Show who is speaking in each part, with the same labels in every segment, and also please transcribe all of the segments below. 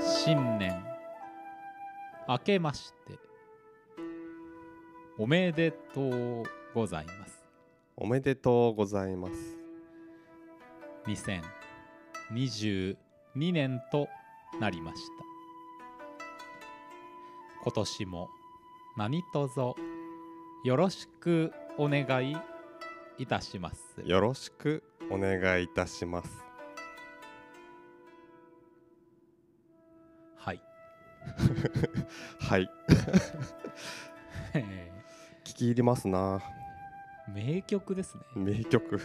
Speaker 1: 新年明けましておめでとうございます
Speaker 2: おめでとうございます
Speaker 1: 2022年となりました今年も何卒よろしくお願いいたします
Speaker 2: よろしくお願いいたします
Speaker 1: はい
Speaker 2: はい聞き入りますな
Speaker 1: 名曲ですね
Speaker 2: 名曲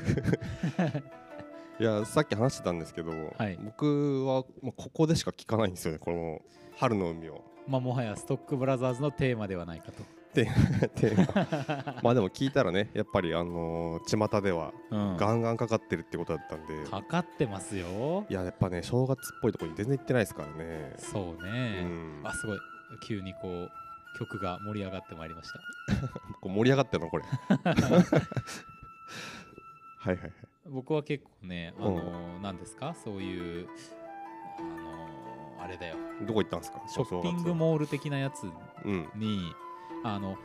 Speaker 2: いやさっき話してたんですけど、
Speaker 1: はい
Speaker 2: 僕はもうここでしか聞かないんですよねこの「春の海」を
Speaker 1: まあもはやストックブラザーズのテーマではないかと
Speaker 2: テーマまあでも聞いたらねやっぱりあのー巷では
Speaker 1: うん
Speaker 2: ガンガンかかってるってことだったんで、
Speaker 1: かかってますよ
Speaker 2: いややっぱね正月っぽいとこに全然行ってないですからね
Speaker 1: そう
Speaker 2: う
Speaker 1: ね、
Speaker 2: ん
Speaker 1: あすごい急にこう曲が盛り上がってまいりました
Speaker 2: こう盛り上がってる のこれはいはいはい
Speaker 1: 僕は結構ねあ
Speaker 2: うん
Speaker 1: の何ですかそういうあのあれだよ
Speaker 2: どこ行ったんですか
Speaker 1: ショッピングモール的なやつ
Speaker 2: うん
Speaker 1: にあの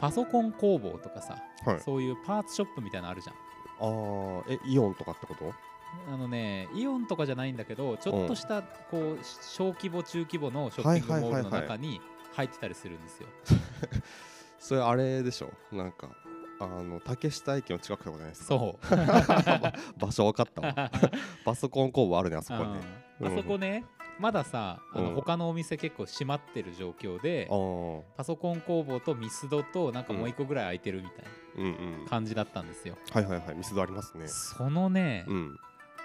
Speaker 1: パソコン工房とかさ、
Speaker 2: はい
Speaker 1: そういうパーツショップみたいなのあるじゃん
Speaker 2: あーえイオンとかってこと
Speaker 1: あのねイオンとかじゃないんだけどちょっとしたこう小規模中規模のショッピングモールの
Speaker 2: はいはいはいは
Speaker 1: 中
Speaker 2: い
Speaker 1: に入ってたりするんですよ
Speaker 2: それあれでしょなんかあの竹下駅の近くとかじゃないですか
Speaker 1: そう
Speaker 2: 場所分か ったわパソコン工房あるねあそこにね
Speaker 1: うん
Speaker 2: うん
Speaker 1: あそこねまださあ
Speaker 2: う
Speaker 1: の
Speaker 2: ん
Speaker 1: 他のお店結構閉まってる状況で
Speaker 2: あー
Speaker 1: パソコン工房とミスドとなんかもう一個ぐらい空いてるみたい
Speaker 2: うんうん
Speaker 1: な感じだったんですよ、
Speaker 2: はいはいはいミスドありますね
Speaker 1: そのね、
Speaker 2: うん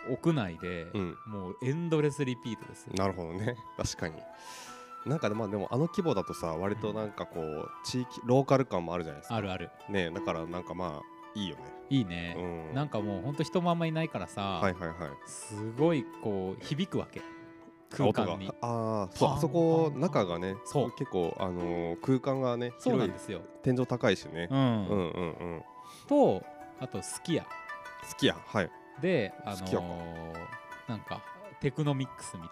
Speaker 1: 屋内で、
Speaker 2: うん
Speaker 1: もうエンドレスリピートです
Speaker 2: なるほどね 確かになんかで,、まあ、でもあの規模だとさ割となんかこう地域ローカル感もあるじゃないですか
Speaker 1: あるある
Speaker 2: ねだからなんかまあいいよね
Speaker 1: いいね、
Speaker 2: うん
Speaker 1: なんかもうほんと人もあんまいないからさ、
Speaker 2: はいはいはい
Speaker 1: すごいこう響くわけ空間に
Speaker 2: 音があーそう
Speaker 1: パン
Speaker 2: あそこ
Speaker 1: パン
Speaker 2: 中がね
Speaker 1: そう
Speaker 2: 結構あのー空間がね
Speaker 1: そうな
Speaker 2: 広
Speaker 1: ん
Speaker 2: い
Speaker 1: ですよ、
Speaker 2: 天井高いしね
Speaker 1: う
Speaker 2: うん
Speaker 1: ん
Speaker 2: うんうん
Speaker 1: とあとすき家
Speaker 2: 好きや はい
Speaker 1: であの
Speaker 2: すき家か
Speaker 1: ーなんかテクノミックスみ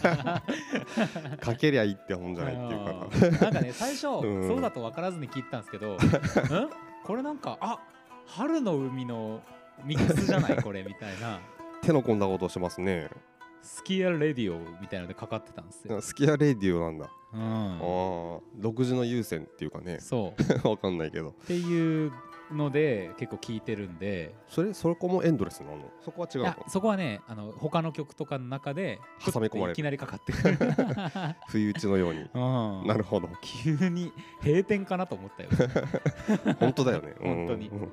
Speaker 1: たいな
Speaker 2: かけりゃいいってもんじゃないっていう
Speaker 1: うん
Speaker 2: か
Speaker 1: なんか ね最初、
Speaker 2: うん
Speaker 1: そうだと分からずに聞いてたんですけ どんこれなんかあ春の海のミックスじゃない これみたいな
Speaker 2: 手の込んだことをしますね
Speaker 1: スキアレディオみたいなのでかかってたんですよ、
Speaker 2: 好きやレディオなんだ
Speaker 1: う
Speaker 2: あ
Speaker 1: ん、
Speaker 2: ー独自の優先っていうかね
Speaker 1: そう
Speaker 2: わかんないけど
Speaker 1: っていうので結構聞いてるんで
Speaker 2: それそこもエンドレスなのそこは違
Speaker 1: いう
Speaker 2: の
Speaker 1: やそこはねあの他の曲とかの中で
Speaker 2: 挟み込まれる
Speaker 1: いきなりかかって くる、
Speaker 2: 不意打ちのように
Speaker 1: うん、
Speaker 2: なるほど
Speaker 1: 急に閉店かなと思ったよ
Speaker 2: 本当だよ ねうん
Speaker 1: 本当に
Speaker 2: うんま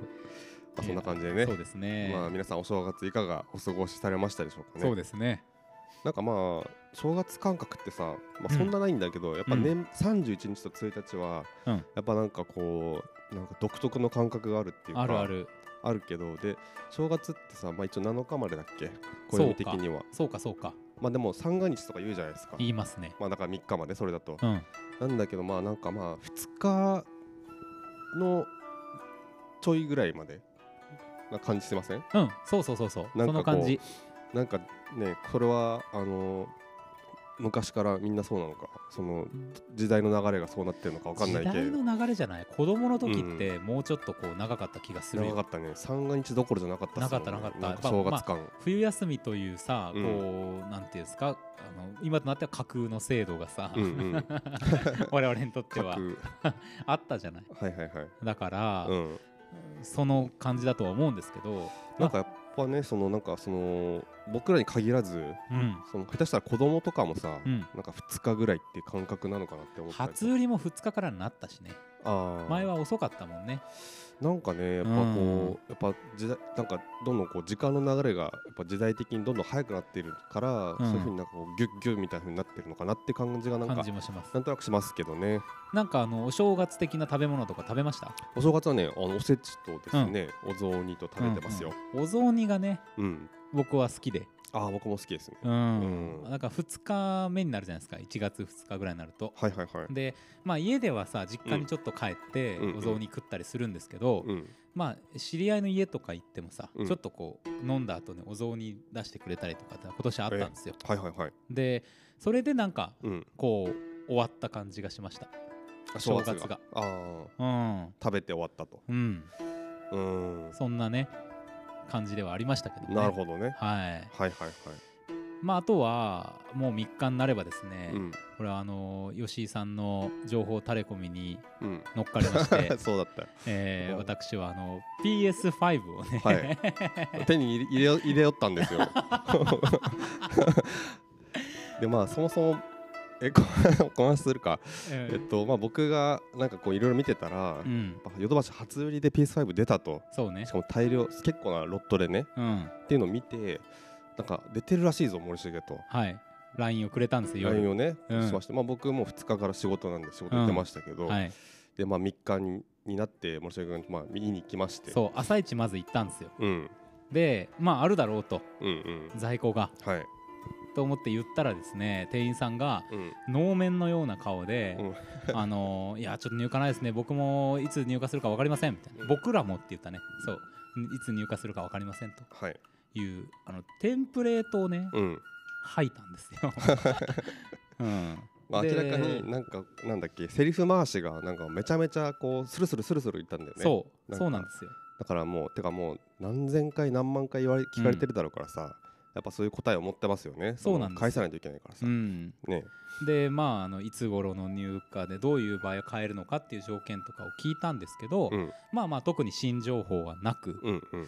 Speaker 2: あそんな感じでね
Speaker 1: そうですね、
Speaker 2: まあ皆さんお正月いかがお過ごしされましたでしょうかね
Speaker 1: そうですね
Speaker 2: なんかまあ正月感覚ってさ、まあ、そんなないんだけど、やっぱ年、31日と1日は、
Speaker 1: うん
Speaker 2: やっぱなんかこうなんか独特の感覚があるっていうか
Speaker 1: あるある
Speaker 2: あるけどで正月ってさ、まあ、一応7日までだっけ暦的には
Speaker 1: そうかそうか
Speaker 2: まあでも三が日とか言うじゃないですか
Speaker 1: 言いますね
Speaker 2: まあだから3日までそれだと、
Speaker 1: うん
Speaker 2: なんだけどまあなんかまあ2日のちょいぐらいまでな感じしてません
Speaker 1: うんそうそうそうそう
Speaker 2: なん
Speaker 1: そ
Speaker 2: かこう
Speaker 1: の感じ
Speaker 2: なんかねこれはあの昔からみんなそうなのかその時代の流れがそうなってるのかわかんないけ
Speaker 1: 時代
Speaker 2: ど
Speaker 1: の流れじゃない子供の時ってもうちょっとこう長かった気がするよ
Speaker 2: 長かったね三が日どころじゃなかったすもんね
Speaker 1: なかったなかった
Speaker 2: ん正月感、
Speaker 1: 冬休みというさこ
Speaker 2: うん
Speaker 1: うなんていうんですかあの今となっては架空の制度がさ
Speaker 2: うんうん
Speaker 1: 我々にとって
Speaker 2: 各
Speaker 1: は
Speaker 2: はい
Speaker 1: あったじゃない
Speaker 2: はいはい
Speaker 1: だから
Speaker 2: うん
Speaker 1: その感じだとは思うんですけど
Speaker 2: なんかやっぱねそのなんかその僕らに限らず
Speaker 1: うん
Speaker 2: その下手したら子供とかもさ、
Speaker 1: うん
Speaker 2: なんか2日ぐらいっていう感覚なのかなって思ったり
Speaker 1: 初売りも2日からになったしね
Speaker 2: あー
Speaker 1: 前は遅かったもんね
Speaker 2: なんかねやっぱこう、やっぱ時代なんかどんどんこう時間の流れがやっぱ時代的にどんどん早くなっているから、
Speaker 1: うん
Speaker 2: そういうふうになんかこうギュッギュッみたいなふうになってるのかなって感じがなんか
Speaker 1: 感じもします
Speaker 2: なんとなくしますけどね
Speaker 1: なんかあのお正月的な食べ物とか食べました
Speaker 2: お正月はねあのおせちとですね、お雑煮と食べてますよ、
Speaker 1: うんうんお雑煮がね
Speaker 2: うん
Speaker 1: 僕は好きで
Speaker 2: ああ僕も好きですね
Speaker 1: うん、
Speaker 2: うん
Speaker 1: なんか2日目になるじゃないですか1月2日ぐらいになると
Speaker 2: はいはいはい
Speaker 1: でまあ家ではさ実家にちょっと帰って
Speaker 2: うんうん
Speaker 1: お雑煮食ったりするんですけど、
Speaker 2: うん
Speaker 1: まあ知り合いの家とか行ってもさ、
Speaker 2: うん
Speaker 1: ちょっとこう飲んだ後にお雑煮出してくれたりとかってのは今年あったんですよ
Speaker 2: はいはいはい
Speaker 1: でそれでなんか
Speaker 2: うん
Speaker 1: こう終わった感じがしました
Speaker 2: あ
Speaker 1: 正月が
Speaker 2: あー
Speaker 1: うん
Speaker 2: 食べて終わったと
Speaker 1: うん
Speaker 2: うーん
Speaker 1: そんなね感じではありましたけどね
Speaker 2: なるほどね
Speaker 1: はい
Speaker 2: はいはいはい
Speaker 1: まああとはもう3日になればですね、
Speaker 2: うん
Speaker 1: これはあの吉井さんの情報垂れ込みに
Speaker 2: うん、
Speaker 1: 乗っかりまして
Speaker 2: そうだったよ
Speaker 1: えー
Speaker 2: うん
Speaker 1: 私はあの PS5 をね、
Speaker 2: はい手に入れ入れよ入れよったんです よでまあそもそもえこ この話するか
Speaker 1: え
Speaker 2: えっ
Speaker 1: ー
Speaker 2: とまあ僕がなんかこういろいろ見てたら
Speaker 1: うん
Speaker 2: やっぱヨドバシ初売りで PS5 出たと
Speaker 1: そうね
Speaker 2: しかも大量結構なロットでね
Speaker 1: うん
Speaker 2: っていうのを見てなんか出てるらしいぞ森重と
Speaker 1: はい LINE をくれたんですよ
Speaker 2: LINE をね、
Speaker 1: うん
Speaker 2: しまして、まあ、僕も2日から仕事なんで仕事行ってましたけど、
Speaker 1: はい
Speaker 2: でまあ、3日にになって森重君、まあ、見に行きまして
Speaker 1: そう朝一まず行ったんですよ
Speaker 2: う、ん、
Speaker 1: でまああるだろうと
Speaker 2: うんうん
Speaker 1: 在庫が
Speaker 2: はい、
Speaker 1: と思って言ったらですね店員さんが
Speaker 2: うん
Speaker 1: 能面のような顔で
Speaker 2: う
Speaker 1: 「
Speaker 2: ん
Speaker 1: あのーいやちょっと入荷ないですね僕もいつ入荷するか分かりません」みたいな「
Speaker 2: うん
Speaker 1: 僕らも」って言ったねそうんいつ入荷するか分かりませんと
Speaker 2: はい
Speaker 1: いうあのテンプレートをね
Speaker 2: うん
Speaker 1: 吐いたんです よ、うん
Speaker 2: まあ、
Speaker 1: で
Speaker 2: 明らかになんかなんだっけセリフ回しがなんかめちゃめちゃこうスルスルスルスルいったんだよね
Speaker 1: そう
Speaker 2: なんか
Speaker 1: そうなんですよ
Speaker 2: だからもうてかもう何千回何万回言われ聞かれてるだろうからさ、やっぱそういう答えを持ってますよね
Speaker 1: そうなんですよ
Speaker 2: の返さないといけないからさ、
Speaker 1: うん、
Speaker 2: ね
Speaker 1: でまああのいつ頃の入荷でどういう場合は買えるのかっていう条件とかを聞いたんですけど、
Speaker 2: うん
Speaker 1: まあまあ特に新情報はなく
Speaker 2: うんうん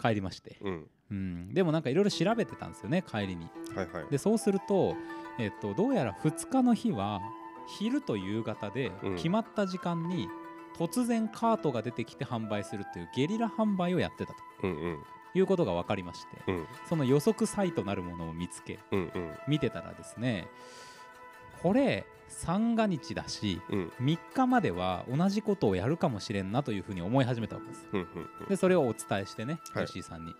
Speaker 1: 帰りまして、
Speaker 2: うん
Speaker 1: うん、でもなんかいろいろ調べてたんですよね帰りに
Speaker 2: はいはい
Speaker 1: でそうすると、えっと、どうやら2日の日は昼と夕方で
Speaker 2: うん
Speaker 1: 決まった時間に突然カートが出てきて販売するというゲリラ販売をやってたと
Speaker 2: うんうん
Speaker 1: いうことが分かりまして
Speaker 2: うん
Speaker 1: その予測サイトなるものを見つけ
Speaker 2: うんうん
Speaker 1: 見てたらですねこれ三が日だし
Speaker 2: うん
Speaker 1: 3日までは同じことをやるかもしれんなというふうに思い始めたわけです
Speaker 2: うんうん
Speaker 1: でそれをお伝えしてね、
Speaker 2: はい
Speaker 1: 吉井さんに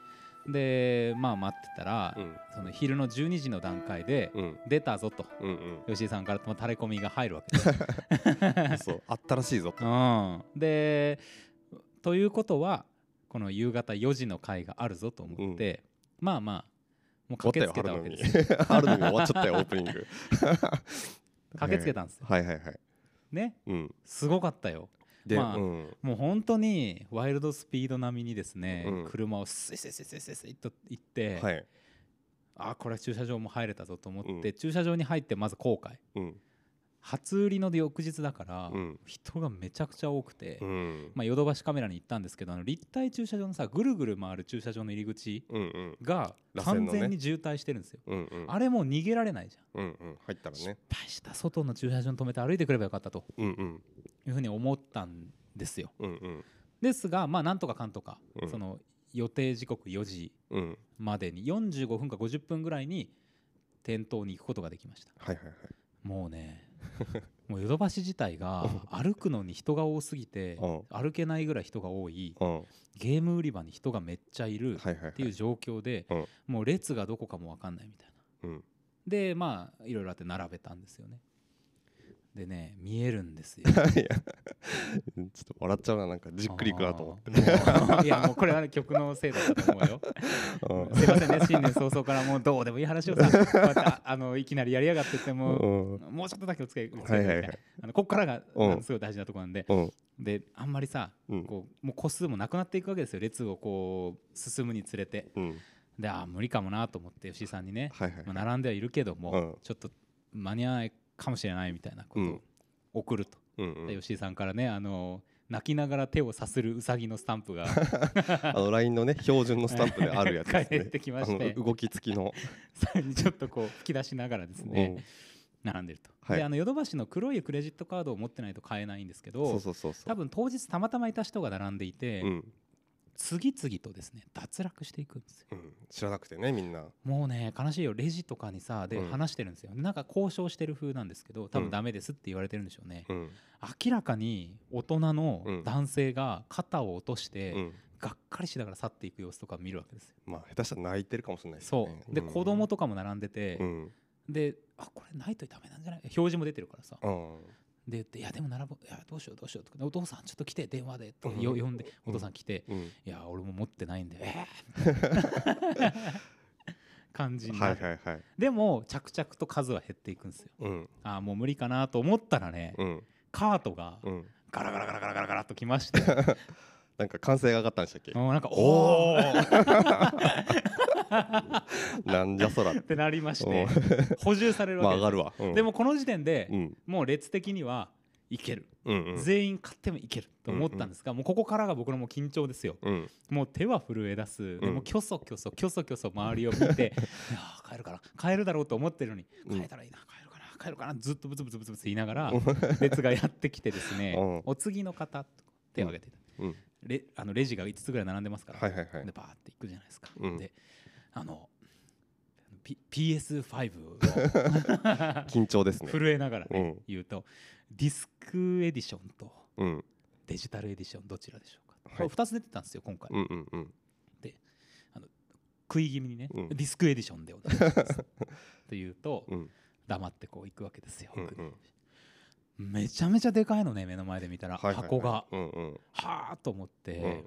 Speaker 1: でまあ待ってたら、
Speaker 2: うん
Speaker 1: その昼の12時の段階で、
Speaker 2: うん
Speaker 1: 出たぞと
Speaker 2: うん
Speaker 1: 吉井さんからまあ垂れ込みが入るわけです、
Speaker 2: うんそうあったらしいぞと
Speaker 1: うん、でということはこの夕方4時の回があるぞと思って、まあまあもう
Speaker 2: 終
Speaker 1: 駆け
Speaker 2: わ
Speaker 1: つ
Speaker 2: った
Speaker 1: けたわけで
Speaker 2: よ春のに
Speaker 1: すよ
Speaker 2: 春のに終わっちゃったよオープニング
Speaker 1: 駆けつけたんですよ、
Speaker 2: はいはいはい
Speaker 1: ね
Speaker 2: うん
Speaker 1: すごかったよ
Speaker 2: で、
Speaker 1: まあ
Speaker 2: うん
Speaker 1: もう本当にワイルドスピード並みにですね、
Speaker 2: うん
Speaker 1: 車をスイスイスイスイスイスイっと行って、
Speaker 2: はい
Speaker 1: あこれは駐車場も入れたぞと思って、
Speaker 2: う
Speaker 1: 駐車場に入ってまず後悔
Speaker 2: うん
Speaker 1: 初売りの翌日だから、
Speaker 2: うん
Speaker 1: 人がめちゃくちゃ多くて、
Speaker 2: うん
Speaker 1: まあ、ヨドバシカメラに行ったんですけどあの立体駐車場のさぐるぐる回る駐車場の入り口
Speaker 2: うんうん
Speaker 1: が
Speaker 2: 螺旋
Speaker 1: 完
Speaker 2: のね
Speaker 1: 全に渋滞してるんですよ、
Speaker 2: うんうん
Speaker 1: あれもう逃げられないじゃん、
Speaker 2: うんうん入ったら
Speaker 1: 失
Speaker 2: ね
Speaker 1: 敗した外の駐車場に止めて歩いてくればよかったと
Speaker 2: うんうん
Speaker 1: いうふうに思ったんですよ
Speaker 2: うんうん
Speaker 1: ですがまあなんとかかんとか、
Speaker 2: うん
Speaker 1: その予定時刻4時
Speaker 2: うん
Speaker 1: までに45分か50分ぐらいに店頭に行くことができました
Speaker 2: はいはいはい
Speaker 1: もう ねもうヨドバシ自体が歩くのに人が多すぎて
Speaker 2: うん
Speaker 1: 歩けないぐらい人が多い
Speaker 2: うんは
Speaker 1: ゲーム売り場に人がめっちゃいる
Speaker 2: いはいは
Speaker 1: っていう状況で、
Speaker 2: うん
Speaker 1: もう列がどこかも分かんないみたいな
Speaker 2: うん
Speaker 1: でまあいろいろあって並べたんですよねでね見えるんです よ
Speaker 2: いやちょっと笑っちゃうななんかじっくりいくなと思って
Speaker 1: もういやもうこれは曲のせいだったと思うよ
Speaker 2: うん
Speaker 1: すいませんね新年早々からもうどうでもいい話をさこうやってああのいきなりやりやがってってもう、
Speaker 2: うん
Speaker 1: もうちょっとだけお付き合いお付き合
Speaker 2: は
Speaker 1: ください
Speaker 2: いいはいはい
Speaker 1: あのここからが
Speaker 2: うん
Speaker 1: あのすごい大事なとこなんで
Speaker 2: うん
Speaker 1: であんまりさ
Speaker 2: うん
Speaker 1: こうもう個数もなくなっていくわけですよ列をこう進むにつれて
Speaker 2: うん
Speaker 1: であー無理かもなと思って吉井さんにね
Speaker 2: はいはい
Speaker 1: まあ、並んではいるけども、
Speaker 2: うん
Speaker 1: ちょっと間に合わないかもしれないみたいなこと
Speaker 2: う
Speaker 1: を
Speaker 2: ん
Speaker 1: 送ると、
Speaker 2: うんう
Speaker 1: で
Speaker 2: ん
Speaker 1: 吉井さんからね、あの泣きながら手をさするうさぎのスタンプが
Speaker 2: あの LINE のね標 準のスタンプであるやつで す
Speaker 1: 返
Speaker 2: ね
Speaker 1: ってきまして
Speaker 2: あの動き付きの
Speaker 1: さら にちょっとこう吹き出しながらですね、並んでると、
Speaker 2: はい
Speaker 1: であのヨドバシの黒いクレジットカードを持ってないと買えないんですけ
Speaker 2: うん
Speaker 1: ど
Speaker 2: そうそうそうそう
Speaker 1: 多分当日たまたまいた人が並んでいて、
Speaker 2: うん
Speaker 1: 次々とですね脱落していくんですよ
Speaker 2: うん知らなくてねみんな
Speaker 1: もうね悲しいよレジとかにさで
Speaker 2: うん
Speaker 1: 話してるんですよ、なんか交渉してる風なんですけど多
Speaker 2: う
Speaker 1: 分
Speaker 2: ん
Speaker 1: ダメですって言われてるんでしょうね、
Speaker 2: うん
Speaker 1: 明らかに大人
Speaker 2: う
Speaker 1: の
Speaker 2: ん
Speaker 1: 男性が肩を落として、
Speaker 2: うん
Speaker 1: がっかりしながら去っていく様子とか見るわけですよ。
Speaker 2: まあ下手したら泣いてるかもしれないです
Speaker 1: そ
Speaker 2: ね
Speaker 1: うで
Speaker 2: ん
Speaker 1: 子供とかも並んでて、
Speaker 2: うん
Speaker 1: であこれないとダメなんじゃない表示も出てるからさ
Speaker 2: うん
Speaker 1: ででいやでも並ぶいやどうしようどうしようとかお父さんちょっと来て電話でと
Speaker 2: うん
Speaker 1: よ呼んで
Speaker 2: う
Speaker 1: お
Speaker 2: ん
Speaker 1: 父さん来て、
Speaker 2: うん
Speaker 1: いや俺も持ってないんでえー感じにな
Speaker 2: は
Speaker 1: る、
Speaker 2: いはいはい
Speaker 1: でも着々と数は減っていくんですよ
Speaker 2: うん
Speaker 1: ああもう無理かなと思ったらね、
Speaker 2: うん
Speaker 1: カートが
Speaker 2: うん
Speaker 1: ガラガラガラガラガラガラっと来まして
Speaker 2: なんか歓声が上がったんでしたっけ
Speaker 1: もうなんかおおっ
Speaker 2: なんじゃそら
Speaker 1: てなりまして
Speaker 2: お
Speaker 1: 補充される
Speaker 2: まあ
Speaker 1: わけ
Speaker 2: 上
Speaker 1: で
Speaker 2: がるわ、うん
Speaker 1: すでもこの時点で
Speaker 2: うん
Speaker 1: もう列的にはいける、
Speaker 2: うんうん
Speaker 1: 全員買ってもいけると思ったんですが、もうここからが僕のもう緊張ですよ
Speaker 2: うん
Speaker 1: もう手は震え出す、で
Speaker 2: うん
Speaker 1: もうきょそきょそきょそきょそ周りを見 ていやー帰るかな帰るだろうと思ってるのに
Speaker 2: うん
Speaker 1: 帰えたらいいな帰るかな帰るかなずっとブツブツブツブツ言いながら 列がやってきてですね、
Speaker 2: う
Speaker 1: お次の方手を挙げて、
Speaker 2: うん
Speaker 1: レあのレジが5つぐらい並んでますから、
Speaker 2: はいはいはい
Speaker 1: でバーって行くじゃないですか、
Speaker 2: うん
Speaker 1: であの、P、PS5 を
Speaker 2: 緊張ですね
Speaker 1: 震えながら、ね
Speaker 2: うん
Speaker 1: 言うとディスクエディションと
Speaker 2: うん
Speaker 1: デジタルエディションどちらでしょうか、
Speaker 2: はい
Speaker 1: これ2つ出てたんですよ今回、
Speaker 2: うんうんうん
Speaker 1: 食い気味にね、
Speaker 2: うん
Speaker 1: ディスクエディションでお願いしますと言うと
Speaker 2: うん
Speaker 1: 黙ってこう行くわけですよ、
Speaker 2: うんうん
Speaker 1: めちゃめちゃでかいのね目の前で見たら、
Speaker 2: はいはいはい
Speaker 1: 箱が
Speaker 2: うんうん
Speaker 1: はあと思って、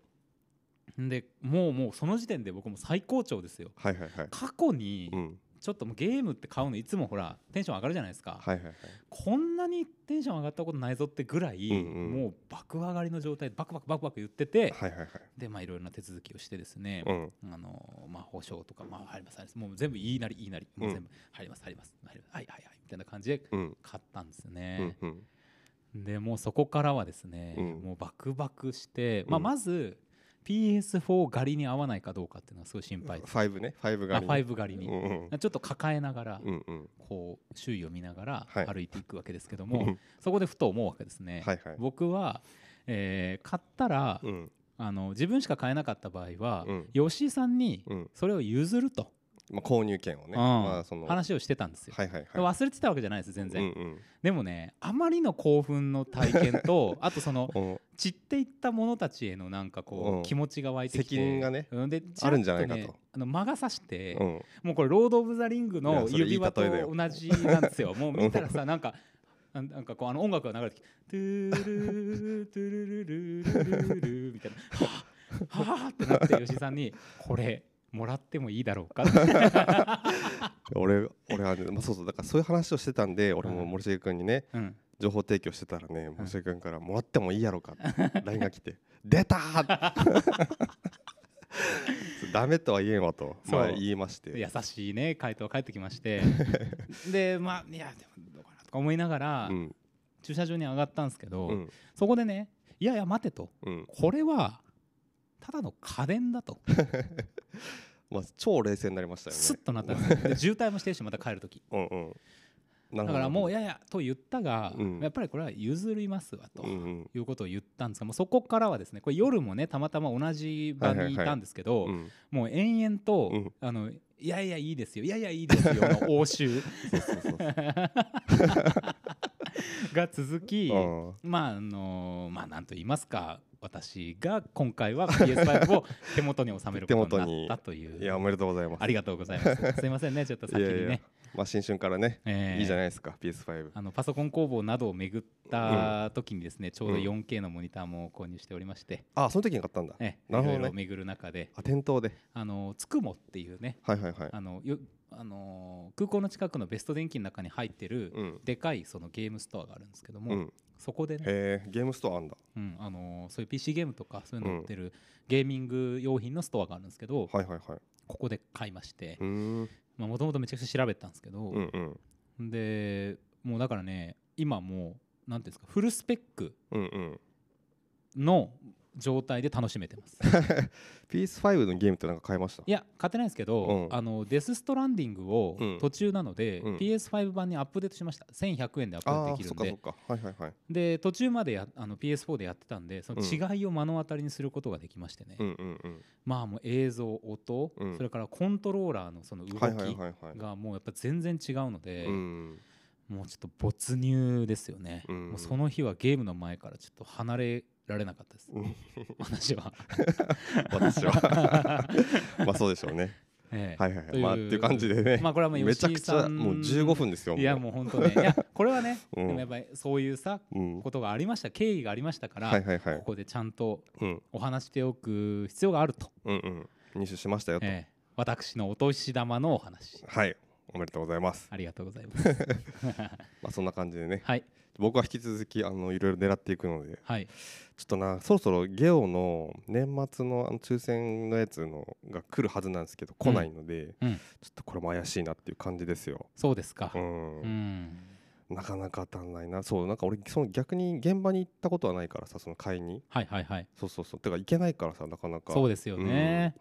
Speaker 1: でもうもうその時点で僕も最高潮ですよ
Speaker 2: はいはいはい
Speaker 1: 過去に
Speaker 2: うん
Speaker 1: ちょっともうゲームって買うのいつもほらテンション上がるじゃないですか、
Speaker 2: はいはいはい
Speaker 1: こんなにテンション上がったことないぞってぐらい、
Speaker 2: うんうん
Speaker 1: もう爆上がりの状態でバクバクバクバク言ってて、
Speaker 2: はいはいはい
Speaker 1: でまあいろいろな手続きをしてですね、
Speaker 2: うん
Speaker 1: あのまあ保証とかまあ入ります入りますもう全部いいなりいいなりもう全部入ります入ります入りますはいはいはいみたいな感じで
Speaker 2: うん
Speaker 1: 買ったんです
Speaker 2: う
Speaker 1: ね
Speaker 2: ん、うん
Speaker 1: でもうそこからはですね、
Speaker 2: うん
Speaker 1: もうバクバクして、まあ、
Speaker 2: うん
Speaker 1: まず PS4 狩りに合わないかどうかっていうのがすごい心配です、
Speaker 2: ファイブねファイブが
Speaker 1: あ5狩りに、
Speaker 2: うんうん
Speaker 1: ちょっと抱えながら、
Speaker 2: うんうん
Speaker 1: こう周囲を見ながら
Speaker 2: はい
Speaker 1: 歩いていくわけですけど
Speaker 2: う
Speaker 1: も、
Speaker 2: ん
Speaker 1: そこでふと思うわけですね、
Speaker 2: はいはい
Speaker 1: 僕は、えー買ったら、
Speaker 2: うん
Speaker 1: あの自分しか買えなかった場合は、
Speaker 2: うん
Speaker 1: 吉井さんに
Speaker 2: うん
Speaker 1: それを譲ると、
Speaker 2: まあ購入権をね
Speaker 1: うん
Speaker 2: まあそのはい
Speaker 1: 話をしてたんですよ、
Speaker 2: はいはい
Speaker 1: 忘れてたわけじゃないです全然、
Speaker 2: うん
Speaker 1: でもねあまりの興奮の体験とあとその
Speaker 2: うんお
Speaker 1: 散っていった者たちへのなんかこ
Speaker 2: うん
Speaker 1: う気持ちが湧いてきて
Speaker 2: 責任がね
Speaker 1: うんで
Speaker 2: あるんじゃないかと
Speaker 1: ちらっねあの魔が差して、
Speaker 2: うん
Speaker 1: もうこれ「ロード・オブ・ザ・リング」
Speaker 2: いや
Speaker 1: の
Speaker 2: それいい
Speaker 1: 指輪と
Speaker 2: 例えだよ
Speaker 1: 同じなんですよもう見たらさなんかあなんかこうあの音楽が流れてきて「トゥルルトゥルルルルルル」みたいな「はあはあ」ってなって吉井さんに「これもらってもいいだろうか」
Speaker 2: 俺俺はねまあそうそうだからそういう話をしてたんで俺も
Speaker 1: うん
Speaker 2: 森重君にね
Speaker 1: うん、
Speaker 2: 情報提供してたらね
Speaker 1: うん
Speaker 2: 森重君からもらってもいいや ろかって LINE が来て出たー ダメとは言えんわとまあ
Speaker 1: そう
Speaker 2: 言いまして
Speaker 1: 優しいね回答が返ってきまして でまあいやでもどうかなとか思いながら、
Speaker 2: うん
Speaker 1: 駐車場に上がったんですけど、
Speaker 2: うん
Speaker 1: そこでねいやいや待てと
Speaker 2: うん
Speaker 1: これはただの家電だと
Speaker 2: まあ超冷静になりましたよね
Speaker 1: スッとなったんですよで渋滞もしてるしまた帰る時
Speaker 2: うんうん
Speaker 1: だ
Speaker 2: なるほど
Speaker 1: からもういやいやと言ったが、
Speaker 2: うん
Speaker 1: やっぱりこれは譲りますわと。
Speaker 2: うんうん
Speaker 1: いうことを言ったんですがもうそこからはですねこれ夜もねたまたま同じ場にいたんですけど、
Speaker 2: うん
Speaker 1: もう延々と、
Speaker 2: うん
Speaker 1: あのいやいやいいですよいやいやいいですよの応酬
Speaker 2: そうそう そうそう
Speaker 1: が続き、
Speaker 2: うん
Speaker 1: まああのまあなんと言いますか私が今回は PS5 を手元に収めることになったという
Speaker 2: いやおめでとうございます
Speaker 1: ありがとうございますすいませんねちょっと先にね
Speaker 2: いやいやまあ新春からね
Speaker 1: えー
Speaker 2: いいじゃないですか PS5
Speaker 1: あのパソコン工房などを巡った時にですね、ちょうど
Speaker 2: うん
Speaker 1: 4K のモニターも購入しておりまして、
Speaker 2: あその時に買ったんだ
Speaker 1: ええ
Speaker 2: なるほどね
Speaker 1: いろいろ巡る中で
Speaker 2: あ店頭で
Speaker 1: あのつくもっていうね
Speaker 2: はいはいはい
Speaker 1: あのよあの空港の近くのベスト電機の中に入ってる、
Speaker 2: うん
Speaker 1: でかいそのゲームストアがあるんですけども、
Speaker 2: うん
Speaker 1: そこでね
Speaker 2: へえゲームストアあんだ
Speaker 1: うんあのーそういう PC ゲームとかそういうの売
Speaker 2: うん
Speaker 1: ってるゲーミング用品のストアがあるんですけど、
Speaker 2: はいはいはい
Speaker 1: ここで買いまして
Speaker 2: うーん
Speaker 1: もともとめちゃくちゃ調べたんですけど
Speaker 2: う、んうん
Speaker 1: でもうだからね今もうなんていうんですかフルスペック
Speaker 2: うんうん
Speaker 1: の状態で楽しめてます
Speaker 2: PS5 のゲームってなんか買いました
Speaker 1: いや買ってないんですけど、
Speaker 2: うん
Speaker 1: あのデス・ストランディングを
Speaker 2: うん
Speaker 1: 途中なので、
Speaker 2: うん
Speaker 1: PS5 版にアップデートしました1100円でアップデー
Speaker 2: あ
Speaker 1: ト
Speaker 2: あ
Speaker 1: でき
Speaker 2: そ
Speaker 1: る
Speaker 2: っ
Speaker 1: んで
Speaker 2: かそっかはいはいはい
Speaker 1: で途中までやあの PS4 でやってたんでその違いを目の当たりにすることができましてね、
Speaker 2: うんうんうん
Speaker 1: まあもう映像音、
Speaker 2: うん
Speaker 1: それからコントローラーのその動き
Speaker 2: はいはいはいはい
Speaker 1: がもうやっぱ全然違うので、
Speaker 2: うん
Speaker 1: もうちょっと没入ですよね、
Speaker 2: うん
Speaker 1: もうその日はゲームの前からちょっと離れられなかったです、
Speaker 2: うん
Speaker 1: 私 は、
Speaker 2: 私は まあそうでしょうね
Speaker 1: ええ
Speaker 2: はいはいは
Speaker 1: と
Speaker 2: いまあっていう感じでね
Speaker 1: まあこれはもう
Speaker 2: めちゃ
Speaker 1: 吉井
Speaker 2: くち
Speaker 1: さ
Speaker 2: ゃ
Speaker 1: ん
Speaker 2: もう15分ですよ
Speaker 1: いやもう本当ねいやこれはね、
Speaker 2: うん
Speaker 1: でもやっぱりそういうさ
Speaker 2: ううん
Speaker 1: ことがありました経緯がありましたから、
Speaker 2: はいはいはい
Speaker 1: ここでちゃんと
Speaker 2: うん
Speaker 1: お話ししておく必要があると、
Speaker 2: うんうん入手しましたよと
Speaker 1: ええ私のお年玉のお話
Speaker 2: はいおめでとうございます、
Speaker 1: ありがとうござい ます
Speaker 2: まあ、そんな感じでね
Speaker 1: はい
Speaker 2: 僕は引き続きあのいろいろ狙っていくので
Speaker 1: はい
Speaker 2: ちょっとなそろそろゲオの年末のあの抽選のやつのが来るはずなんですけど来ないので、
Speaker 1: うん
Speaker 2: ちょっとこれも怪しいなっていう感じですよ。
Speaker 1: そうですか
Speaker 2: う、
Speaker 1: うんん
Speaker 2: なかなか当たんないなそうなんか俺その逆に現場に行ったことはないからさその会に
Speaker 1: はいはいはい
Speaker 2: そうそうそうてか行けないからさなかなか
Speaker 1: そうですよね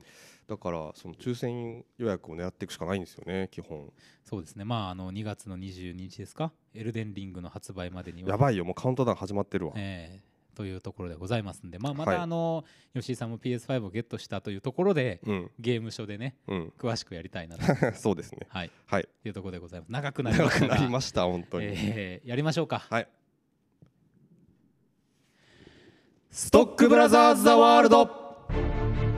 Speaker 2: だからその抽選予約を狙っていくしかないんですよね基本
Speaker 1: そうですねまああの2月の22日ですかエルデンリングの発売までには
Speaker 2: やばいよもうカウントダウン始まってるわ、
Speaker 1: えーというところでございますんで、まあ、ま
Speaker 2: はい
Speaker 1: たあの、吉井さんも PS5 をゲットしたというところで
Speaker 2: うん
Speaker 1: ゲーム書でね
Speaker 2: うん、
Speaker 1: 詳しくやりたいなと、
Speaker 2: そうですね
Speaker 1: はい、
Speaker 2: はい
Speaker 1: というところでございます長くなりま
Speaker 2: 長
Speaker 1: し
Speaker 2: く
Speaker 1: たが
Speaker 2: なりました本当に、
Speaker 1: えーやりましょうか、
Speaker 2: はい
Speaker 1: ストックブラザーズ・ザ・ワールド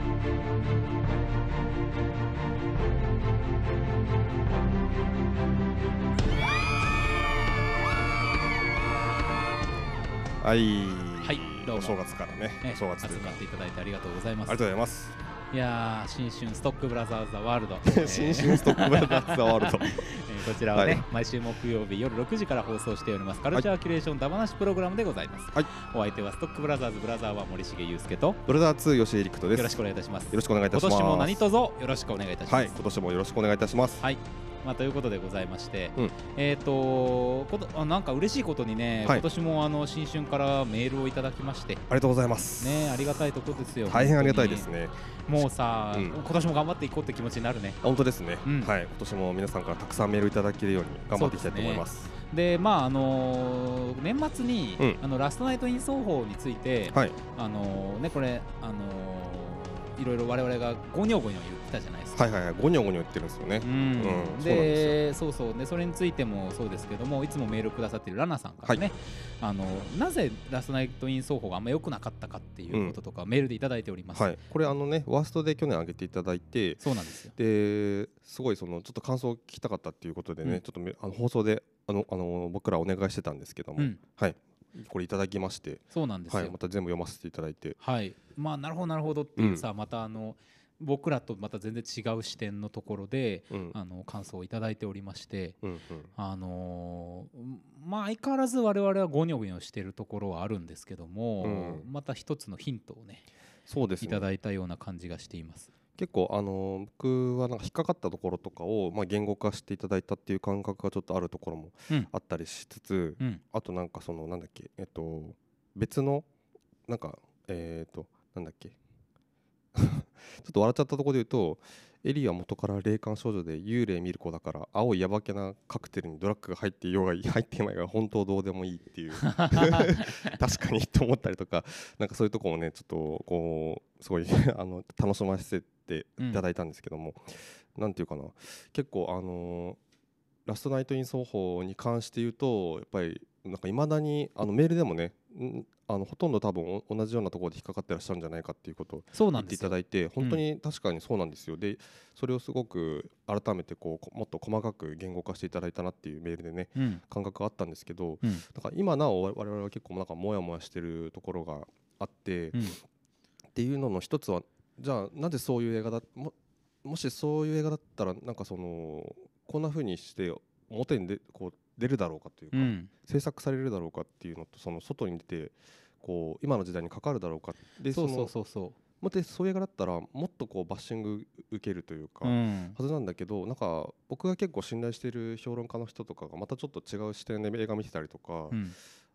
Speaker 2: はい、
Speaker 1: はいどうも
Speaker 2: お正月からね
Speaker 1: ね
Speaker 2: お正月という
Speaker 1: 集
Speaker 2: か
Speaker 1: まっていただいてありがとうござい
Speaker 2: あ
Speaker 1: ま
Speaker 2: り
Speaker 1: す
Speaker 2: がとうございます
Speaker 1: いやー新春ストックブラザーズ・ザ・ワ ールド
Speaker 2: 新春ストックブラザーズ・ワール ド
Speaker 1: えーこちらはね、
Speaker 2: はい
Speaker 1: 毎週木曜日夜6時から放送しておりますカルチャーキュレーションだまなしプログラムでございます、
Speaker 2: はい
Speaker 1: お相手はストックブラザーズブラザーは森重裕介とよ
Speaker 2: ブラザー2吉井陸斗です
Speaker 1: ろしくお願いいたします
Speaker 2: よろしくお願いいた
Speaker 1: 今
Speaker 2: します
Speaker 1: 年も何卒よろしくお願いいたします
Speaker 2: はい今年もよろしくお願いいたします
Speaker 1: はいまあ、ということでございまして、
Speaker 2: うん
Speaker 1: えっ、とことあなんか嬉しいことにね、
Speaker 2: はい
Speaker 1: 今年もあの新春からメールをいただきまして、
Speaker 2: ありがとうございます
Speaker 1: ね、ありがたいとこですよ。
Speaker 2: 大変ありがたい
Speaker 1: 本当
Speaker 2: で
Speaker 1: に
Speaker 2: す。ね
Speaker 1: もうさ、
Speaker 2: うん
Speaker 1: 今年も頑張っていこうって気持ちになるね。
Speaker 2: 本当ですね、
Speaker 1: うん
Speaker 2: はい今年も皆さんからたくさんメールいただけるように頑張っていきたいと思います
Speaker 1: で、まああのー年末に、
Speaker 2: うん
Speaker 1: あのラストナイトイン奏法について、
Speaker 2: はい
Speaker 1: あのーねこれあのーいろいろ我々がゴニョゴニョ言ってたじゃないですか。
Speaker 2: はいはいはいゴニョゴニョ言ってるんですよね
Speaker 1: うん
Speaker 2: うん
Speaker 1: でそうそうでそれについてもそうですけどもいつもメールくださってるラナさんからね、あのなぜラストナイトイン奏法があんま良くなかったかっていうこととか、メールでいただいております、
Speaker 2: はいこれあのねワーストで去年上げていただいて
Speaker 1: そうなんですよ
Speaker 2: ですごいそのちょっと感想を聞きたかったっていうことでね、
Speaker 1: うん
Speaker 2: ちょっとめあの放送であのあの僕らお願いしてたんですけども、
Speaker 1: うん
Speaker 2: はいこれいただきまして
Speaker 1: そうなんですよ
Speaker 2: はいまた全部読ませていただいて
Speaker 1: はい、まあなるほどなるほどっていうさ、またあの僕らとまた全然違う視点のところで
Speaker 2: うん
Speaker 1: あの感想をいただいておりまして。
Speaker 2: うん
Speaker 1: あのーまあ相変わらず我々はゴニョゴニョしてるところはあるんですけども、
Speaker 2: うん
Speaker 1: また一つのヒントをね
Speaker 2: そうです
Speaker 1: いた
Speaker 2: ね
Speaker 1: だいたような感じがしています。
Speaker 2: 結構あの僕はなんか引っかかったところとかをまあ言語化していただいたっていう感覚がちょっとあるところも
Speaker 1: うん
Speaker 2: あったりしつつ、
Speaker 1: うん、
Speaker 2: あとなんかそのなんだっけえっと別のなんかえっ、となんだっけ ちょっと笑っちゃったところで言うとエリーは元から霊感少女で幽霊見る子だから青いやばけなカクテルにドラッグが入っていようが入っていまいが本当どうでもいいっていう確 かにと思ったりとかなんかそういうとこもねちょっとこうすごい あの楽しませていただいたんですけども、なんていうかな結構あのーラストナイト・イン奏法に関して言うとやっぱりなんか未だにあのメールでもねんあのほとんど多分お同じようなところで引っかかってらっしゃるんじゃないかっていうことを
Speaker 1: そうな
Speaker 2: 言っ
Speaker 1: ん
Speaker 2: て
Speaker 1: で
Speaker 2: い
Speaker 1: す
Speaker 2: た
Speaker 1: よ。
Speaker 2: だいて本当に確かにそうなんですよ、でそれをすごく改めてこうこもっと細かく言語化していただいたなっていうメールでね
Speaker 1: うん
Speaker 2: 感覚があったんですけど
Speaker 1: うん
Speaker 2: だから今なお我々は結構なんかモヤモヤしてるところがあって、
Speaker 1: うん
Speaker 2: っていうのの一つはじゃあなぜそういう映画だももしそういう映画だったらなんかそのこんな風にして表にでこう出るだろうかというか、
Speaker 1: うん
Speaker 2: 制作されるだろうかっていうのとその外に出てこう今の時代にかかるだろうかで
Speaker 1: そうそ
Speaker 2: の
Speaker 1: うそうそ
Speaker 2: もってそういう映画だったらもっとこうバッシング受けるというか、
Speaker 1: う。うん
Speaker 2: はずなんだけどなんか僕が結構信頼している評論家の人とかがまたちょっと違う視点で映画見てたりとか、
Speaker 1: うん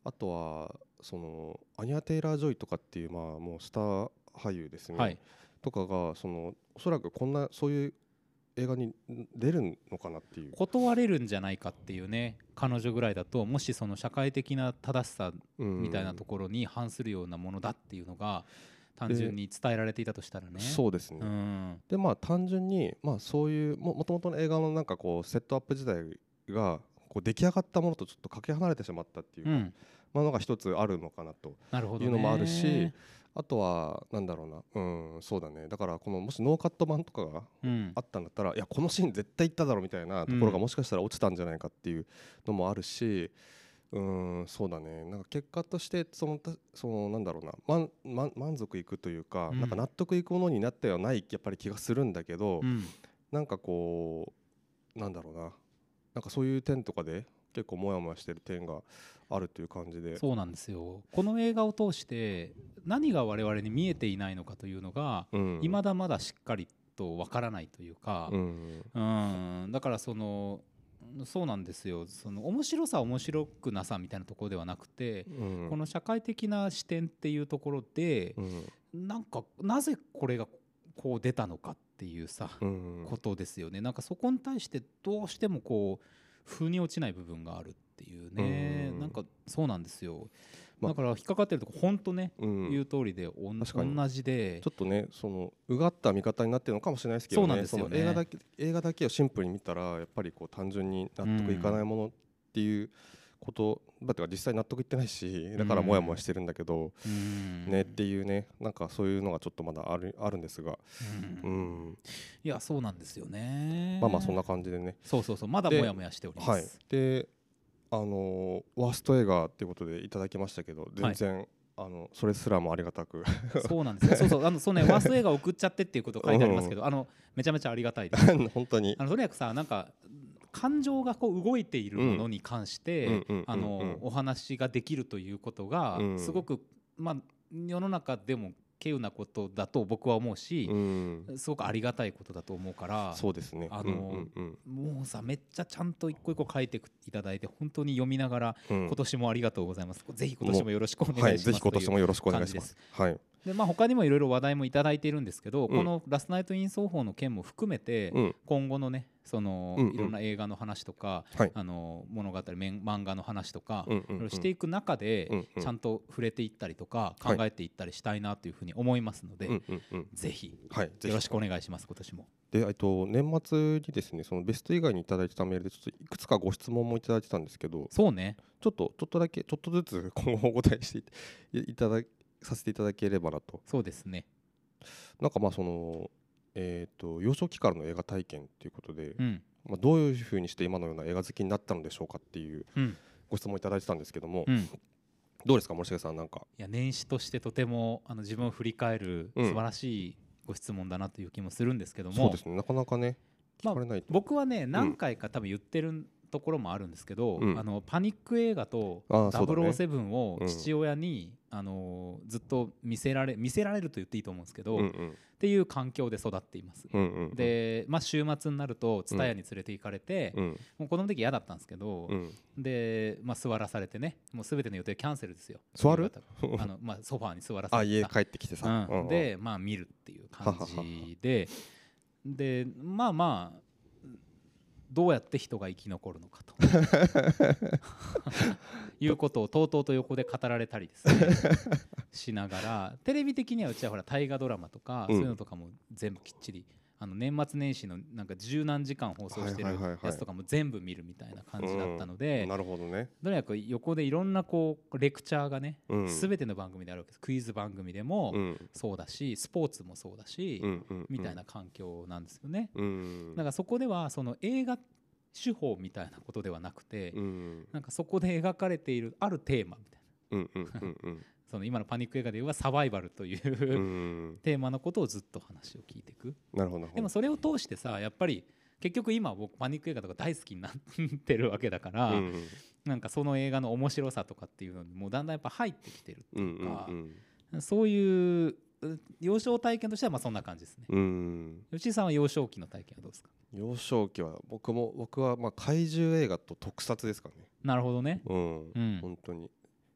Speaker 2: あとはそのアニア・テイラー・ジョイとかっていうまあもうスター俳優ですね、
Speaker 1: はい。
Speaker 2: とかがそのおそらくこんなそういう映画に出るのかなっていう、
Speaker 1: 断れるんじゃないかっていうね彼女ぐらいだともしその社会的な正しさ
Speaker 2: うん
Speaker 1: みたいなところに反するようなものだっていうのが単純に伝えられていたとしたらね。
Speaker 2: そうですね、
Speaker 1: うん
Speaker 2: でまあ単純にまあそういうももともとの映画のなんかこうセットアップ自体がこう出来上がったものとちょっとかけ離れてしまったっていう
Speaker 1: う
Speaker 2: か、
Speaker 1: ん、
Speaker 2: まあのが一つあるのかなと
Speaker 1: なるほど、
Speaker 2: い
Speaker 1: ね、
Speaker 2: うのもあるしあとはなんだろうなうんそうだねだからこのもしノーカット版とかが
Speaker 1: うん
Speaker 2: あ、ったんだったらいやこのシーン絶対行っただろみたいなところ
Speaker 1: う
Speaker 2: が
Speaker 1: ん
Speaker 2: もしかしたら落ちたんじゃないかっていうのもあるしうーんそうだねなんか結果としてそのたそのなんだろうな満満満足いくというか、
Speaker 1: うん
Speaker 2: なんか納得いくものになったようないやっぱり気がするんだけど、
Speaker 1: うん
Speaker 2: なんかこうなんだろうななんかそういう点とかで結構モヤモヤしてる点があるという感じで
Speaker 1: そうなんですよこの映画を通して何が我々に見えていないのかというのが
Speaker 2: うん
Speaker 1: いまだまだしっかりとわからないというか、
Speaker 2: うん
Speaker 1: うんだからそのそうなんですよその面白さ面白くなさみたいなところではなくて、
Speaker 2: うん
Speaker 1: この社会的な視点っていうところで
Speaker 2: う、ん
Speaker 1: なんかなぜこれがこう出たのかっていうさ、
Speaker 2: うん
Speaker 1: ことですよねなんかそこに対してどうしてもこう風に落ちない部分があるっていうね
Speaker 2: うん
Speaker 1: なんかそうなんですよ、
Speaker 2: まあ
Speaker 1: だから引っかかってるとこ本当ね、
Speaker 2: うん
Speaker 1: 言う通りでおん
Speaker 2: 確かに
Speaker 1: 同じで
Speaker 2: ちょっとねそのうがった見方になってるのかもしれないですけどね
Speaker 1: そうなんですよね
Speaker 2: その映画だけ映画だけをシンプルに見たらやっぱりこう単純に納得いかないものっていうこと、だってか実際納得いってないしだからモヤモヤしてるんだけど、
Speaker 1: うん
Speaker 2: ねっていうねなんかそういうのがちょっとまだあるあるんですが、
Speaker 1: う
Speaker 2: うんん、
Speaker 1: いやそうなんですよね
Speaker 2: まあまあそんな感じでね。
Speaker 1: そうそうそうまだ
Speaker 2: で
Speaker 1: モヤモヤしております、
Speaker 2: はい、であのーワースト映画っていうことでいただきましたけど全然、あのそれすらもありがたく
Speaker 1: そうなんですねそうそうあのそうねワースト映画送っちゃってっていうこと書いてありますけど、あのめちゃめちゃありがたいです
Speaker 2: 本当に
Speaker 1: あのとにかくさなんか感情がこう動いているものに関して、
Speaker 2: うんうんうん
Speaker 1: あ
Speaker 2: うんうん
Speaker 1: のお話ができるということが、
Speaker 2: うん
Speaker 1: すごく、まあ、世の中でも稀有なことだと僕は思うし
Speaker 2: う、ん
Speaker 1: すごくありがたいことだと思うから
Speaker 2: そうですね
Speaker 1: あのー
Speaker 2: うんうん
Speaker 1: もうさめっちゃちゃんと一個一個書いていただいて本当に読みながら、
Speaker 2: うんうん
Speaker 1: 今年もありがとうございますぜひ今年もよろしくお願いします、
Speaker 2: はい、ぜひ今年もよろしくお願いします。はい、
Speaker 1: でまあ、他にもいろいろ話題もいただいているんですけど、
Speaker 2: うん
Speaker 1: この「ラストナイト・イン奏法」の件も含めて、
Speaker 2: うん、
Speaker 1: 今後のねその、
Speaker 2: うんうん
Speaker 1: いろんな映画の話とか、
Speaker 2: はい
Speaker 1: あの物語めん漫画の話とか、
Speaker 2: うんうんうん
Speaker 1: していく中で、
Speaker 2: うんうん
Speaker 1: ちゃんと触れていったりとか
Speaker 2: は
Speaker 1: 考
Speaker 2: い
Speaker 1: えていったりしたいなというふうに思いますので、
Speaker 2: うんうんうん、
Speaker 1: ぜひ
Speaker 2: はい、
Speaker 1: よ
Speaker 2: ぜひ
Speaker 1: ろしくお願いします今年も。
Speaker 2: で、えっと年末にですね、そのベスト以外にいただいてたメールでちょっといくつかご質問もいただいてたんですけど、
Speaker 1: そうね
Speaker 2: ちょっとちょっとだけちょっとずつ 今後お答えしていいたださせていただければなと。
Speaker 1: そうですね。
Speaker 2: なんかまあそのえっ、と幼少期からの映画体験ということで、
Speaker 1: うん
Speaker 2: まあどういうふうにして今のような映画好きになったのでしょうかっていう
Speaker 1: うん
Speaker 2: ご質問いただいてたんですけども、
Speaker 1: うん、い
Speaker 2: どうですか森重さんなんか。
Speaker 1: や年始としてとてもあの自分を振り返る
Speaker 2: うん
Speaker 1: 素晴らしいご質問だなという気もするんですけど
Speaker 2: そう
Speaker 1: も、
Speaker 2: ですね、なかなかね
Speaker 1: ま
Speaker 2: 聞
Speaker 1: あ
Speaker 2: かれないと。
Speaker 1: 僕はね何回か多分言ってるところもあるんですけど、
Speaker 2: うん
Speaker 1: あのパニック映画と
Speaker 2: あーそうだね
Speaker 1: 007を
Speaker 2: うん
Speaker 1: 父親に、あのーずっと見せられ見せられると言っていいと思うんですけど、
Speaker 2: うん
Speaker 1: っ
Speaker 2: うん
Speaker 1: ていう環境で育っています。
Speaker 2: うんうんうん、
Speaker 1: で、まあ、週末になると蔦屋に連れて行かれて、
Speaker 2: うん
Speaker 1: もう子供の時嫌だったんですけど、
Speaker 2: うん、
Speaker 1: で、まあ、座らされてねもう全ての予定キャンセルですよ
Speaker 2: 座る
Speaker 1: 夕方あの、まあ、ソファーに座らさ
Speaker 2: あ
Speaker 1: れて
Speaker 2: 家
Speaker 1: さ
Speaker 2: 帰ってきてさ、
Speaker 1: う、
Speaker 2: うんん
Speaker 1: でまあ見るっていう感じででまあまあどうやって人が生き残るのか ということをとうとうと横で語られたりです ねしながらテレビ的にはうちはほら大河ドラマとか、
Speaker 2: うん
Speaker 1: そういうのとかも全部きっちりあの年末年始のなんか十何時間放送してる
Speaker 2: はいはいはいはい
Speaker 1: やつとかも全部見るみたいな感じだったので、
Speaker 2: なるほどね、
Speaker 1: とにかく横でいろんなこうレクチャーがね、
Speaker 2: うん
Speaker 1: すべての番組であるわけですクイズ番組でも、
Speaker 2: うん
Speaker 1: そうだしスポーツもそうだし、
Speaker 2: うんうん、
Speaker 1: みたいな、環境なんですよね。
Speaker 2: うん、
Speaker 1: だからそこではその映画手法みたいなことではなくて、
Speaker 2: うん
Speaker 1: なんかそこで描かれているあるテーマみたいな
Speaker 2: うんうんうんうん
Speaker 1: その今のパニック映画で言えばサバイバルという、
Speaker 2: うん
Speaker 1: テーマのことをずっと話を聞いていく。
Speaker 2: なるほどなるほど
Speaker 1: でもそれを通してさやっぱり結局今僕パニック映画とか大好きになってるわけだから、
Speaker 2: うん
Speaker 1: なんかその映画の面白さとかっていうのにもうだんだんやっぱ入ってきてる
Speaker 2: うんうん
Speaker 1: かそういうう幼少体験としてはまあそんな感じですね。
Speaker 2: うんうん
Speaker 1: 吉井さんは幼少期の体験はどうですか
Speaker 2: 幼少期は僕も僕はまあ怪獣映画と特撮ですかね
Speaker 1: なるほどね。
Speaker 2: うん、
Speaker 1: うん
Speaker 2: 本当に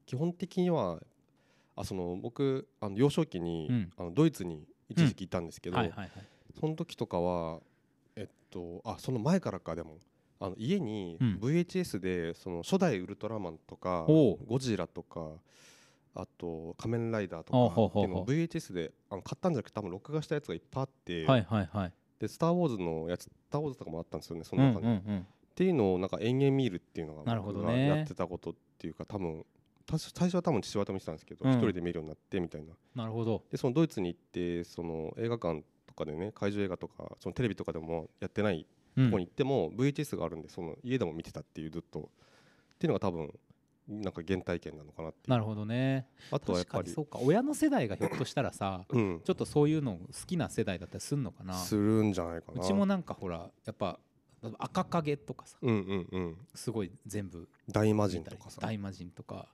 Speaker 2: 基本的にはあその僕あの幼少期に、
Speaker 1: うん
Speaker 2: あのドイツに一時期いたんですけど、
Speaker 1: はいはいはい。
Speaker 2: その時とかはえっとあその前からかでもあの家に
Speaker 1: うん
Speaker 2: VHS でその初代ウルトラマンとか、
Speaker 1: おう
Speaker 2: ゴジラとかあと仮面ライダーと
Speaker 1: あ
Speaker 2: か
Speaker 1: ほう
Speaker 2: って
Speaker 1: ほ
Speaker 2: いううの
Speaker 1: ほう
Speaker 2: を VHS であの買ったんじゃなくて多分録画したやつがいっぱいあって、
Speaker 1: はいはいはい。
Speaker 2: で「スター・ウォーズ」のやつ「スター・ウォーズ」とかもあったんですよねそ
Speaker 1: うん
Speaker 2: の
Speaker 1: うん
Speaker 2: 中で、
Speaker 1: うん。
Speaker 2: っていうのをなんか延々見るっていうの
Speaker 1: な
Speaker 2: が
Speaker 1: るほど
Speaker 2: 僕
Speaker 1: ね
Speaker 2: がやってたことっていうか多分たし最初は多分父親と見てたんですけど
Speaker 1: うん
Speaker 2: 一、人で見るようになってみたいな
Speaker 1: なるほど。
Speaker 2: でそのドイツに行ってその映画館とかでね怪獣映画とかそのテレビとかでもやってない
Speaker 1: うん
Speaker 2: とこに行っても VHS があるんでその家でも見てたっていうずっとっていうのが多分なんか原体験なのかなっていう
Speaker 1: なるほどね
Speaker 2: あとはや
Speaker 1: 確
Speaker 2: っぱ
Speaker 1: か
Speaker 2: り
Speaker 1: にそうか親の世代がひょっとしたらさ
Speaker 2: うん
Speaker 1: ちょっとそういうの好きな世代だったりすんのかな
Speaker 2: するんじゃないかな
Speaker 1: うちもなんかほらやっぱ赤影とかさ
Speaker 2: うんうんうん
Speaker 1: すごい全部
Speaker 2: 大魔
Speaker 1: 見
Speaker 2: 神
Speaker 1: た
Speaker 2: と
Speaker 1: り
Speaker 2: かさ
Speaker 1: 大魔神とか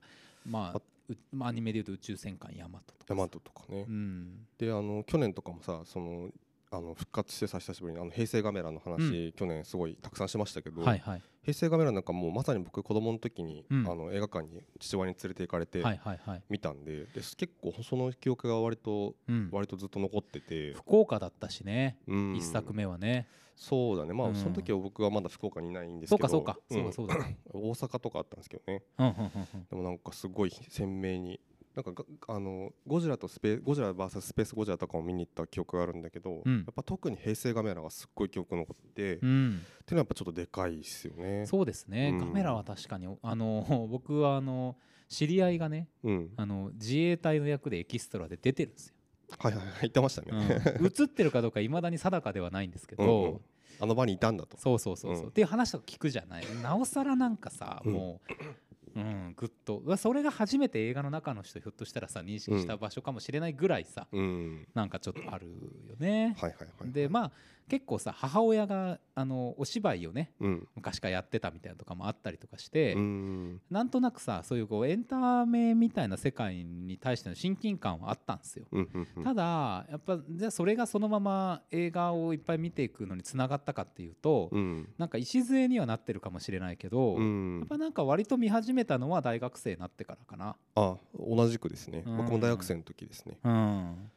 Speaker 1: まあ
Speaker 2: あ
Speaker 1: うまあアニメでいうと宇宙戦艦ヤマトとか
Speaker 2: ヤ
Speaker 1: さ
Speaker 2: マトとかね、
Speaker 1: うん
Speaker 2: であの去年とかもさそのあの復活してさ久しぶりにあの平成ガメラの話、去年すごいたくさんしましたけど、
Speaker 1: はいはい
Speaker 2: 平成ガメラなんかもうまさに僕子供の時に、
Speaker 1: うん
Speaker 2: あの映画館に父親に連れて行かれて
Speaker 1: はいはいはい
Speaker 2: 見たんで,、で結構その記憶が割と
Speaker 1: うん
Speaker 2: 割とずっと残ってて、
Speaker 1: 福岡だったしね
Speaker 2: うん
Speaker 1: 一作目はね
Speaker 2: そうだねまあ、
Speaker 1: うん
Speaker 2: その時は僕はまだ福岡にいないんです
Speaker 1: そう
Speaker 2: け
Speaker 1: かそ
Speaker 2: ど
Speaker 1: うか
Speaker 2: ん
Speaker 1: そうかそうだ
Speaker 2: 大阪とかあったんですけどね
Speaker 1: うんうんうんうん
Speaker 2: でもなんかすごい鮮明になんかがあのゴジラとスペゴジラ VS スペースゴジラとかを見に行った記憶があるんだけど、
Speaker 1: うん
Speaker 2: やっぱ特に平成ガメラがすっごい記憶残って、って
Speaker 1: う
Speaker 2: いう
Speaker 1: ん
Speaker 2: のはやっぱちょっとでかいですよね。
Speaker 1: そうですね、
Speaker 2: うん
Speaker 1: カメラは確かにあの 僕はあの知り合いがね
Speaker 2: うん、
Speaker 1: あの自衛隊の役でエキストラで出てるんですよ、
Speaker 2: はいはいはい言ってました
Speaker 1: うん
Speaker 2: ね。
Speaker 1: 映ってるかどうかいまだに定かではないんですけど、
Speaker 2: うんうんあの場にいたんだと。
Speaker 1: そうそうそうそう、
Speaker 2: うん
Speaker 1: っていう話とか聞くじゃないなおさらなんかさ、
Speaker 2: うん
Speaker 1: もう、うん、ぐっとうわそれが初めて映画の中の人ひょっとしたらさ認識した場所かもしれないぐらいさ、
Speaker 2: うん、
Speaker 1: なんかちょっとあるよね。
Speaker 2: はいはいはい。
Speaker 1: でまあ結構さ母親があのお芝居をね
Speaker 2: うん、
Speaker 1: 昔からやってたみたいなのとかもあったりとかして、
Speaker 2: うん、
Speaker 1: なんとなくさそういうこうエンタメみたいな世界に対しての親近感はあったんですよ。
Speaker 2: うん、うん、うん
Speaker 1: ただやっぱじゃあそれがそのまま映画をいっぱい見ていくのにつながったかっていうと、
Speaker 2: うん、
Speaker 1: なんか礎にはなってるかもしれないけど、
Speaker 2: うん
Speaker 1: やっぱなんか割と見始めたのは大学生になってからかな。
Speaker 2: あ、同じくですね。
Speaker 1: うん
Speaker 2: 僕も大学生の時ですね。
Speaker 1: うん、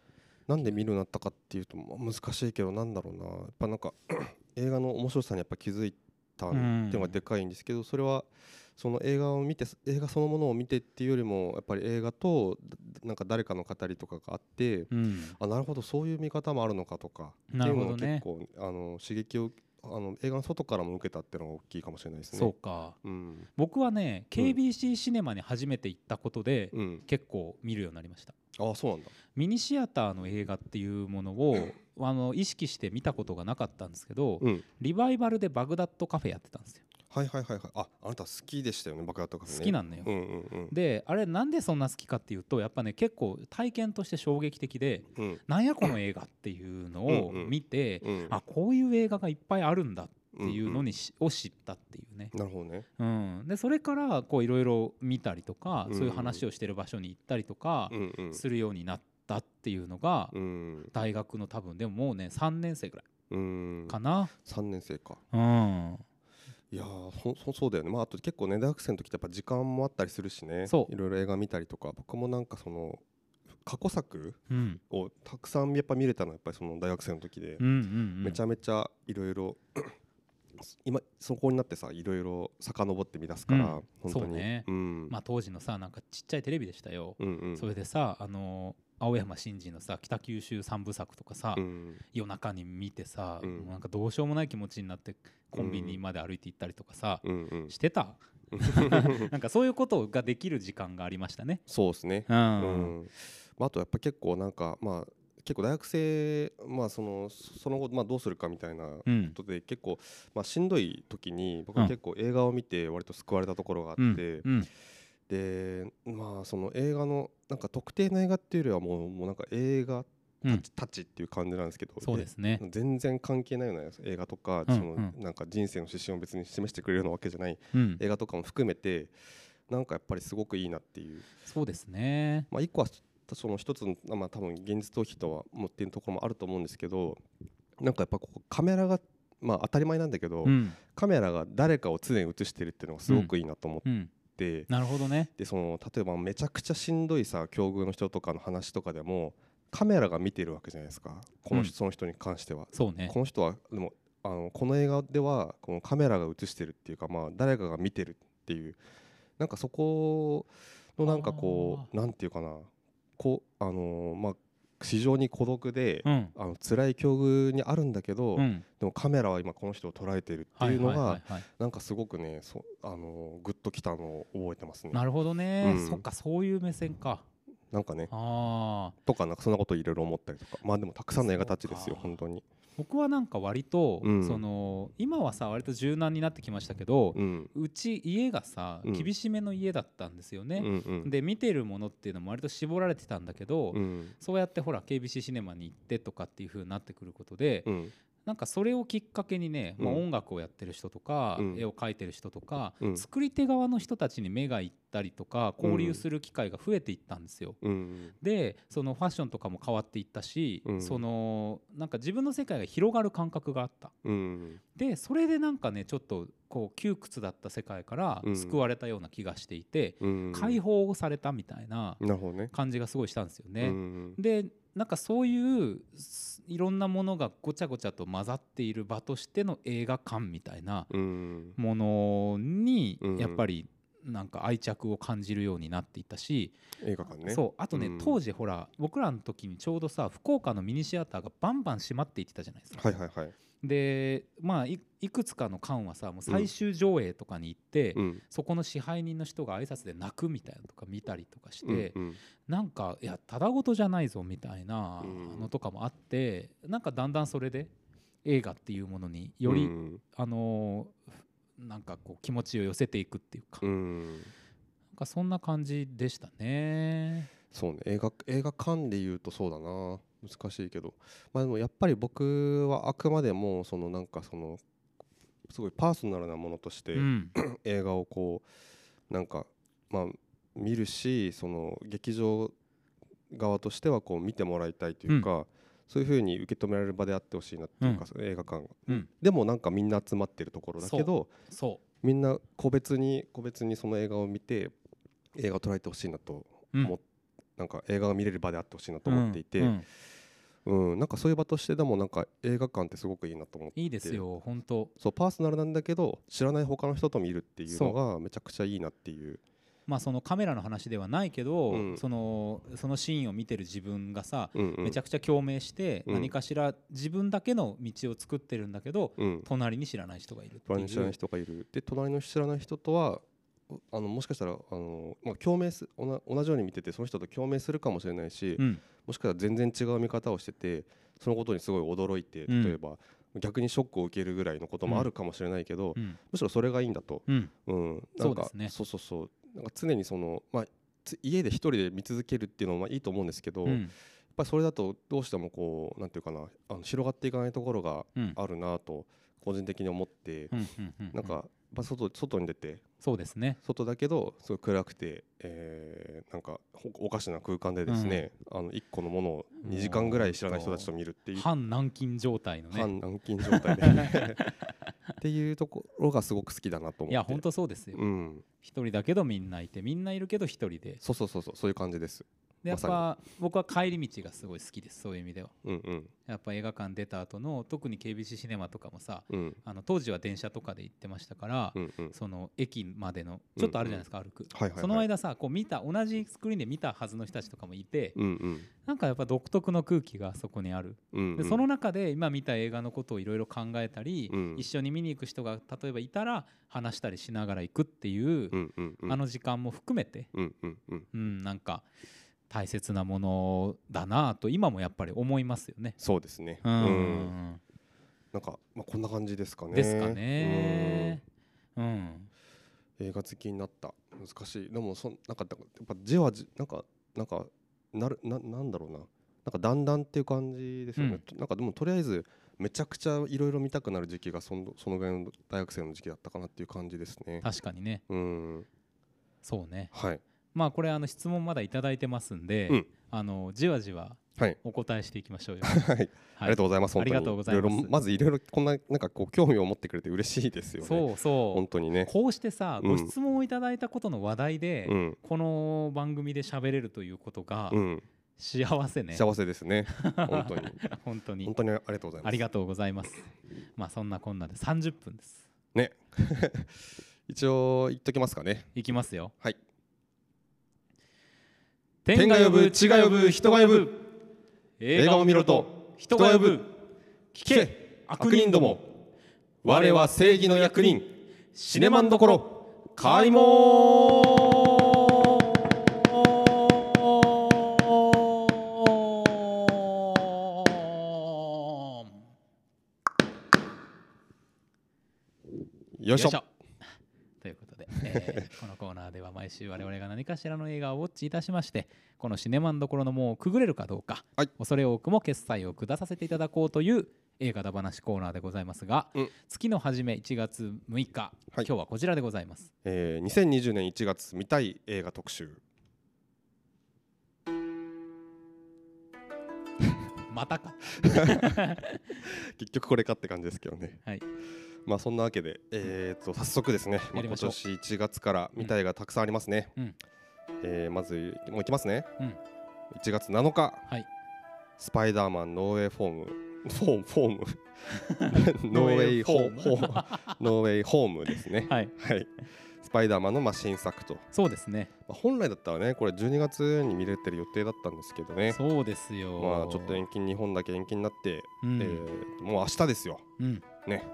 Speaker 2: なんで見るようになったかっていうとまあ難しいけどなんだろうなやっぱなんか 映画の面白さにやっぱ気づいたっていうのがでかいんですけど、それはその映画を見て映画そのものを見てっていうよりもやっぱり映画となんか誰かの語りとかがあって、
Speaker 1: うん、
Speaker 2: あなるほどそういう見方もあるのかとかって
Speaker 1: な
Speaker 2: いう
Speaker 1: るほ
Speaker 2: の
Speaker 1: ど
Speaker 2: を
Speaker 1: ね
Speaker 2: 結構、あの刺激をあの映画の外からも受けたっていうのが大きいかもしれないですね。
Speaker 1: そうか
Speaker 2: うん
Speaker 1: 僕はね KBC シネマに初めて行ったことで、
Speaker 2: うん、
Speaker 1: 結構見るようになりました。
Speaker 2: ああそうなんだ。
Speaker 1: ミニシアターの映画っていうもの をあの意識して見たことがなかったんですけど、
Speaker 2: うん、
Speaker 1: リバイバルでバグダッドカフェやってたんですよ、
Speaker 2: はいはいはいはい。ああなた好きでしたよね爆弾とかね。
Speaker 1: 好きなんだよ、
Speaker 2: うんうんうん。
Speaker 1: であれなんでそんな好きかっていうとやっぱね結構体験として衝撃的で
Speaker 2: うん
Speaker 1: なんやこの映画っていうのを
Speaker 2: うんうん
Speaker 1: 見て、
Speaker 2: うん、
Speaker 1: あこういう映画がいっぱいあるんだっていうの
Speaker 2: んん
Speaker 1: にし、を知ったっていうね、
Speaker 2: なるほどね。
Speaker 1: うん、でそれからこういろいろ見たりとか、
Speaker 2: うんうん
Speaker 1: そういう話をしてる場所に行ったりとか
Speaker 2: うんうん。
Speaker 1: するようになったっていうのが、
Speaker 2: うん。
Speaker 1: 大学の多分でももうね3年生ぐらい
Speaker 2: うん。
Speaker 1: かな、
Speaker 2: 三年生か。
Speaker 1: うん、
Speaker 2: いやー、ほんほんそうだよね。まああと結構ね大学生の時ってやっぱ時間もあったりするしね。
Speaker 1: そう
Speaker 2: いろいろ映画見たりとか、僕もなんかその過去作
Speaker 1: うん、
Speaker 2: をたくさんやっぱ見れたのはやっぱりその大学生の時で、
Speaker 1: うんうん
Speaker 2: めちゃめちゃいろいろ 今そこになってさいろいろ遡って見出すから、
Speaker 1: うん
Speaker 2: 本
Speaker 1: そ
Speaker 2: 当
Speaker 1: う
Speaker 2: に。
Speaker 1: ね
Speaker 2: ん。
Speaker 1: まあ、当時のさなんかちっちゃいテレビでしたよ、
Speaker 2: うんうん。
Speaker 1: それでさあの青山真治のさ北九州三部作とかさ、
Speaker 2: うん。
Speaker 1: 夜中に見てさ、
Speaker 2: うん
Speaker 1: もうなんかどうしようもない気持ちになってコンビニまで歩いて行ったりとかさ、
Speaker 2: うんうん。
Speaker 1: して た なんかそういうことができる時間がありましたね。
Speaker 2: そうですね。
Speaker 1: うん、
Speaker 2: うんまあ、あとやっぱ結構なんかまあ結構大学生まあそのその後まあどうするかみたいなこ
Speaker 1: うん
Speaker 2: とで結構まあしんどい時に僕は結構映画を見て割と救われたところがあって、
Speaker 1: うん
Speaker 2: でまあその映画のなんか特定の映画っていうよりはもうもうなんか映画
Speaker 1: うん
Speaker 2: たち,、たちっていう感じなんですけど
Speaker 1: そうですね。
Speaker 2: で全然関係ないような映画とか、
Speaker 1: うん
Speaker 2: その
Speaker 1: うん
Speaker 2: なんか人生の指針を別に示してくれるようなわけじゃない
Speaker 1: うん、
Speaker 2: 映画とかも含めてなんかやっぱりすごくいいなっていう
Speaker 1: そうですね。
Speaker 2: まあ、一個はその一つの、まあ、多分現実逃避とは思っているところもあると思うんですけどなんかやっぱこうカメラが、まあ、当たり前なんだけど、
Speaker 1: うん、
Speaker 2: カメラが誰かを常に映してるっていうのがすごくいいなと思っ
Speaker 1: うん、
Speaker 2: て、
Speaker 1: なるほどね。
Speaker 2: でその例えばめちゃくちゃしんどいさ境遇の人とかの話とかでもカメラが見てるわけじゃないですかこの人、
Speaker 1: うん
Speaker 2: その人に関しては。
Speaker 1: そうね。
Speaker 2: この人はでもあのこの映画ではこのカメラが映してるっていうか、まあ、誰かが見てるっていうなんかそこのなんかこうなんていうかなこうあのーまあ非常に孤独で、
Speaker 1: うん、
Speaker 2: あの辛い境遇にあるんだけど、
Speaker 1: うん、
Speaker 2: でもカメラは今この人を捉えてるって
Speaker 1: はいいう
Speaker 2: の
Speaker 1: はいは
Speaker 2: が
Speaker 1: いはい。
Speaker 2: なんかすごくねそあのーグッときたのを覚えてますね。
Speaker 1: なるほどね、
Speaker 2: うん
Speaker 1: そっかそういう目線か
Speaker 2: なんかね
Speaker 1: ああ
Speaker 2: とかなんかそんなこといろいろ思ったりとかまあでもたくさんの映画たちです
Speaker 1: そ
Speaker 2: よ
Speaker 1: うか
Speaker 2: 本当に。
Speaker 1: 僕はなんか割と、
Speaker 2: うん
Speaker 1: その今はさ割と柔軟になってきましたけど、
Speaker 2: うん
Speaker 1: うち家がさ
Speaker 2: うん
Speaker 1: 厳しめの家だったんですよ
Speaker 2: うん
Speaker 1: ね、
Speaker 2: うん
Speaker 1: で見てるものっていうのも割と絞られてたんだけど、
Speaker 2: うん
Speaker 1: そうやってほら KBC シネマに行ってとかっていう風になってくることで、
Speaker 2: うん
Speaker 1: なんかそれをきっかけにね、まあ、
Speaker 2: うん
Speaker 1: 音楽をやってる人とか、
Speaker 2: うん
Speaker 1: 絵を描いてる人とか、
Speaker 2: うん
Speaker 1: 作り手側の人たちに目がいったりとか交
Speaker 2: う
Speaker 1: 流
Speaker 2: ん
Speaker 1: する機会が増えていったんですよ。
Speaker 2: うん
Speaker 1: でそのファッションとかも変わっていったし、
Speaker 2: うん
Speaker 1: そのなんか自分の世界が広がる感覚があった
Speaker 2: うん
Speaker 1: でそれでなんかねちょっとこう窮屈だった世界から
Speaker 2: うん
Speaker 1: 救われたような気がしていて、
Speaker 2: うん
Speaker 1: 解放されたみたいな
Speaker 2: なるほどね
Speaker 1: 感じがすごいしたんですよね。
Speaker 2: うん
Speaker 1: でなんかそういうすいろんなものがごちゃごちゃと混ざっている場としての映画館みたいな
Speaker 2: うん
Speaker 1: ものに
Speaker 2: うん
Speaker 1: やっぱりなんか愛着を感じるようになっていったし、
Speaker 2: 映画館ね
Speaker 1: そうあとね、
Speaker 2: うん
Speaker 1: 当時ほら僕らの時にちょうどさ福岡のミニシアターがバンバン閉まっていってたじゃないですか。
Speaker 2: はいはいはい
Speaker 1: でまあいいくつかの館はさもう最終上映とかに行って、
Speaker 2: うん
Speaker 1: そこの支配人の人が挨拶で泣くみたいなのとか見たりとかして、
Speaker 2: うん
Speaker 1: なんかいやただごとじゃないぞみたいな
Speaker 2: うん
Speaker 1: のとかもあって、なんかだんだんそれで映画っていうものに
Speaker 2: うん
Speaker 1: より、
Speaker 2: うん
Speaker 1: あのーなんかこう気持ちを寄せていくっていうか、
Speaker 2: う
Speaker 1: なん
Speaker 2: ん
Speaker 1: かそんな感じでしたね。
Speaker 2: そうね映画映画館で言うとそうだな難しいけどまあでもやっぱり僕はあくまでもそのなんかそのすごいパーソナルなものとして
Speaker 1: うん、
Speaker 2: 映画をこうなんかまあ見るしその劇場側としてはこう見てもらいたいというか、そういうふうに受け止められる場であってほしいなっていうか、その映画館が、
Speaker 1: うん
Speaker 2: でもなんかみんな集まってるところだけど
Speaker 1: そ
Speaker 2: みんな個別に個別にその映画を見て映画を捉えてほしいなと
Speaker 1: う、うん
Speaker 2: 思っなんか映画が見れる場であってほしいなと思っていて、う
Speaker 1: うんうんん
Speaker 2: なんかそういう場としてでもなんか映画館ってすごくいいなと思って
Speaker 1: いいですよ本当
Speaker 2: そうパーソナルなんだけど知らない他の人と見るっていうのがめちゃくちゃいいなっていう
Speaker 1: まあそのカメラの話ではないけど、
Speaker 2: うん
Speaker 1: そのそのシーンを見てる自分がさ、
Speaker 2: うんうん
Speaker 1: めちゃくちゃ共鳴して、
Speaker 2: うん
Speaker 1: 何かしら自分だけの道を作ってるんだけど、
Speaker 2: うん
Speaker 1: 隣に知らない人がいるっていう
Speaker 2: 隣に知らない人がいるで隣の知らない人とはうあのもしかしたらあの、まあ、共鳴すおな同じように見ててその人と共鳴するかもしれないし、
Speaker 1: うん
Speaker 2: もしかしたら全然違う見方をしててそのことにすごい驚いて
Speaker 1: うん
Speaker 2: 例えば、逆にショックを受けるぐらいのこともあるかもしれないけど、
Speaker 1: うん
Speaker 2: むしろそれがいいんだと、
Speaker 1: うん
Speaker 2: うん、なん
Speaker 1: そう
Speaker 2: か
Speaker 1: ですね
Speaker 2: そうそうそうなんか常にその、まあ、つ家で一人で見続けるっていうのもまあいいと思うんですけど、
Speaker 1: う
Speaker 2: やっ
Speaker 1: ん
Speaker 2: ぱりそれだとどうしてもこうなんていうかなあの広がっていかないところが
Speaker 1: うん
Speaker 2: あるなと個人的に思って、
Speaker 1: うんうんうん
Speaker 2: なんかやっぱ外外に出て
Speaker 1: そうですね
Speaker 2: 外だけどすごい暗くて、えーなんかほおかしな空間でですね、あの1個のものを2時間ぐらい知らない人たちと見るっていう
Speaker 1: 反軟禁状態のね
Speaker 2: 半軟禁状 態でっていうところがすごく好きだなと思っ
Speaker 1: い
Speaker 2: て
Speaker 1: や本当そうですよ
Speaker 2: うん
Speaker 1: 一、人だけどみんないてみんないるけど一人で
Speaker 2: そうそうそうそうそういう感じです
Speaker 1: でやっぱ、
Speaker 2: ま
Speaker 1: 僕は帰り道がすごい好きですそういう意味では
Speaker 2: うんうん
Speaker 1: やっぱ映画館出た後の特に KBC シネマとかもさ
Speaker 2: うん
Speaker 1: あの当時は電車とかで行ってましたから、
Speaker 2: うんうん
Speaker 1: その駅までのちょっとあるじゃないですか、歩く、
Speaker 2: はいはいはい
Speaker 1: その間さこう見た同じスクリーンで見たはずの人たちとかもいて、
Speaker 2: うんうん
Speaker 1: なんかやっぱ独特の空気がそこにある
Speaker 2: うん
Speaker 1: で
Speaker 2: うん
Speaker 1: その中で今見た映画のことをいろいろ考えたり、
Speaker 2: うん
Speaker 1: 一緒に見に行く人が例えばいたら話したりしながら行くっていう
Speaker 2: う、んうんうん
Speaker 1: あの時間も含めて、
Speaker 2: うんうんうん
Speaker 1: うん、なんか大切なものだなと今もやっぱり思いますよね。
Speaker 2: そうですね
Speaker 1: うん
Speaker 2: うんなんかまあこんな感じですかね
Speaker 1: ですかね。うん、
Speaker 2: 映画好きになった難しいでもそんなんかだからやっぱじわじなんかなんかなるななんだろうななんかだんだんっていう感じですよ
Speaker 1: う
Speaker 2: ね、
Speaker 1: ん
Speaker 2: となんかでもとりあえずめちゃくちゃいろいろ見たくなる時期がそのそのぐらいの大学生の時期だったかなっていう感じですね
Speaker 1: 確かにね
Speaker 2: うん
Speaker 1: そうね。
Speaker 2: はい
Speaker 1: まあこれあの質問まだいただいてますんで、
Speaker 2: うん
Speaker 1: あのじわじわ
Speaker 2: はい
Speaker 1: お答えしていきましょうよ。
Speaker 2: はい、ありがとうございます本当に
Speaker 1: ありがとうございます
Speaker 2: ろろまずいろいろこんななんかこう興味を持ってくれて嬉しいですよね
Speaker 1: そうそう
Speaker 2: 本当にね
Speaker 1: こうしてさ、
Speaker 2: うん
Speaker 1: ご質問をいただいたことの話題で、
Speaker 2: うん
Speaker 1: この番組で喋れるということが
Speaker 2: うん、
Speaker 1: 幸せね、
Speaker 2: 幸せです ね本当に
Speaker 1: 本当に
Speaker 2: 本当にありがとうございます
Speaker 1: ありがとうございますまあそんなこんなで30分です
Speaker 2: ね 一応言っときますかね
Speaker 1: いきますよ
Speaker 2: はい
Speaker 1: 天が呼ぶ地が呼ぶ人が呼ぶ映画を見ろと人が呼ぶ聞け悪人ども
Speaker 2: 我は正義の役人
Speaker 1: シ
Speaker 2: シ
Speaker 1: ネ
Speaker 2: ネ
Speaker 1: マ
Speaker 2: マ
Speaker 1: ン
Speaker 2: ン
Speaker 1: ど
Speaker 2: ど
Speaker 1: こ
Speaker 2: こ
Speaker 1: ろ
Speaker 2: ろ開門
Speaker 1: おーん
Speaker 2: よいしょ
Speaker 1: ということで、え ーこのコーナーでは毎週我々が何かしらの映画をウォッチいたしましてこのシネマンどころの門をくぐれるかどうか、
Speaker 2: はい
Speaker 1: 恐れ多くも決済を下させていただこうという映画だ話コーナーでございますが、
Speaker 2: うん
Speaker 1: 月の初め1月6日、
Speaker 2: はい
Speaker 1: 今日はこちらでございます
Speaker 2: えー、2020年1月見たい映画特集
Speaker 1: また か
Speaker 2: 結局これかって感じですけどね
Speaker 1: はい
Speaker 2: まあそんなわけで、えー、と早速ですね、
Speaker 1: や
Speaker 2: まあ、
Speaker 1: り
Speaker 2: 今
Speaker 1: ましょう
Speaker 2: 年1月から見たい映画たくさんありますね、
Speaker 1: うん
Speaker 2: えーまずもういきますね、
Speaker 1: うん
Speaker 2: 1月7日
Speaker 1: はい
Speaker 2: スパイダーマンノーウェイフォームフォームフォー ムノーウェイホーム
Speaker 1: ノーウェイホーム
Speaker 2: ホームノーウェイホームですね
Speaker 1: はい
Speaker 2: はいスパイダーマンのまあ新作と、ま
Speaker 1: そうですね
Speaker 2: あ、本来だったらねこれ12月に見れてる予定だったんですけどね
Speaker 1: そうですよ
Speaker 2: まあちょっと延期日本だけ延期になって、
Speaker 1: うん
Speaker 2: えーともう明日ですよ
Speaker 1: うん
Speaker 2: ね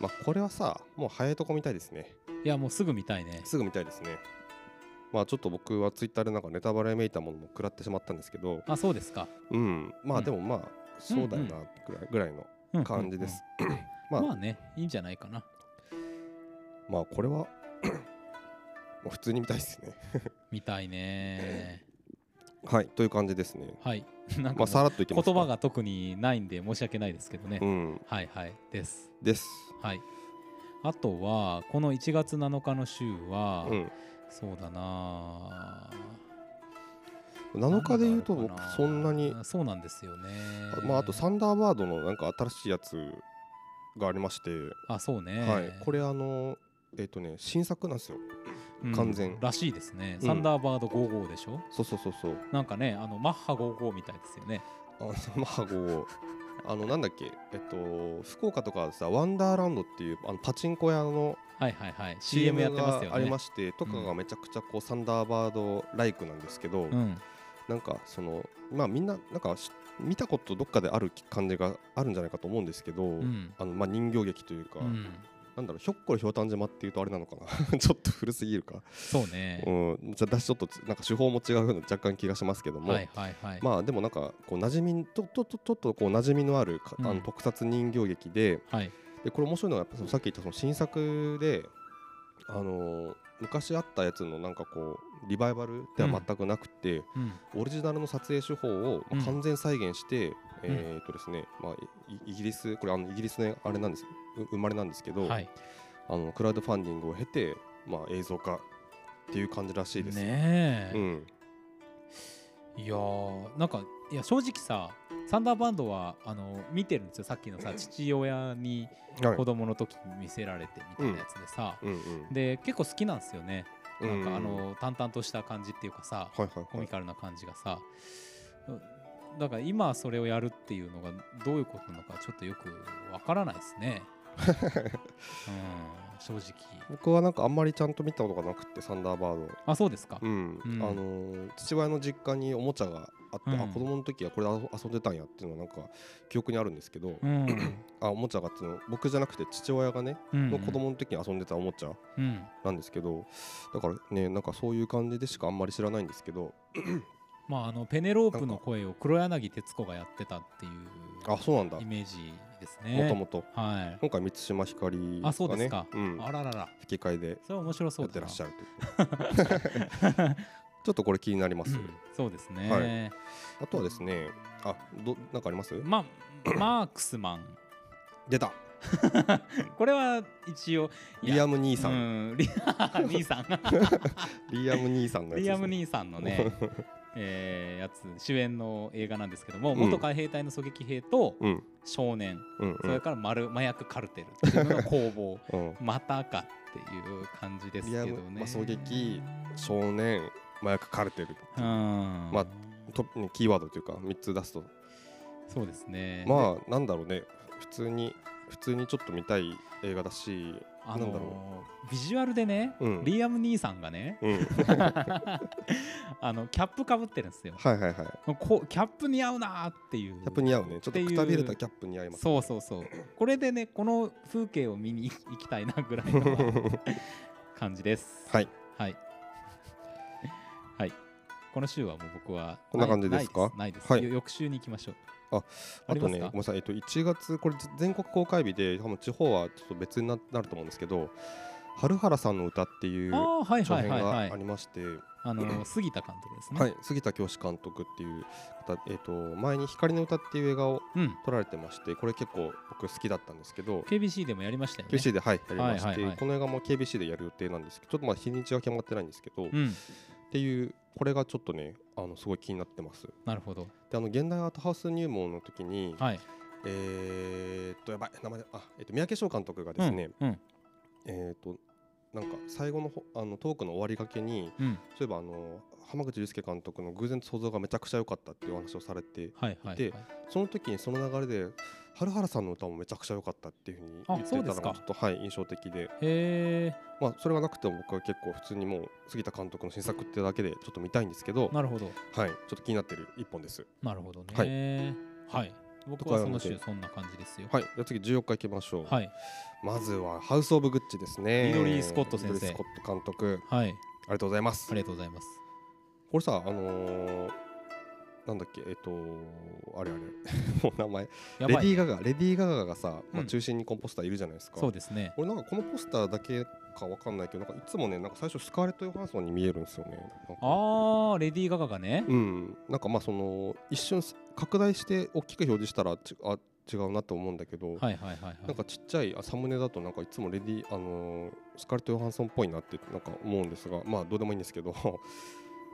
Speaker 2: まあこれはさもう早いとこ見たいですね
Speaker 1: いやもうすぐ見たいね
Speaker 2: すぐ見たいですねまあちょっと僕はツイッターでなんかネタバレめいたものも食らってしまったんですけど
Speaker 1: あそうですか、
Speaker 2: うんま
Speaker 1: う
Speaker 2: あ
Speaker 1: ん
Speaker 2: でもまあそうだよなぐらいぐらいの
Speaker 1: うん
Speaker 2: 感じです、
Speaker 1: うんうん
Speaker 2: ま
Speaker 1: ま
Speaker 2: あ
Speaker 1: あねいいんじゃないかな
Speaker 2: まあこれは もう普通に見たいですね
Speaker 1: 見たいね
Speaker 2: はいという感じですね
Speaker 1: はい。なんか
Speaker 2: ま
Speaker 1: も
Speaker 2: あ
Speaker 1: う
Speaker 2: さらっといきますか
Speaker 1: 言葉が特にないんで申し訳ないですけどね。
Speaker 2: うん
Speaker 1: はいはいです。
Speaker 2: です
Speaker 1: はい。あとはこの1月7日の週は、
Speaker 2: うん
Speaker 1: そうだなあ。
Speaker 2: 7日で言うと
Speaker 1: なんだ
Speaker 2: 僕
Speaker 1: ろうか
Speaker 2: そんなに
Speaker 1: そうなんですよね。
Speaker 2: あまああとサンダーバードのなんか新しいやつがありまして、
Speaker 1: あそうね。
Speaker 2: はいこれあのえっ、とね新作なんですよ
Speaker 1: うん
Speaker 2: 完全
Speaker 1: らしいですね。
Speaker 2: うん
Speaker 1: サンダーバード55でしょ。
Speaker 2: そうそうそうそう
Speaker 1: なんかねあのマッハ55みたいですよね。
Speaker 2: あのマハゴあのなんだっけえっと福岡とかさワンダーランドっていうあのパチンコ屋の
Speaker 1: はいはいはい。CM
Speaker 2: CM
Speaker 1: やってますよね。
Speaker 2: がありましてとか
Speaker 1: う
Speaker 2: が
Speaker 1: ん
Speaker 2: めちゃくちゃこうサンダーバードライクなんですけど、
Speaker 1: うん。
Speaker 2: なんかそのまあみんななんかし見たことどっかである感じがあるんじゃないかと思うんですけど、
Speaker 1: うん。
Speaker 2: あのまあ人形劇というか、
Speaker 1: うん、
Speaker 2: なんだろうひょっこりひょうたん島っていうとあれなのかな ちょっと古すぎるか、
Speaker 1: そうね。
Speaker 2: うん、じゃ私ちょっとなんか手法も違うような若干気がしますけども、
Speaker 1: はいはいはい。
Speaker 2: まあでもなんかこう馴染みちょっとちょちょっとこう馴染みのあるか、
Speaker 1: うん
Speaker 2: あの特撮人形劇で
Speaker 1: はい。
Speaker 2: でこれ面白いのがやっぱそのさっき言ったその新作で、あのー昔あったやつのなんかこうリバイバルでは全くなくて、
Speaker 1: うん。
Speaker 2: オリジナルの撮影手法をま
Speaker 1: う
Speaker 2: あ
Speaker 1: ん
Speaker 2: 完全再現して、えーとですね、まあ、イイギリスこれあのイギリスのあれなんですう生まれなんですけど、
Speaker 1: はい。
Speaker 2: あのクラウドファンディングを経て、まあ、映像化っていう感じらしいです。
Speaker 1: ねえ。
Speaker 2: うん
Speaker 1: いやーなんかいや正直さサンダーバンドはあの見てるんですよさっきのさ父親に
Speaker 2: はい
Speaker 1: 子供の時に見せられてみたいなやつでさ、
Speaker 2: うんうん
Speaker 1: で結構好きなんですよね、
Speaker 2: うん
Speaker 1: なんかあの淡々とした感じっていうかさ
Speaker 2: はいはいはい
Speaker 1: コミカルな感じがさ、だから今それをやるっていうのがどういうことなのかちょっとよくわからないです ね、うん、正直
Speaker 2: 僕はなんかあんまりちゃんと見たことがなくてサンダーバード、
Speaker 1: あそうですか、
Speaker 2: うん
Speaker 1: うん
Speaker 2: あのー父親の実家におもちゃがあって、
Speaker 1: うん
Speaker 2: あ子供の時はこれで遊遊んでたんやっていうのはなんか記憶にあるんですけど、
Speaker 1: うん
Speaker 2: あおもちゃがっていうの僕じゃなくて父親がね、
Speaker 1: うん
Speaker 2: の子供の時に遊んでたおもちゃ
Speaker 1: うん
Speaker 2: なんですけどだからねなんかそういう感じでしかあんまり知らないんですけど
Speaker 1: まあ、あのペネロープの声を黒柳徹子がやってたっていう
Speaker 2: あそうなんだ
Speaker 1: イメージです
Speaker 2: もと
Speaker 1: ね。
Speaker 2: もと
Speaker 1: はい。
Speaker 2: 今回満島ひかりがね
Speaker 1: あ、そうですか。
Speaker 2: うん、
Speaker 1: あららら。
Speaker 2: 吹き替えで
Speaker 1: それは面白そ
Speaker 2: や
Speaker 1: う
Speaker 2: って
Speaker 1: だな。
Speaker 2: らっしゃると いう ちょっとこれ気になります、
Speaker 1: うんそうですね。
Speaker 2: あとはですねあどなんかあります
Speaker 1: まあ、マークスマン。
Speaker 2: 出た
Speaker 1: これは一応。いや
Speaker 2: リアム兄さん、
Speaker 1: うんリ兄さん。
Speaker 2: リアム兄さんのや
Speaker 1: リ
Speaker 2: つですね、
Speaker 1: アム兄さんの ね。えーやつ主演の映画なんですけども
Speaker 2: うん
Speaker 1: 元海兵隊の狙撃兵と
Speaker 2: うん
Speaker 1: 少年、
Speaker 2: うん
Speaker 1: それからマル麻薬カルテルっていうのの攻防
Speaker 2: うんうん
Speaker 1: またかっていう感じですけど
Speaker 2: リア
Speaker 1: ね
Speaker 2: ム。まあ狙撃少年麻薬カルテル
Speaker 1: うん。ま
Speaker 2: まあとキーワードというか3つ出すと
Speaker 1: そうですね。
Speaker 2: まあなんだろうね普通に普通にちょっと見たい映画だし
Speaker 1: あ、あ
Speaker 2: なんだ
Speaker 1: の
Speaker 2: ろ
Speaker 1: ビジュアルでね、
Speaker 2: うん
Speaker 1: リアム兄さんがね、
Speaker 2: うんはい
Speaker 1: あのキャップかぶってるんですよ。
Speaker 2: はい はいキ
Speaker 1: こうキャップ似合うなーっていう。
Speaker 2: ャップ似合うねち
Speaker 1: って
Speaker 2: ょっと
Speaker 1: いう
Speaker 2: くたびれたキャップ似合います
Speaker 1: そうそうそう。これでね、この風景を見に行きたいなぐらい の感じです。
Speaker 2: はい
Speaker 1: はい。はい。この週はもう僕は
Speaker 2: こんな感じですか
Speaker 1: ないです
Speaker 2: は
Speaker 1: ないいですよ翌週に行きましょうあ
Speaker 2: あとね
Speaker 1: り
Speaker 2: ご
Speaker 1: ま
Speaker 2: め
Speaker 1: す
Speaker 2: ん
Speaker 1: か
Speaker 2: なさいえっと1月これ全国公開日で多分地方はちょっと別にななると思うんですけど春原さんの歌っていう
Speaker 1: ああはい
Speaker 2: 長
Speaker 1: はい
Speaker 2: 編
Speaker 1: はい
Speaker 2: が
Speaker 1: は
Speaker 2: あ
Speaker 1: い
Speaker 2: りまして、
Speaker 1: あの杉田監督ですね、
Speaker 2: はい、杉田教師監督っていう方、えー、と前に「光の歌」っていう映画を
Speaker 1: うん
Speaker 2: 撮られてましてこれ結構僕好きだったんですけど
Speaker 1: KBC でもやりましたよね
Speaker 2: KBC ではいやりまして、
Speaker 1: はいはいはい
Speaker 2: この映画も KBC でやる予定なんですけどちょっとまだ日にちは決まってないんですけど、
Speaker 1: う
Speaker 2: っ
Speaker 1: ん
Speaker 2: ていうこれがちょっとねあのすごい気になってます
Speaker 1: なるほど
Speaker 2: であの現代アートハウス入門の時に、
Speaker 1: はい
Speaker 2: えー、っとやばい名前あ、えっと三宅翔監督がですね、
Speaker 1: うんうん
Speaker 2: えー、っとなんか最後のほあのトークの終わりがけに
Speaker 1: うん
Speaker 2: そういえばあの浜口竜介監督の偶然と想像がめちゃくちゃ良かったっていうお話をされて
Speaker 1: はいはいはい
Speaker 2: でその時にその流れで春原さんの歌もめちゃくちゃ良かったっていうふうに言ってた
Speaker 1: あそう
Speaker 2: の
Speaker 1: で
Speaker 2: が
Speaker 1: す
Speaker 2: ち
Speaker 1: か
Speaker 2: ょっとはい印象的で、
Speaker 1: へえ
Speaker 2: まあ、それがなくても僕は結構普通にもう杉田監督の新作ってだけでちょっと見たいんですけど、
Speaker 1: なるほど
Speaker 2: はい、ちょっと気になってる一本です。
Speaker 1: なるほどね
Speaker 2: は
Speaker 1: はい、僕はその週そんな感じですよ
Speaker 2: はい、じゃあ次14日いきましょう、
Speaker 1: はい
Speaker 2: まずはハウス・オブ・グッチですね
Speaker 1: リドリースコット先生
Speaker 2: リドリースコット監督
Speaker 1: はい
Speaker 2: ありがとうございます
Speaker 1: ありがとうございます
Speaker 2: これさあのーなんだっけえっとあれ あれもう名前
Speaker 1: や
Speaker 2: レ
Speaker 1: ば
Speaker 2: デ
Speaker 1: い
Speaker 2: ィー・ガガレディー・ガガがさ、
Speaker 1: う
Speaker 2: まあ、
Speaker 1: ん
Speaker 2: 中心にコンポスターいるじゃないですか、
Speaker 1: そうですね
Speaker 2: 俺なんかこのポスターだけかわかんないけどなんかいつもねなんか最初スカーレット・ヨハンソンに見えるんですよねなんか
Speaker 1: ああレディー・ガガがね
Speaker 2: うんなんかまあその一瞬す拡大して大きく表示したらちあ違うなと思うんだけ
Speaker 1: は
Speaker 2: ど、
Speaker 1: いはいはいはい
Speaker 2: なんかちっちゃいあサムネだとなんかいつもレディあのースカーレット・ヨハンソンっぽいなってなんか思うんですがまあどうでもいいんですけど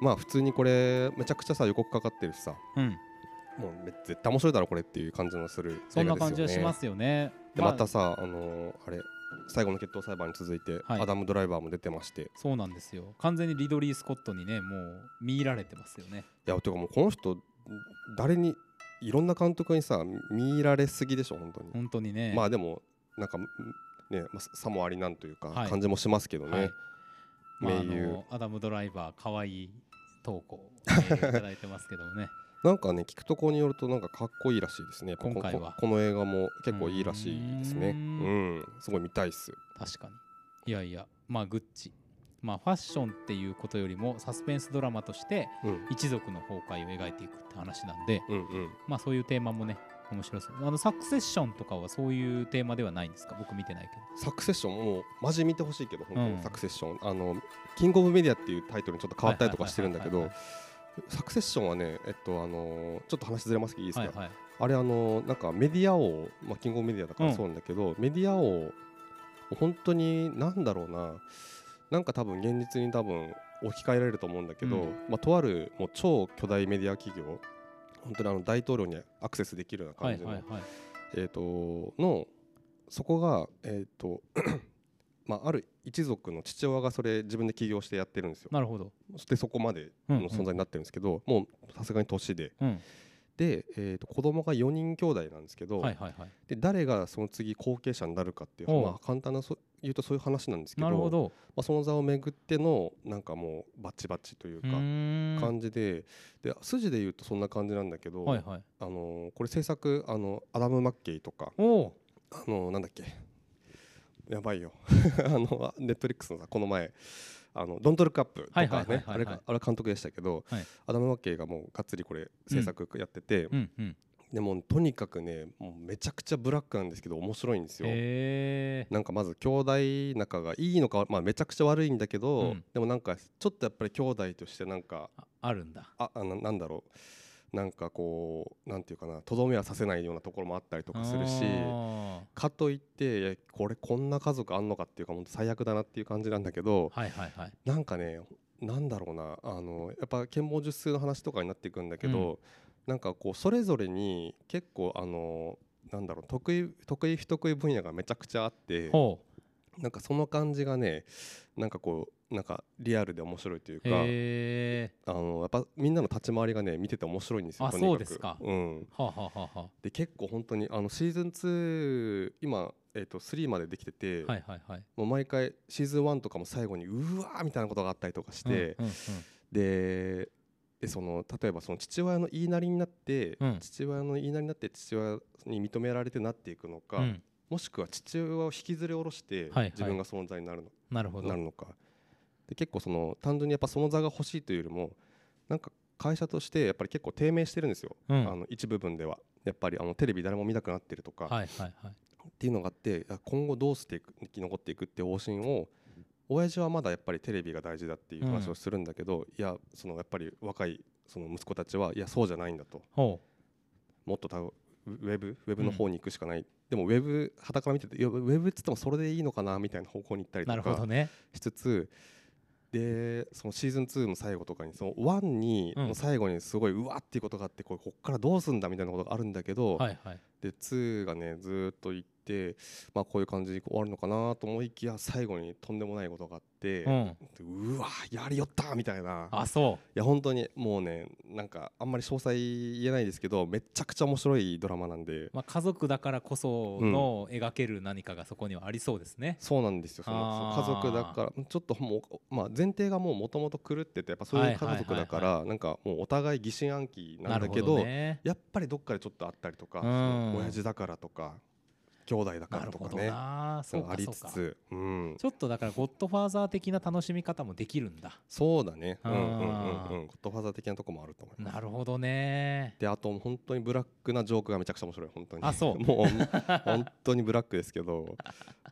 Speaker 2: まあ普通にこれめちゃくちゃさ予告かかってるしさ
Speaker 1: うん
Speaker 2: もうめ絶対面白いだろこれっていう感じのする
Speaker 1: そんな感じ
Speaker 2: 映画
Speaker 1: は
Speaker 2: です
Speaker 1: し
Speaker 2: よね
Speaker 1: ますよね
Speaker 2: で
Speaker 1: まあ
Speaker 2: またさ、あのーあれ最後の決闘裁判に続いて、
Speaker 1: はい
Speaker 2: アダム・ドライバーも出てましてい
Speaker 1: そうなんですよ完全にリドリー・スコットにねもう見入られてますよね
Speaker 2: やてかもうこの人誰にいろんな監督にさ見入られすぎでしょ本当に、
Speaker 1: 本当にね
Speaker 2: まあでもなんかんね、まあ、さもありなんというか、
Speaker 1: はい
Speaker 2: 感じもしますけどね、
Speaker 1: はいまあ、あ
Speaker 2: 名優
Speaker 1: のアダム・ドライバー可愛い投稿を、えーいただいてますけどもね
Speaker 2: なんかね聞くところによるとなんかかっこいいらしいですねやっぱこ
Speaker 1: 今回は
Speaker 2: ここの映画も結構いいらしいですね
Speaker 1: う
Speaker 2: う
Speaker 1: ー
Speaker 2: んすごい見たいっす
Speaker 1: 確かにいやいやまあグッチまあファッションっていうことよりもサスペンスドラマとして
Speaker 2: うん
Speaker 1: 一族の崩壊を描いていくって話なんで
Speaker 2: うんうん
Speaker 1: まあそういうテーマもね面白そうあのサクセッションとかはそういうテーマではないんですか僕見てないけど
Speaker 2: サクセッションもうマジ見てほしいけど本当
Speaker 1: う
Speaker 2: に
Speaker 1: ん
Speaker 2: サクセッション、あのキングオブメディアっていうタイトルにちょっと変わったりとかしてるんだけ
Speaker 1: は
Speaker 2: ど
Speaker 1: いはい
Speaker 2: サクセッションはねえっとあのーちょっと話ずれますけどいいですか、
Speaker 1: はいはい
Speaker 2: あれあのーなんかメディア王、まあ、キングオブメディアだから
Speaker 1: うん
Speaker 2: そうなんだけど、メディア王本当になんだろうななんか多分現実に多分置き換えられると思うんだけど、
Speaker 1: うん
Speaker 2: まあ、とあるもう超巨大メディア企業本当にあの大統領にアクセスできるような
Speaker 1: は
Speaker 2: 感
Speaker 1: い
Speaker 2: じの、
Speaker 1: はいはい
Speaker 2: えー、とのそこが、えーと まあ、ある一族の父親がそれ自分で起業してやってるんですよ
Speaker 1: なるほど
Speaker 2: でそこまで
Speaker 1: うんう
Speaker 2: の
Speaker 1: ん
Speaker 2: 存在になってるんですけど、もうさすがに年で
Speaker 1: うん
Speaker 2: で、えー、と子供が4人兄弟なんですけど、
Speaker 1: はいはいはい
Speaker 2: で誰がその次後継者になるかっていう、
Speaker 1: おう
Speaker 2: まあ、簡単なそ言うとそういう話なんですけど
Speaker 1: なるほど
Speaker 2: まあ、その座を巡ってのなんかもうバチバチという
Speaker 1: う
Speaker 2: か。
Speaker 1: ーん
Speaker 2: 感じでで筋で言うとそんな感じなんだけど、
Speaker 1: はいはい
Speaker 2: あのーこれ制作あのアダム・マッケイとか
Speaker 1: おお
Speaker 2: あのなんだっけやばいよ あのネットリックスのさこの前あの「ドントルックアップ」とか
Speaker 1: は
Speaker 2: ね、
Speaker 1: いはいはいはいはい
Speaker 2: あれがあれは監督でしたけど、
Speaker 1: はい
Speaker 2: アダム・マッケイがもうがっつりこれ制作やってて、
Speaker 1: うんうん
Speaker 2: でもうとにかくねもうめちゃくちゃブラックなんですけど面白いんですよ。
Speaker 1: へえ
Speaker 2: なんかまず兄弟仲がいいのか、まあ、めちゃくちゃ悪いんだけ
Speaker 1: う
Speaker 2: ど、
Speaker 1: ん
Speaker 2: でもなんかちょっとやっぱり兄弟としてなんか
Speaker 1: ああるんだ
Speaker 2: ああななんだろうなんかこうなんていうかなとどめはさせないようなところもあったりとかするし
Speaker 1: あー
Speaker 2: かといっていやこれこんな家族あんのかっていうかもう最悪だなっていう感じなんだけど
Speaker 1: はいはいはい
Speaker 2: なんかねなんだろうなあのやっぱ剣謀術数の話とかになっていくんだけど、なんかこうそれぞれに結構あのなんだろう得意得意不得意分野がめちゃくちゃあって
Speaker 1: ほ
Speaker 2: なんかその感じがねなんかこうなんかリアルで面白いという
Speaker 1: う
Speaker 2: か、
Speaker 1: へえ
Speaker 2: あのやっぱみんなの立ち回りがね見てて面白いんですよ
Speaker 1: あ
Speaker 2: とにかく
Speaker 1: そうですか
Speaker 2: うん、
Speaker 1: はあはあはあは
Speaker 2: で結構本当にあのシーズン2今、えー、と3までできてて、
Speaker 1: あはいはいはい
Speaker 2: もう毎回シーズン1とかも最後にうわーみたいなことがあったりとかして、
Speaker 1: うんうん
Speaker 2: ででその例えばその父親の言いなりになって、
Speaker 1: うん
Speaker 2: 父親の言いなりになって父親に認められてなっていくのか、
Speaker 1: うんうん
Speaker 2: もしくは父親を引きずり下ろし
Speaker 1: は
Speaker 2: て
Speaker 1: いはい
Speaker 2: 自分が存在になるの,、
Speaker 1: なるほど
Speaker 2: なるのかで結構その単純にやっぱその座が欲しいというよりもなんか会社としてやっぱり結構低迷してるんですよ、
Speaker 1: うん
Speaker 2: あの一部分ではやっぱりあのテレビ誰も見なくなってるとか、
Speaker 1: はいはいはい
Speaker 2: っていうのがあってあ今後どうしていく生き残っていくって方針を親父はまだやっぱりテレビが大事だっていう話
Speaker 1: う
Speaker 2: を
Speaker 1: ん
Speaker 2: するんだけど、いやそのやっぱり若いその息子たちはいやそうじゃないんだと
Speaker 1: ほ
Speaker 2: もっと多分ウェブウェブの方に行くしかない、でもウェブ裸から見てていやウェブっつってもそれでいいのかなみたいな方向に行った
Speaker 1: う
Speaker 2: り
Speaker 1: なる
Speaker 2: と
Speaker 1: ほど
Speaker 2: か
Speaker 1: ね
Speaker 2: しつつでそのシーズン2の最後とかにその1に
Speaker 1: うん
Speaker 2: の最後にすごいうわっていうことがあってこれこっからどうすんだみたいなことがあるんだけど、
Speaker 1: はいはい
Speaker 2: で2がねずーっと行って、まあ、こういう感じで終わるのかなと思いきや最後にとんでもないことがあっ
Speaker 1: う
Speaker 2: て、で
Speaker 1: ん
Speaker 2: うわやりよったーみたいな
Speaker 1: あそ
Speaker 2: いや本当にもうねなんかあんまり詳細言えないですけどめちゃくちゃ面白いドラマなんで
Speaker 1: うまあ家族だからこその描ける何かがそこにはありそうですね
Speaker 2: そうなんですよその
Speaker 1: あ
Speaker 2: そ
Speaker 1: ー
Speaker 2: の家族だからちょっともう、まあ、前提がもうもともと狂っててやっぱそういう家族だか
Speaker 1: は
Speaker 2: らなんかもうお互い疑心暗鬼な
Speaker 1: なん
Speaker 2: だ
Speaker 1: るほ
Speaker 2: け
Speaker 1: ど
Speaker 2: ど
Speaker 1: ね
Speaker 2: やっぱりどっかでちょっとあったりと
Speaker 1: う
Speaker 2: か、
Speaker 1: ん
Speaker 2: その親父だからとか兄弟だか
Speaker 1: な
Speaker 2: ら
Speaker 1: る
Speaker 2: とか
Speaker 1: ほど
Speaker 2: ね
Speaker 1: なそう
Speaker 2: あ
Speaker 1: か
Speaker 2: り
Speaker 1: そう
Speaker 2: つ
Speaker 1: か
Speaker 2: つ、うん、
Speaker 1: ちょっとだからゴッドファーザー的な楽しみ方もできるんだ
Speaker 2: そうだね。うんうんうん
Speaker 1: あー
Speaker 2: うん。ゴッドファーザー的なとこもあると思います。
Speaker 1: なるほどね
Speaker 2: であと本当にブラックなジョークがめちゃくちゃ面白い本当に。
Speaker 1: あそう
Speaker 2: もう本当にブラックですけど、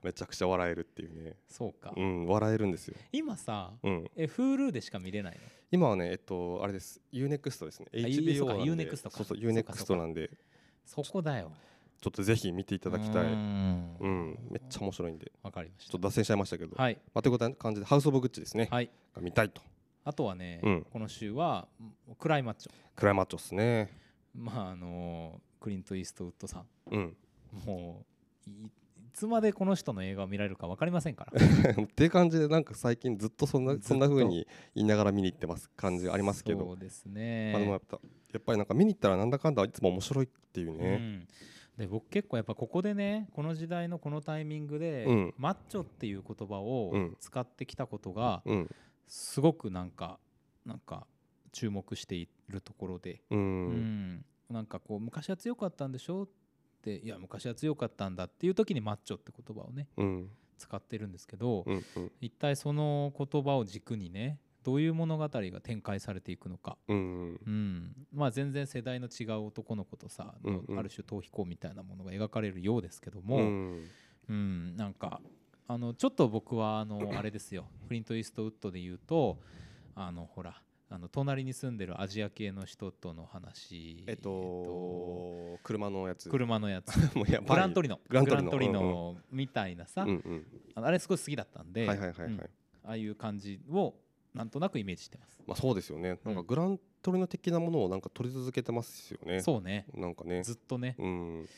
Speaker 2: めちゃくちゃ笑えるっていうね。
Speaker 1: そうか
Speaker 2: うん笑えるんですよ。
Speaker 1: 今さ
Speaker 2: うん。
Speaker 1: え Hulu でしか見れないの
Speaker 2: 今はねえっとあれです。UNEXT ですね。
Speaker 1: そう
Speaker 2: HBO
Speaker 1: か
Speaker 2: なんで。
Speaker 1: UNEXT か
Speaker 2: そうそ
Speaker 1: そうかそ
Speaker 2: う
Speaker 1: う
Speaker 2: UNEXT
Speaker 1: か
Speaker 2: なんで
Speaker 1: そこだよ
Speaker 2: ちょっとぜひ見ていただきたい。
Speaker 1: うー
Speaker 2: うんめっちゃ面白いんで。ち
Speaker 1: わかりました
Speaker 2: ょっと脱線しちゃいましたけど。
Speaker 1: はい
Speaker 2: まあということな感じでハウスオブグッチですね。
Speaker 1: はい
Speaker 2: が見たいと。
Speaker 1: あとはね、
Speaker 2: うん
Speaker 1: この週はうんクライマッチョ
Speaker 2: クライマッチョですね。
Speaker 1: まああのクリント・イーストウッドさん
Speaker 2: うん。
Speaker 1: もういいつまでこの人の映画を見られるか分かりませんから
Speaker 2: っていう感じでなんか最近ずっとそんな
Speaker 1: ずっと
Speaker 2: そんな風に言いながら見に行ってます感じありますけ
Speaker 1: そ
Speaker 2: ど、
Speaker 1: うですね、
Speaker 2: まあでもやっぱやっぱりなんか見に行ったらなんだかんだいつも面白いっていう
Speaker 1: う
Speaker 2: ね、
Speaker 1: ん、で僕結構やっぱここでねこの時代のこのタイミングで、
Speaker 2: うん
Speaker 1: マッチョっていう言葉を
Speaker 2: うん
Speaker 1: 使ってきたことが
Speaker 2: うん
Speaker 1: すごくなんかなんか注目しているところで、
Speaker 2: うん
Speaker 1: うんなんかこう昔は強かったんでしょっていや昔は強かったんだっていう時にマッチョって言葉をね
Speaker 2: うん
Speaker 1: 使ってるんですけど、
Speaker 2: うんうん
Speaker 1: 一体その言葉を軸にねどういう物語が展開されていくのか、
Speaker 2: うん
Speaker 1: うんまあ、全然世代の違う男の子とさ、
Speaker 2: うんうん
Speaker 1: ある種逃避行みたいなものが描かれるようですけど
Speaker 2: う
Speaker 1: も、うん
Speaker 2: ん
Speaker 1: なんかあのちょっと僕はあ のあれですよクリント・イーストウッドで言うとあのほらあの隣に住んでるアジア系の人との話、
Speaker 2: えっと車のやつ
Speaker 1: 車のやつ
Speaker 2: もうやばい
Speaker 1: グラントリノ
Speaker 2: グラントリノ
Speaker 1: ノみたいなさ、
Speaker 2: うんうん
Speaker 1: あのあれすごい好きだったんで、
Speaker 2: はいはいはいは
Speaker 1: う
Speaker 2: い、
Speaker 1: んああいう感じをなんとなくイメージしてます。
Speaker 2: まあそうですよねなんか
Speaker 1: うん
Speaker 2: グラントリノ的なものをなんか取り続けてますよね
Speaker 1: そうね
Speaker 2: なんかね
Speaker 1: ずっとね、
Speaker 2: うん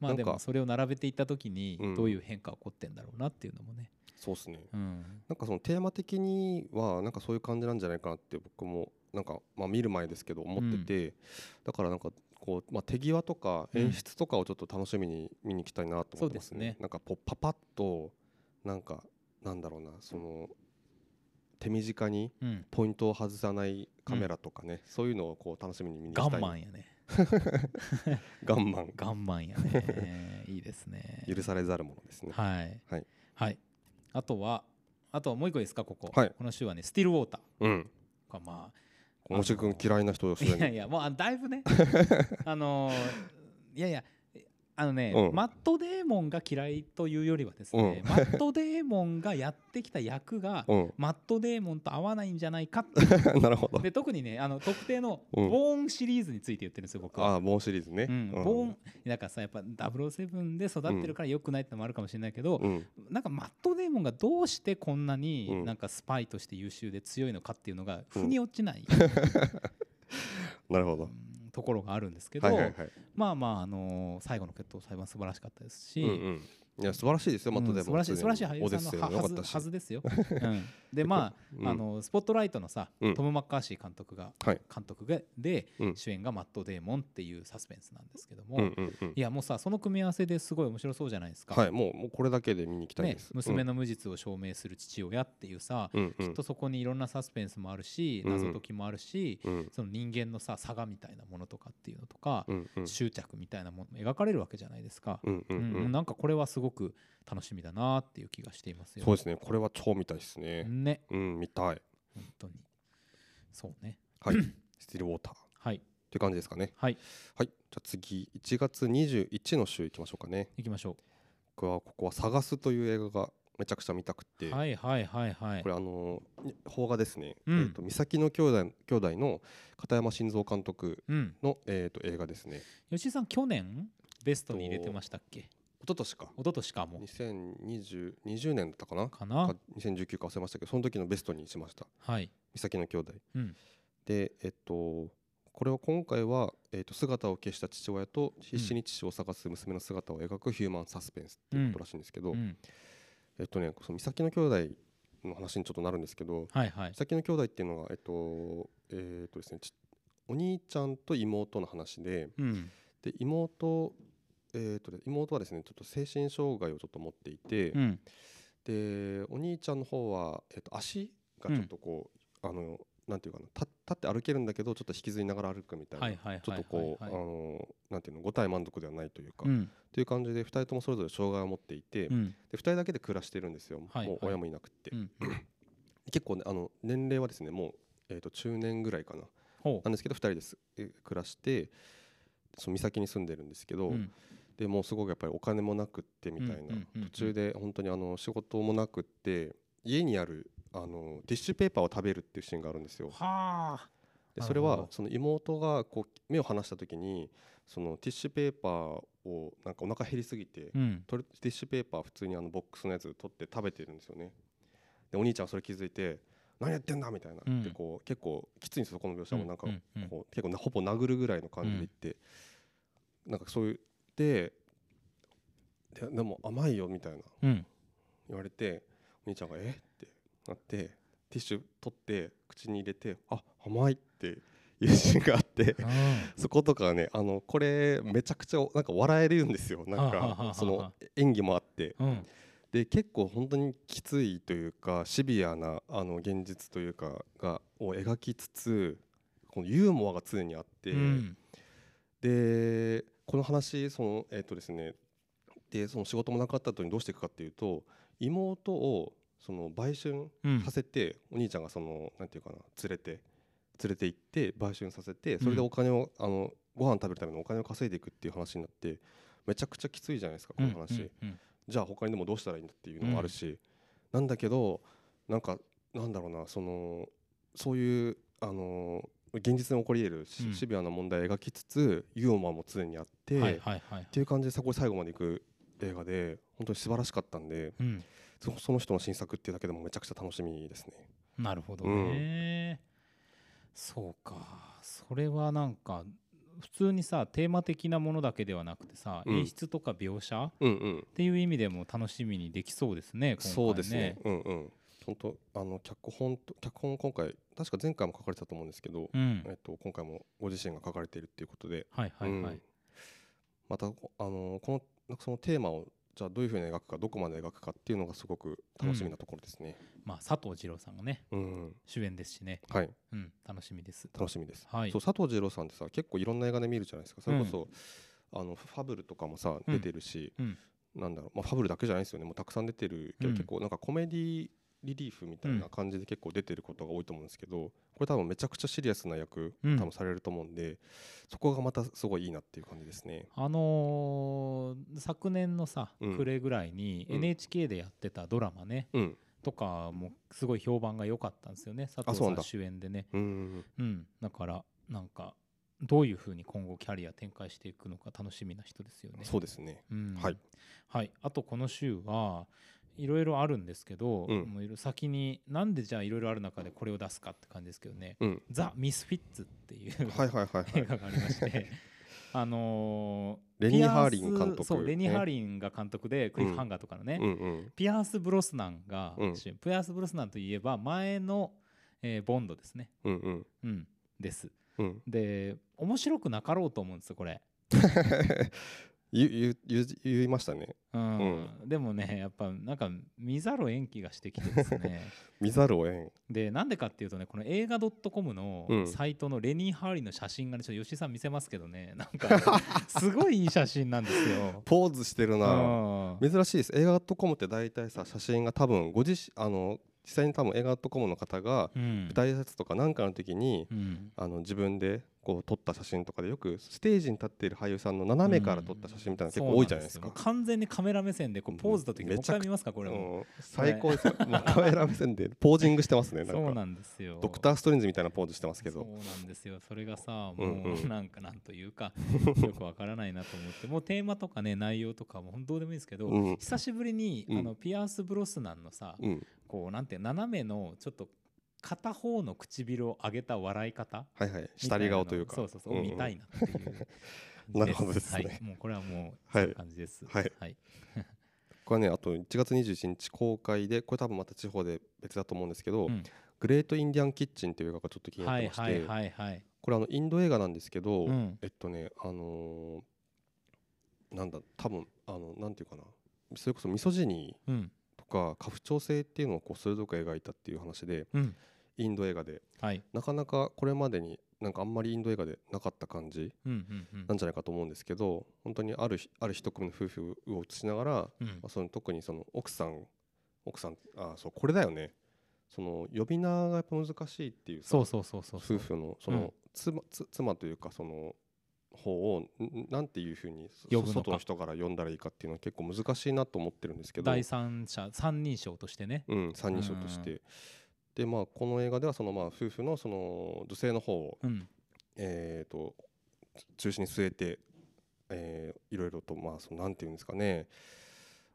Speaker 1: まあ
Speaker 2: なん
Speaker 1: で
Speaker 2: か
Speaker 1: もそれを並べていった時に
Speaker 2: うん
Speaker 1: どういう変化が起こってんだろうなっていうのもね、
Speaker 2: そうですね
Speaker 1: うん、
Speaker 2: なんかそのテーマ的にはなんかそういう感じなんじゃないかなって僕もなんかまあ見る前ですけど思ってて、だからなんかこうまあ手際とか
Speaker 1: うん
Speaker 2: 演出とかをちょっと楽しみに見に行きたいなと思ってます
Speaker 1: そうですね
Speaker 2: ね。なんかこうパパッとなんかなんだろうなその手短に
Speaker 1: うん、
Speaker 2: ポイントを外さないカメラとかね、そういうのをこう楽しみに見に行
Speaker 1: ガ
Speaker 2: きた
Speaker 1: ン
Speaker 2: い。
Speaker 1: マンやね
Speaker 2: ガンマン
Speaker 1: ガンマンや ねいいですね
Speaker 2: 許されざるものですね。
Speaker 1: はい
Speaker 2: はい、
Speaker 1: はいあとはあとはもう一個いいですかここ、
Speaker 2: はい
Speaker 1: この週はねスティルウォータ
Speaker 2: うん。
Speaker 1: ーがまあ
Speaker 2: 小野君嫌いな人をすで
Speaker 1: いやい
Speaker 2: に。
Speaker 1: やもうあだいぶ ねあのいやいやあのね、
Speaker 2: うん
Speaker 1: マット・デーモンが嫌いというよりはですね、
Speaker 2: うん
Speaker 1: マット・デーモンがやってきた役 が
Speaker 2: うん。
Speaker 1: マット・デーモンと合わないんじゃないかっていう
Speaker 2: なるほど。
Speaker 1: で特にねあの特定の
Speaker 2: うん
Speaker 1: ボーンシリーズについて言ってるんですよ僕
Speaker 2: あ
Speaker 1: は。
Speaker 2: あ、ボーンシリーズね。
Speaker 1: うん、ボーンだからさやっぱ007で育ってるから良くないってのもあるかもしれないけど、
Speaker 2: うん。
Speaker 1: なんかマット・デーモンがどうしてこんな
Speaker 2: う
Speaker 1: に
Speaker 2: ん
Speaker 1: なんかスパイとして優秀で強いのかっていうのが腑に落ちない、
Speaker 2: なるほど。
Speaker 1: うんところがあるんですけど、
Speaker 2: はいはいはい。
Speaker 1: まあまあ、あのー最後の決闘裁判素晴らしかったですし、
Speaker 2: うんうん、いや素晴らしいですよ、マット
Speaker 1: う
Speaker 2: デ
Speaker 1: ん
Speaker 2: ー
Speaker 1: 素晴
Speaker 2: モン
Speaker 1: らしい素晴らしい俳
Speaker 2: オデ
Speaker 1: 優
Speaker 2: ッ
Speaker 1: さ
Speaker 2: セイ
Speaker 1: ん
Speaker 2: も
Speaker 1: の
Speaker 2: 良
Speaker 1: は
Speaker 2: か
Speaker 1: は
Speaker 2: っ
Speaker 1: ず
Speaker 2: たし
Speaker 1: はず ですよ。うん、でまあ、
Speaker 2: うん
Speaker 1: あのスポットライトのさ、
Speaker 2: うん
Speaker 1: トム・マッカーシー監督が
Speaker 2: はい
Speaker 1: 監督がで、
Speaker 2: うん
Speaker 1: 主演がマット・デーモンっていうサスペンスなんですけども、
Speaker 2: うんうんうん
Speaker 1: いやもうさその組み合わせですごい面白そうじゃないですか。
Speaker 2: はいもうもうこれだけで見に行きたい
Speaker 1: ね
Speaker 2: です、、
Speaker 1: 娘の無実を証明する父親っていうさ、
Speaker 2: うんう
Speaker 1: き
Speaker 2: ん
Speaker 1: っとそこにいろんなサスペンスもあるし、
Speaker 2: うん
Speaker 1: 謎解きもあるし、
Speaker 2: うん
Speaker 1: その人間のさ差がみたいなものとかっていうのとか、
Speaker 2: うんうん
Speaker 1: 執着みたいなものも描かれるわけじゃないですか。
Speaker 2: うんう
Speaker 1: うん
Speaker 2: んう
Speaker 1: うん
Speaker 2: ん
Speaker 1: なんかこれはすごく楽しみだなっていう気がしていますよ。
Speaker 2: そうですねこれは超見たいですね
Speaker 1: ね、
Speaker 2: うん見たい
Speaker 1: 本当に。そうね。
Speaker 2: はいスティルウォーター
Speaker 1: はい
Speaker 2: という感じですかね
Speaker 1: はい
Speaker 2: はいじゃあ次1月21の週いきましょうかね
Speaker 1: 行きましょ
Speaker 2: 僕はここは「探す」という映画がめちゃくちゃ見たくて、
Speaker 1: うはいはいはいはい
Speaker 2: これあのー邦画ですね、
Speaker 1: うん
Speaker 2: えー、と三崎の兄弟兄弟の片山晋三監督
Speaker 1: うん
Speaker 2: の、えー、と映画ですね
Speaker 1: 吉井さん去年ベストに入れてましたっけ
Speaker 2: 一昨年か
Speaker 1: 一昨年かも
Speaker 2: 2020 20年だったかな
Speaker 1: かな
Speaker 2: か2019か忘れましたけどその時のベストにしました
Speaker 1: はい
Speaker 2: 三崎の兄弟
Speaker 1: うん
Speaker 2: でえっとこれは今回は、えっと姿を消した父親と必死に父を探す娘の姿を描くヒューマンサスペンスっていうことらしいんですけど、
Speaker 1: うん
Speaker 2: えっとねその三崎の兄弟の話にちょっとなるんですけど、
Speaker 1: はいはい
Speaker 2: 美咲の兄弟っていうのはえっとえっとですねちお兄ちゃんと妹の話で
Speaker 1: うん
Speaker 2: で妹えっとね妹はですねちょっと精神障害をちょっと持っていて、
Speaker 1: うん
Speaker 2: でお兄ちゃんの方はえっと足がちょっとこう、あのなんていうかな立立って歩けるんだけどちょっと引きずりながら歩くみたいな、
Speaker 1: はいはいはい
Speaker 2: ちょっとこう、
Speaker 1: はいはい
Speaker 2: あのなんていうの五体満足ではないというか、
Speaker 1: う
Speaker 2: っ
Speaker 1: ん
Speaker 2: ていう感じで二人ともそれぞれ障害を持っていて、
Speaker 1: う
Speaker 2: で
Speaker 1: ん
Speaker 2: 二人だけで暮らしてるんですよ、
Speaker 1: はい
Speaker 2: もう
Speaker 1: は
Speaker 2: 親
Speaker 1: い
Speaker 2: もいなくって
Speaker 1: う。ん
Speaker 2: 結構ねあの年齢はですねもう、えー、と中年ぐらいかな
Speaker 1: ほ
Speaker 2: なんですけど2人ですえ暮らしてその岬に住んでるんですけ
Speaker 1: う
Speaker 2: ど、
Speaker 1: うん
Speaker 2: でもうすごくやっぱりお金もなくってみたいな、
Speaker 1: うんうんうんうん
Speaker 2: 途中で本当にあの仕事もなくって家にあるあのティッシュペーパーを食べるっていうシーンがあるんですよ。
Speaker 1: はあなるほ
Speaker 2: で
Speaker 1: ど
Speaker 2: それはその妹がこう目を離した時にそのティッシュペーパーをなんかお腹減りすぎて、
Speaker 1: うん
Speaker 2: 取るティッシュペーパー普通にあのボックスのやつ取って食べてるんですよねでお兄ちゃんはそれ気づいて何やってんだみたいな、
Speaker 1: うん
Speaker 2: でこう結構きついんですよこの描写もなんか、
Speaker 1: うんうんうん
Speaker 2: こう結構なほぼ殴るぐらいの感じで言って、なんかそういうでででも甘いよみたいな
Speaker 1: うん
Speaker 2: 言われてお兄ちゃんがえってなってティッシュ取って口に入れてあ甘いっていうシーンがあって
Speaker 1: うん
Speaker 2: そことかねあのこれめちゃくちゃなんか笑えるんですよな
Speaker 1: は
Speaker 2: ん
Speaker 1: あはあはあは
Speaker 2: か
Speaker 1: あ
Speaker 2: その演技もあって
Speaker 1: うん
Speaker 2: で結構本当にきついというかシビアなあの現実というかがを描きつつこのユーモアが常にあって、
Speaker 1: うん
Speaker 2: でこの話そのえっ、とですねでその仕事もなかった後にどうしていくかっていうと妹をその売春
Speaker 1: うん
Speaker 2: させて、お兄ちゃんがそのなんていうかな連れて連れて行って売春させてそれでお金を、あのご飯食べるためのお金を稼いでいくっていう話になってめちゃくちゃきついじゃないですかこの話、
Speaker 1: うんうん
Speaker 2: じゃあ他にでもどうしたらいいんだっていうのもあるし、なんだけどなんかなんだろうなそのそういうあの現実に起こり得るシ,、
Speaker 1: うん
Speaker 2: ビアな問題を描きつつユーモアも常にあって、
Speaker 1: うんは
Speaker 2: っ
Speaker 1: いはいはい
Speaker 2: ていう感じでさこれ最後までいく映画で本当に素晴らしかったんで
Speaker 1: うん
Speaker 2: そその人の新作っていうだけでもめちゃくちゃ楽しみですね。
Speaker 1: なるほどね、そうかそれはなんか普通にさテーマ的なものだけではなくてさ、
Speaker 2: うん
Speaker 1: 演出とか描写っ
Speaker 2: うんうん
Speaker 1: ていう意味でも楽しみにできそうですね今回ね
Speaker 2: そうですね。うんうん。本当あの脚本と脚本今回確か前回も書かれてたと思うんですけど、
Speaker 1: うん
Speaker 2: えっと今回もご自身が書かれているっていうことで、
Speaker 1: はいはいはい、
Speaker 2: うんまたこあのこのなんかそのテーマをじゃあどういうふうに描くかどこまで描くかっていうのがすごく楽しみなところですね。
Speaker 1: まあ佐藤二朗さんがね
Speaker 2: うん、うん
Speaker 1: 主演ですしね
Speaker 2: はい
Speaker 1: うん楽しみです
Speaker 2: 楽しみです。
Speaker 1: はい
Speaker 2: そう佐藤二朗さんってさ結構いろんな映画で見るじゃないですか。それこそ、あのファブルとかもさ
Speaker 1: うん
Speaker 2: 出てるし、
Speaker 1: うん
Speaker 2: なんだろうまあファブルだけじゃないですよね。もうたくさん出てるけど、
Speaker 1: うん
Speaker 2: 結構なんかコメディリリーフみたいな感じで結構出てることが多いと思うんですけど、これ多分めちゃくちゃシリアスな役、
Speaker 1: うん
Speaker 2: 多分されると思うんで、そこがまたすごいいいなっていう感じですね。
Speaker 1: あのー昨年のさ
Speaker 2: うん
Speaker 1: 暮れぐらいに
Speaker 2: うん
Speaker 1: NHK でやってたドラマね、
Speaker 2: うん。
Speaker 1: とかもすごい評判が良かったんですよね佐藤
Speaker 2: そ
Speaker 1: さ
Speaker 2: うなん
Speaker 1: ん
Speaker 2: だ
Speaker 1: 主演でね
Speaker 2: うん。
Speaker 1: うん、だからなんかどういうふうに今後キャリア展開していくのか楽しみな人ですよね。
Speaker 2: そうですね。
Speaker 1: うん
Speaker 2: はい
Speaker 1: はい、あとこの週はいろいろあるんですけど、
Speaker 2: うん
Speaker 1: もういろ先になんでじゃあいろいろある中でこれを出すかって感じですけどね
Speaker 2: うん
Speaker 1: 「。ザ・ミスフィッツ」っていう、
Speaker 2: はいはいはいは
Speaker 1: 映
Speaker 2: い。
Speaker 1: 画がありまして。あのー
Speaker 2: レニー
Speaker 1: ピアス
Speaker 2: ハーリン監督
Speaker 1: そうレニー・
Speaker 2: ね
Speaker 1: ハーリンが監督でクリフ・ハンガーとかのね、
Speaker 2: うんうん。
Speaker 1: ピアース・ブロスナンが、
Speaker 2: うん
Speaker 1: 主演ピアース・ブロスナンといえば前の、えーボンドですね、
Speaker 2: うんうん。
Speaker 1: うん、です
Speaker 2: うん。
Speaker 1: で面白くなかろうと思うんですよこれ、
Speaker 2: 言言言言いましたね。
Speaker 1: うんでもねやっぱなんか見ざるを得ん気がしてきてですね
Speaker 2: 見ざるを得ん。
Speaker 1: でなんでかっていうとねこの映画 .com の
Speaker 2: うん
Speaker 1: サイトのレニー・ハーリーの写真がねちょっと吉井さん見せますけどねなん かすごいいい写真なんですよ。
Speaker 2: ポーズしてるな。
Speaker 1: うん
Speaker 2: 珍しいです。映画 .com って大体さ写真が多分ご自身あの実際に多分映画とかもの方が
Speaker 1: うん
Speaker 2: 舞台挨拶とかなんかの時に
Speaker 1: うん
Speaker 2: あの自分でこう撮った写真とかでよくステージに立っている俳優さんの斜めから撮った写真みたいなの結構多いじゃないですか
Speaker 1: そう。んよ完全にカメラ目線でこうポーズだとき
Speaker 2: うん
Speaker 1: もう一回
Speaker 2: めちゃく
Speaker 1: 見ますかこれも、
Speaker 2: うん最高ですよ。もうカメラ目線でポージングしてますね。な
Speaker 1: そうん
Speaker 2: か
Speaker 1: なんですよ
Speaker 2: ドクターストレンジみたいなポーズしてますけ
Speaker 1: そう
Speaker 2: ど。
Speaker 1: なんですよそれがさも
Speaker 2: うんうん
Speaker 1: うなんかなんという かよくわからないなと思ってもうテーマとかね内容とかも本当どうでもいいですけど
Speaker 2: うん
Speaker 1: 久しぶりに
Speaker 2: うん
Speaker 1: あのピアース・ブロスナンのさ
Speaker 2: うん。
Speaker 1: こうなんていう斜めのちょっと片方の唇を上げた笑い方
Speaker 2: はいはい。下り顔というか。
Speaker 1: そうそうそう、
Speaker 2: んん
Speaker 1: 見たいなっていう感じです
Speaker 2: なるほどですね
Speaker 1: はい、もうこれはもう
Speaker 2: はい
Speaker 1: そういう感じです
Speaker 2: はい
Speaker 1: はい
Speaker 2: これはねあと1月21日公開でこれ多分また地方で別だと思うんですけど、
Speaker 1: うん
Speaker 2: グレートインディアンキッチンっていう映画がちょっと気になっ
Speaker 1: は
Speaker 2: て
Speaker 1: い
Speaker 2: まして、
Speaker 1: はいはいはい
Speaker 2: これあのインド映画なんですけど、
Speaker 1: うん
Speaker 2: えっとねあのーなんだ多分あのなんていうかなそれこそミソジニ
Speaker 1: うん
Speaker 2: ーとか家父長制っていうのをこう鋭く描いたっていう話で
Speaker 1: うん
Speaker 2: インド映画で
Speaker 1: はい
Speaker 2: なかなかこれまでになんかあんまりインド映画でなかった感じ
Speaker 1: うんうんう
Speaker 2: なん
Speaker 1: ん
Speaker 2: じゃないかと思うんですけど本当にあるひある一組の夫婦を映しながら、ま
Speaker 1: うん
Speaker 2: あ、その特にその奥さん奥さんあそうこれだよねその呼び名がやっぱ難しいっていうさ
Speaker 1: そうそうそうそうそう
Speaker 2: 夫婦のそうの
Speaker 1: ん
Speaker 2: 妻,つ、妻というかその方をんんなんていうふうにそ
Speaker 1: 呼ぶのか
Speaker 2: 外の人から呼んだらいいかっていうのは結構難しいなと思ってるんですけど、
Speaker 1: 第三者三人称としてね
Speaker 2: うん、三人称として。でまあ、この映画ではそのまあ夫婦のその女性の方を、
Speaker 1: うん
Speaker 2: えー、と中心に据えて、えーいろいろとまあそのなんていうんですかね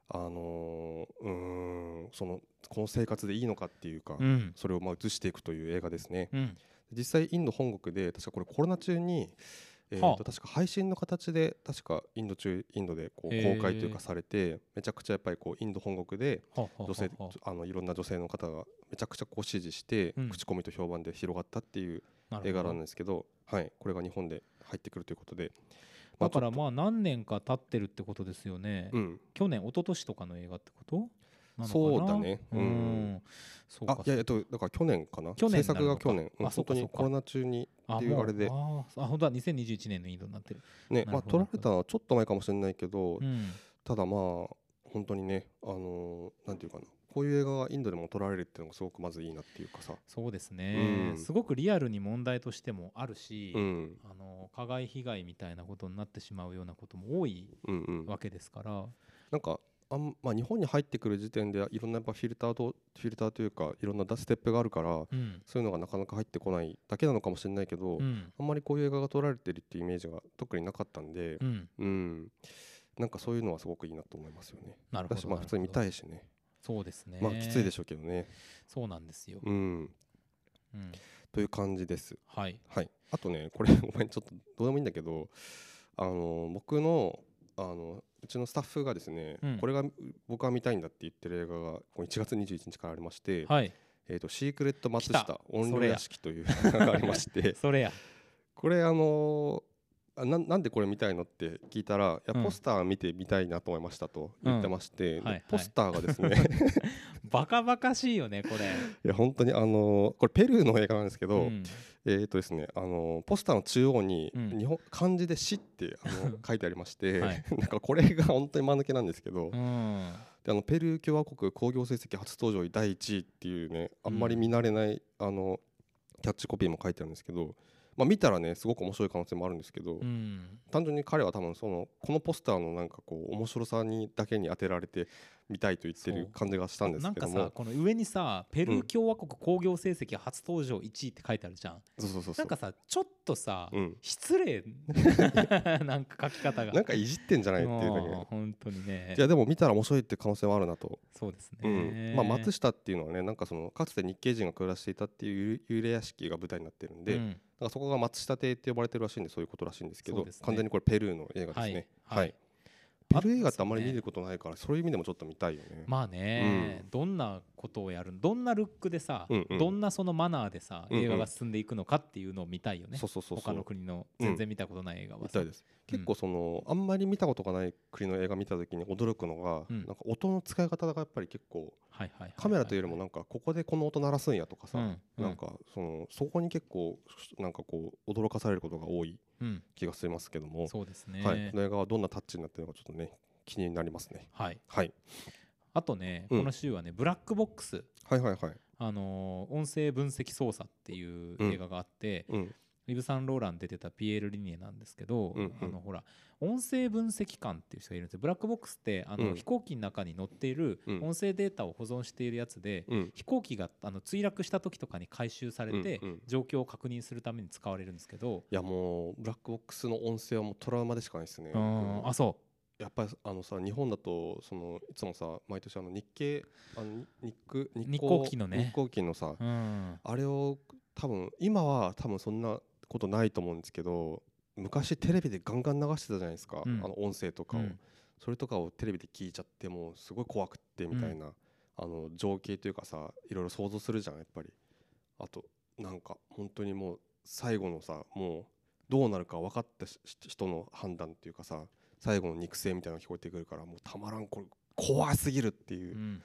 Speaker 2: あのーうーんそのこの生活でいいのかっていうか、
Speaker 1: うん
Speaker 2: それをまあ映していくという映画ですね。
Speaker 1: うん
Speaker 2: 実際インド本国で確かこれコロナ中に、えーと
Speaker 1: はあ
Speaker 2: 確か配信の形で確かインド中インドでこう
Speaker 1: へー
Speaker 2: 公開というかされてめちゃくちゃやっぱりこうインド本国で
Speaker 1: ははは
Speaker 2: 女性
Speaker 1: は
Speaker 2: あのいろんな女性の方がめちゃくちゃこう支持して
Speaker 1: うん
Speaker 2: 口コミと評判で広がったっていう
Speaker 1: なるほど
Speaker 2: 映画なんですけど、はい、これが日本で入ってくるということで、
Speaker 1: だから
Speaker 2: あ
Speaker 1: まあ何年か経ってるってことですよね
Speaker 2: ちょっと、うん、
Speaker 1: 去年一昨年とかの映画ってことなのかな
Speaker 2: そうだねう
Speaker 1: うんんそうか
Speaker 2: あいやえっとだから去年かな
Speaker 1: 去年
Speaker 2: 制作が去
Speaker 1: な
Speaker 2: 年
Speaker 1: のか
Speaker 2: うん
Speaker 1: あそ
Speaker 2: 本
Speaker 1: う
Speaker 2: 当
Speaker 1: か
Speaker 2: にコロナ中に
Speaker 1: あ
Speaker 2: っていうあれで
Speaker 1: もうあーあ本当だ2021年のインドになってる
Speaker 2: ね
Speaker 1: なるほど
Speaker 2: まあ、撮られたのはちょっと前かもしれないけど、
Speaker 1: うん
Speaker 2: ただまあ本当にねあのーなんていうかなこういう映画がインドでも撮られるっていうのがすごくまずいいなっていうかさ、
Speaker 1: そうですね、
Speaker 2: うん
Speaker 1: すごくリアルに問題としてもあるし、
Speaker 2: うん、
Speaker 1: あの加害被害みたいなことになってしまうようなことも多い
Speaker 2: うんうん
Speaker 1: わけですから、
Speaker 2: なんかあん、まあ、日本に入ってくる時点でいろんなやっぱフィルターとフィルターというかいろんなステップがあるから
Speaker 1: うん
Speaker 2: そういうのがなかなか入ってこないだけなのかもしれないけど、
Speaker 1: うん
Speaker 2: あんまりこういう映画が撮られてるっていうイメージが特になかったんで
Speaker 1: う、ん、
Speaker 2: うんなんかそういうのはすごくいいなと思いますよね。
Speaker 1: なるほど
Speaker 2: 私まあ
Speaker 1: なるほど
Speaker 2: 普通に見たいしね、
Speaker 1: そうですね
Speaker 2: まあきついで
Speaker 1: ょ
Speaker 2: しょうけどね、
Speaker 1: そうなんですよ、
Speaker 2: うん、
Speaker 1: うん
Speaker 2: という感じです。
Speaker 1: はい
Speaker 2: はい、あとねこれごめんちょっとどうでもいいんだけどあの僕のあのうちのスタッフがですね、
Speaker 1: うん
Speaker 2: これがう僕が見たいんだって言ってる映画がこの1月21日からありまして「
Speaker 1: はい
Speaker 2: えー、とシークレット松
Speaker 1: 来た
Speaker 2: 下音
Speaker 1: そ
Speaker 2: 量
Speaker 1: れや
Speaker 2: 屋敷」という映画がありまして
Speaker 1: それや
Speaker 2: これあのあなんなんでこれ見たいのって聞いたらいや
Speaker 1: うん
Speaker 2: ポスター見てみたいなと思いましたと言ってまして、
Speaker 1: うんはいはい
Speaker 2: ポスターがですね
Speaker 1: バカバカしいよねこれ
Speaker 2: いや本当にあのこれペルーの映画なんですけど、
Speaker 1: ん
Speaker 2: えーとですね、あのポスターの中央に
Speaker 1: うん
Speaker 2: 日本、漢字で「死」ってあ の書いてありまして、
Speaker 1: はい
Speaker 2: なんかこれが本当に間抜けなんですけど、
Speaker 1: う
Speaker 2: で
Speaker 1: ん
Speaker 2: あのペルー共和国興行成績初登場第1位っていうねあんまり見慣れない、あのキャッチコピーも書いてあるんですけど、まあ、見たらねすごく面白い可能性もあるんですけど、
Speaker 1: うん
Speaker 2: 単純に彼は多分そのこのポスターのなんかこう面白さにだけに当てられて見たいと言ってる
Speaker 1: そう
Speaker 2: 感じがしたんです
Speaker 1: なん
Speaker 2: けど
Speaker 1: か
Speaker 2: も
Speaker 1: さこの上にさペルー共和国興行成績初登場1位って書いてあるじゃん、
Speaker 2: そうそうそうそ
Speaker 1: な
Speaker 2: うん
Speaker 1: かさちょっとさ、
Speaker 2: うん
Speaker 1: 失礼 なんか書き方が
Speaker 2: なんかいじってんじゃないっていうだけ
Speaker 1: もう本当にね
Speaker 2: いやでも見たら面白いって可能性はあるなと
Speaker 1: そうです
Speaker 2: う
Speaker 1: ね、
Speaker 2: んまあ、松下っていうのはねなんかそのかつて日系人が暮らしていたっていう幽幽霊屋敷が舞台になってるんで、
Speaker 1: う
Speaker 2: なん
Speaker 1: ん
Speaker 2: かそこが松下邸って呼ばれてるらしいんでそういうことらしいんですけ
Speaker 1: そ
Speaker 2: ど
Speaker 1: うですね
Speaker 2: 完全にこれペルーの映画ですね
Speaker 1: はいはい
Speaker 2: ペルー映画ってあんまり見
Speaker 1: あそうね
Speaker 2: ることないからそういう意味でもちょっと見たいよね、
Speaker 1: まあね、どんなことをやるどんなルックでさ、
Speaker 2: うんうん
Speaker 1: どんなそのマナーでさ、
Speaker 2: うんうん
Speaker 1: 映画が進んでいくのかっていうのを見たいよね
Speaker 2: そうそうそうそ
Speaker 1: 他の
Speaker 2: う
Speaker 1: 国の
Speaker 2: うん
Speaker 1: 全然見たことない映画は
Speaker 2: 見
Speaker 1: さ、
Speaker 2: たいです結構その、あんまり見たことがない国の映画見た時に驚くのが、
Speaker 1: うん
Speaker 2: なんか音の使い方がやっぱり結構
Speaker 1: はいはいはいはい
Speaker 2: カメラというよりもなんかここでこの音鳴らすんやとかさ、
Speaker 1: うんうん
Speaker 2: なんかそのそこに結構なんかこう驚かされることが多い
Speaker 1: うん
Speaker 2: 気がしますけども
Speaker 1: そうですね
Speaker 2: はい、この映画はどんなタッチになってるのかちょっとね気になりますね。
Speaker 1: はい
Speaker 2: はい、
Speaker 1: あとね、
Speaker 2: うん
Speaker 1: この週はねブラックボックス、
Speaker 2: はいはいはい
Speaker 1: あのー音声分析操作っていう映画があって、
Speaker 2: うん
Speaker 1: イブ・サンローラン出てたピエール・リニエなんですけど、
Speaker 2: うんうん
Speaker 1: あのほら音声分析官っていう人がいるんですよブラックボックスってあの、
Speaker 2: うん
Speaker 1: 飛行機の中に載っている
Speaker 2: うん
Speaker 1: 音声データを保存しているやつで、
Speaker 2: うん
Speaker 1: 飛行機があの墜落した時とかに回収されて、
Speaker 2: うんうん
Speaker 1: 状況を確認するために使われるんですけど、
Speaker 2: いやもうブラックボックスの音声はもうトラウマでしかないですね
Speaker 1: うーんあそ
Speaker 2: やっぱりあのさ日本だとそのいつもさ毎年あの日経あの日日日
Speaker 1: 日航機のね
Speaker 2: 日航機のさ
Speaker 1: う、うん、
Speaker 2: あれを多分今は多分そんなことないと思うんですけど昔テレビでガンガン流してたじゃないですか、
Speaker 1: うん
Speaker 2: あの音声とかを、
Speaker 1: うん
Speaker 2: それとかをテレビで聞いちゃってもうすごい怖くってみたいな、あの情景というかさいろいろ想像するじゃんやっぱりあとなんか本当にもう最後のさもうどうなるか分かったしし人の判断っていうかさ最後の肉声みたいなのが聞こえてくるからもうたまらんこれ怖すぎるっていうう、
Speaker 1: ん、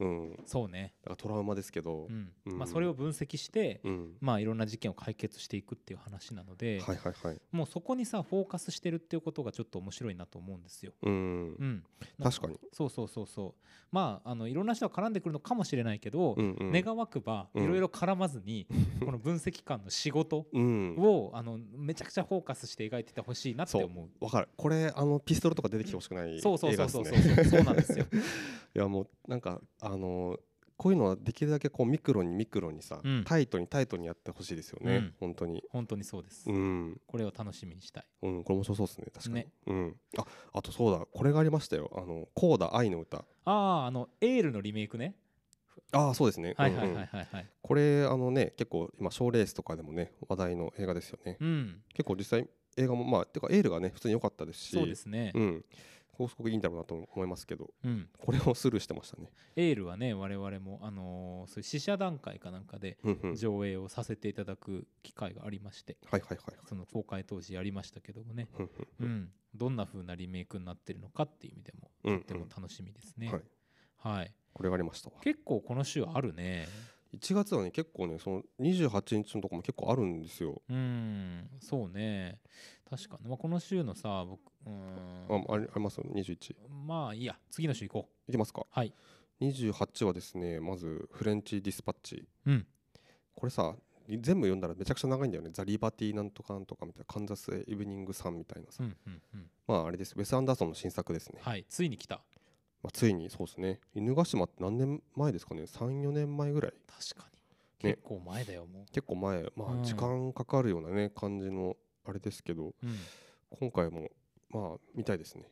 Speaker 2: うんだ
Speaker 1: そうね、
Speaker 2: からトラウマですけど
Speaker 1: う、ん
Speaker 2: うん
Speaker 1: まあ、それを分析して、
Speaker 2: うん
Speaker 1: まあ、いろんな事件を解決していくっていう話なので、
Speaker 2: はいはいはい
Speaker 1: もうそこにさフォーカスしてるっていうことがちょっと面白いなと思うんですよ。
Speaker 2: うん
Speaker 1: うん、
Speaker 2: 確かに
Speaker 1: そうそうそうそうまああのいろんな人が絡んでくるのかもしれないけど、
Speaker 2: うんうん
Speaker 1: 願わくば
Speaker 2: うん
Speaker 1: いろいろ絡まず に、この分析官の仕事
Speaker 2: うん
Speaker 1: をあのめちゃくちゃフォーカスして描いててほしいなって
Speaker 2: そ
Speaker 1: 思
Speaker 2: う
Speaker 1: う。
Speaker 2: わかるこれあのピストルとか出てきてほしくない
Speaker 1: そうそう
Speaker 2: 映
Speaker 1: そ
Speaker 2: 画
Speaker 1: うそう
Speaker 2: です
Speaker 1: そう
Speaker 2: ね
Speaker 1: そう そうなんですよ。
Speaker 2: いやもうなんかあのこういうのはできるだけこうミクロにミクロにさ、
Speaker 1: うん
Speaker 2: タイトにタイトにやってほしいですよね、
Speaker 1: うん
Speaker 2: 本当に
Speaker 1: 本当にそうです、
Speaker 2: うん
Speaker 1: これを楽しみにしたい。
Speaker 2: うんこれ面白そうですね確かに、
Speaker 1: ね
Speaker 2: うんああとそうだこれがありましたよあのコーダ愛の歌
Speaker 1: あああのエールのリメイクね。
Speaker 2: ああそうですね
Speaker 1: はいはい
Speaker 2: うん
Speaker 1: は
Speaker 2: う
Speaker 1: い
Speaker 2: ん
Speaker 1: はいはい。
Speaker 2: これあのね結構今賞レースとかでもね話題の映画ですよね、
Speaker 1: うん、
Speaker 2: 結構実際映画もまあてかエールがね普通に良かったですし
Speaker 1: そうですね
Speaker 2: う。んこうすごくいいんだろうなと思いますけど
Speaker 1: うん、
Speaker 2: これをスルーしてましたね
Speaker 1: エールはね我々もあのーそういう試写段階かなんかで
Speaker 2: うんうん
Speaker 1: 上映をさせていただく機会がありまして、
Speaker 2: はいはいはい
Speaker 1: その公開当時やりましたけどもね、
Speaker 2: ふん
Speaker 1: う
Speaker 2: ふん
Speaker 1: ん、どんな風なリメイクになってるのかっていう意味でも
Speaker 2: うんう
Speaker 1: とても
Speaker 2: ん
Speaker 1: 楽しみですね、
Speaker 2: はい
Speaker 1: はい
Speaker 2: これがありましたわ
Speaker 1: 結構この週あるね
Speaker 2: 1月はね結構ねその28日のとこも結構あるんですよ
Speaker 1: うんそうね確かに、まあ、この週のさ僕う
Speaker 2: あ
Speaker 1: ん
Speaker 2: ありありますよ21い
Speaker 1: まあいいや次の週行こう
Speaker 2: きますか
Speaker 1: はい
Speaker 2: 28はですねまずフレンチディスパッチ
Speaker 1: うん
Speaker 2: これさ全部読んだらめちゃくちゃ長いんだよねザ・リバティなんとかなんとかみたいなカンザス・イブニングさんみたいな
Speaker 1: う
Speaker 2: さ
Speaker 1: んうんうん
Speaker 2: まああれですウェス・アンダーソンの新作ですね
Speaker 1: はいついに来た
Speaker 2: まあついにそうですね犬ヶ島って何年前ですかね34年前ぐらい
Speaker 1: 確かに
Speaker 2: ね
Speaker 1: 結構前だよも
Speaker 2: 結構前ま
Speaker 1: うん
Speaker 2: あ時間かかるようなね感じのあれですけど
Speaker 1: う、うん、
Speaker 2: 今回もまあ見たいですね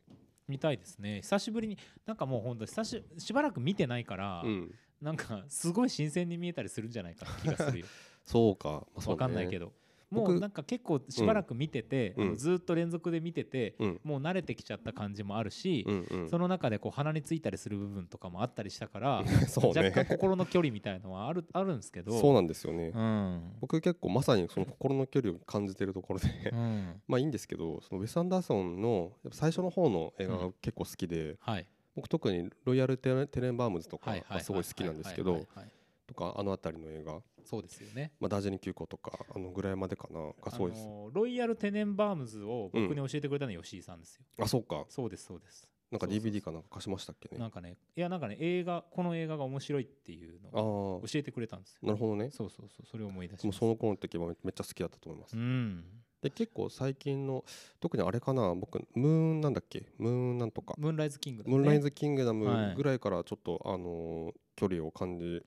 Speaker 1: 見たいですね久しぶりになんかもうほんと久ししばらく見てないから、
Speaker 2: うん
Speaker 1: なんかすごい新鮮に見えたりするんじゃないかな気がするよ
Speaker 2: そうか、まあ そう
Speaker 1: わかんないけ
Speaker 2: ど、
Speaker 1: ども
Speaker 2: 僕
Speaker 1: うなんか結構しばらく見てて、
Speaker 2: うん
Speaker 1: あのずーっと連続で見てて、
Speaker 2: うん、
Speaker 1: もう慣れてきちゃった感じもあるし、
Speaker 2: うんうん
Speaker 1: その中でこう鼻についたりする部分とかもあったりしたから、
Speaker 2: そう
Speaker 1: 若
Speaker 2: ね
Speaker 1: 干心の距離みたいのはある あるんですけど
Speaker 2: そうなんですよね、
Speaker 1: うん
Speaker 2: 僕結構まさにその心の距離を感じてるところで
Speaker 1: うん
Speaker 2: まあいいんですけどそのウェス・アンダーソンのやっぱ最初の方の映画が結構好きで、
Speaker 1: はい
Speaker 2: 僕特にロイヤルテレ・テレンバームズとか
Speaker 1: はいは
Speaker 2: が
Speaker 1: い
Speaker 2: すごい好きなんです
Speaker 1: は
Speaker 2: け
Speaker 1: い
Speaker 2: ど
Speaker 1: はいはいはい
Speaker 2: とかあの辺りの映画、
Speaker 1: そうですよね
Speaker 2: まあ、ダージリン急行とかあのぐらいまでかながすごいです、
Speaker 1: あのーロイヤル・テネンバームズを僕に教えてくれたのは吉井さんですよ、
Speaker 2: あそうか
Speaker 1: そうですそうです
Speaker 2: なんか
Speaker 1: そうそうそう
Speaker 2: DVD かなんか貸しましたっけね
Speaker 1: なんかねいやなんかね映画この映画が面白いっていうの
Speaker 2: ああ
Speaker 1: を教えてくれたんですよ
Speaker 2: なるほどね
Speaker 1: そうそうそうそれを思い出し
Speaker 2: も
Speaker 1: ま
Speaker 2: う
Speaker 1: し
Speaker 2: その頃の時はめっちゃ好きだったと思います
Speaker 1: たうん
Speaker 2: で結構最近の特にあれかな僕ムーンなんだっけムーンなんとか
Speaker 1: ムーンライズ・キングダム
Speaker 2: ムーンライ
Speaker 1: ね
Speaker 2: ズ・キングダ
Speaker 1: はい
Speaker 2: ムぐらいからちょっと、あのー距離を感じ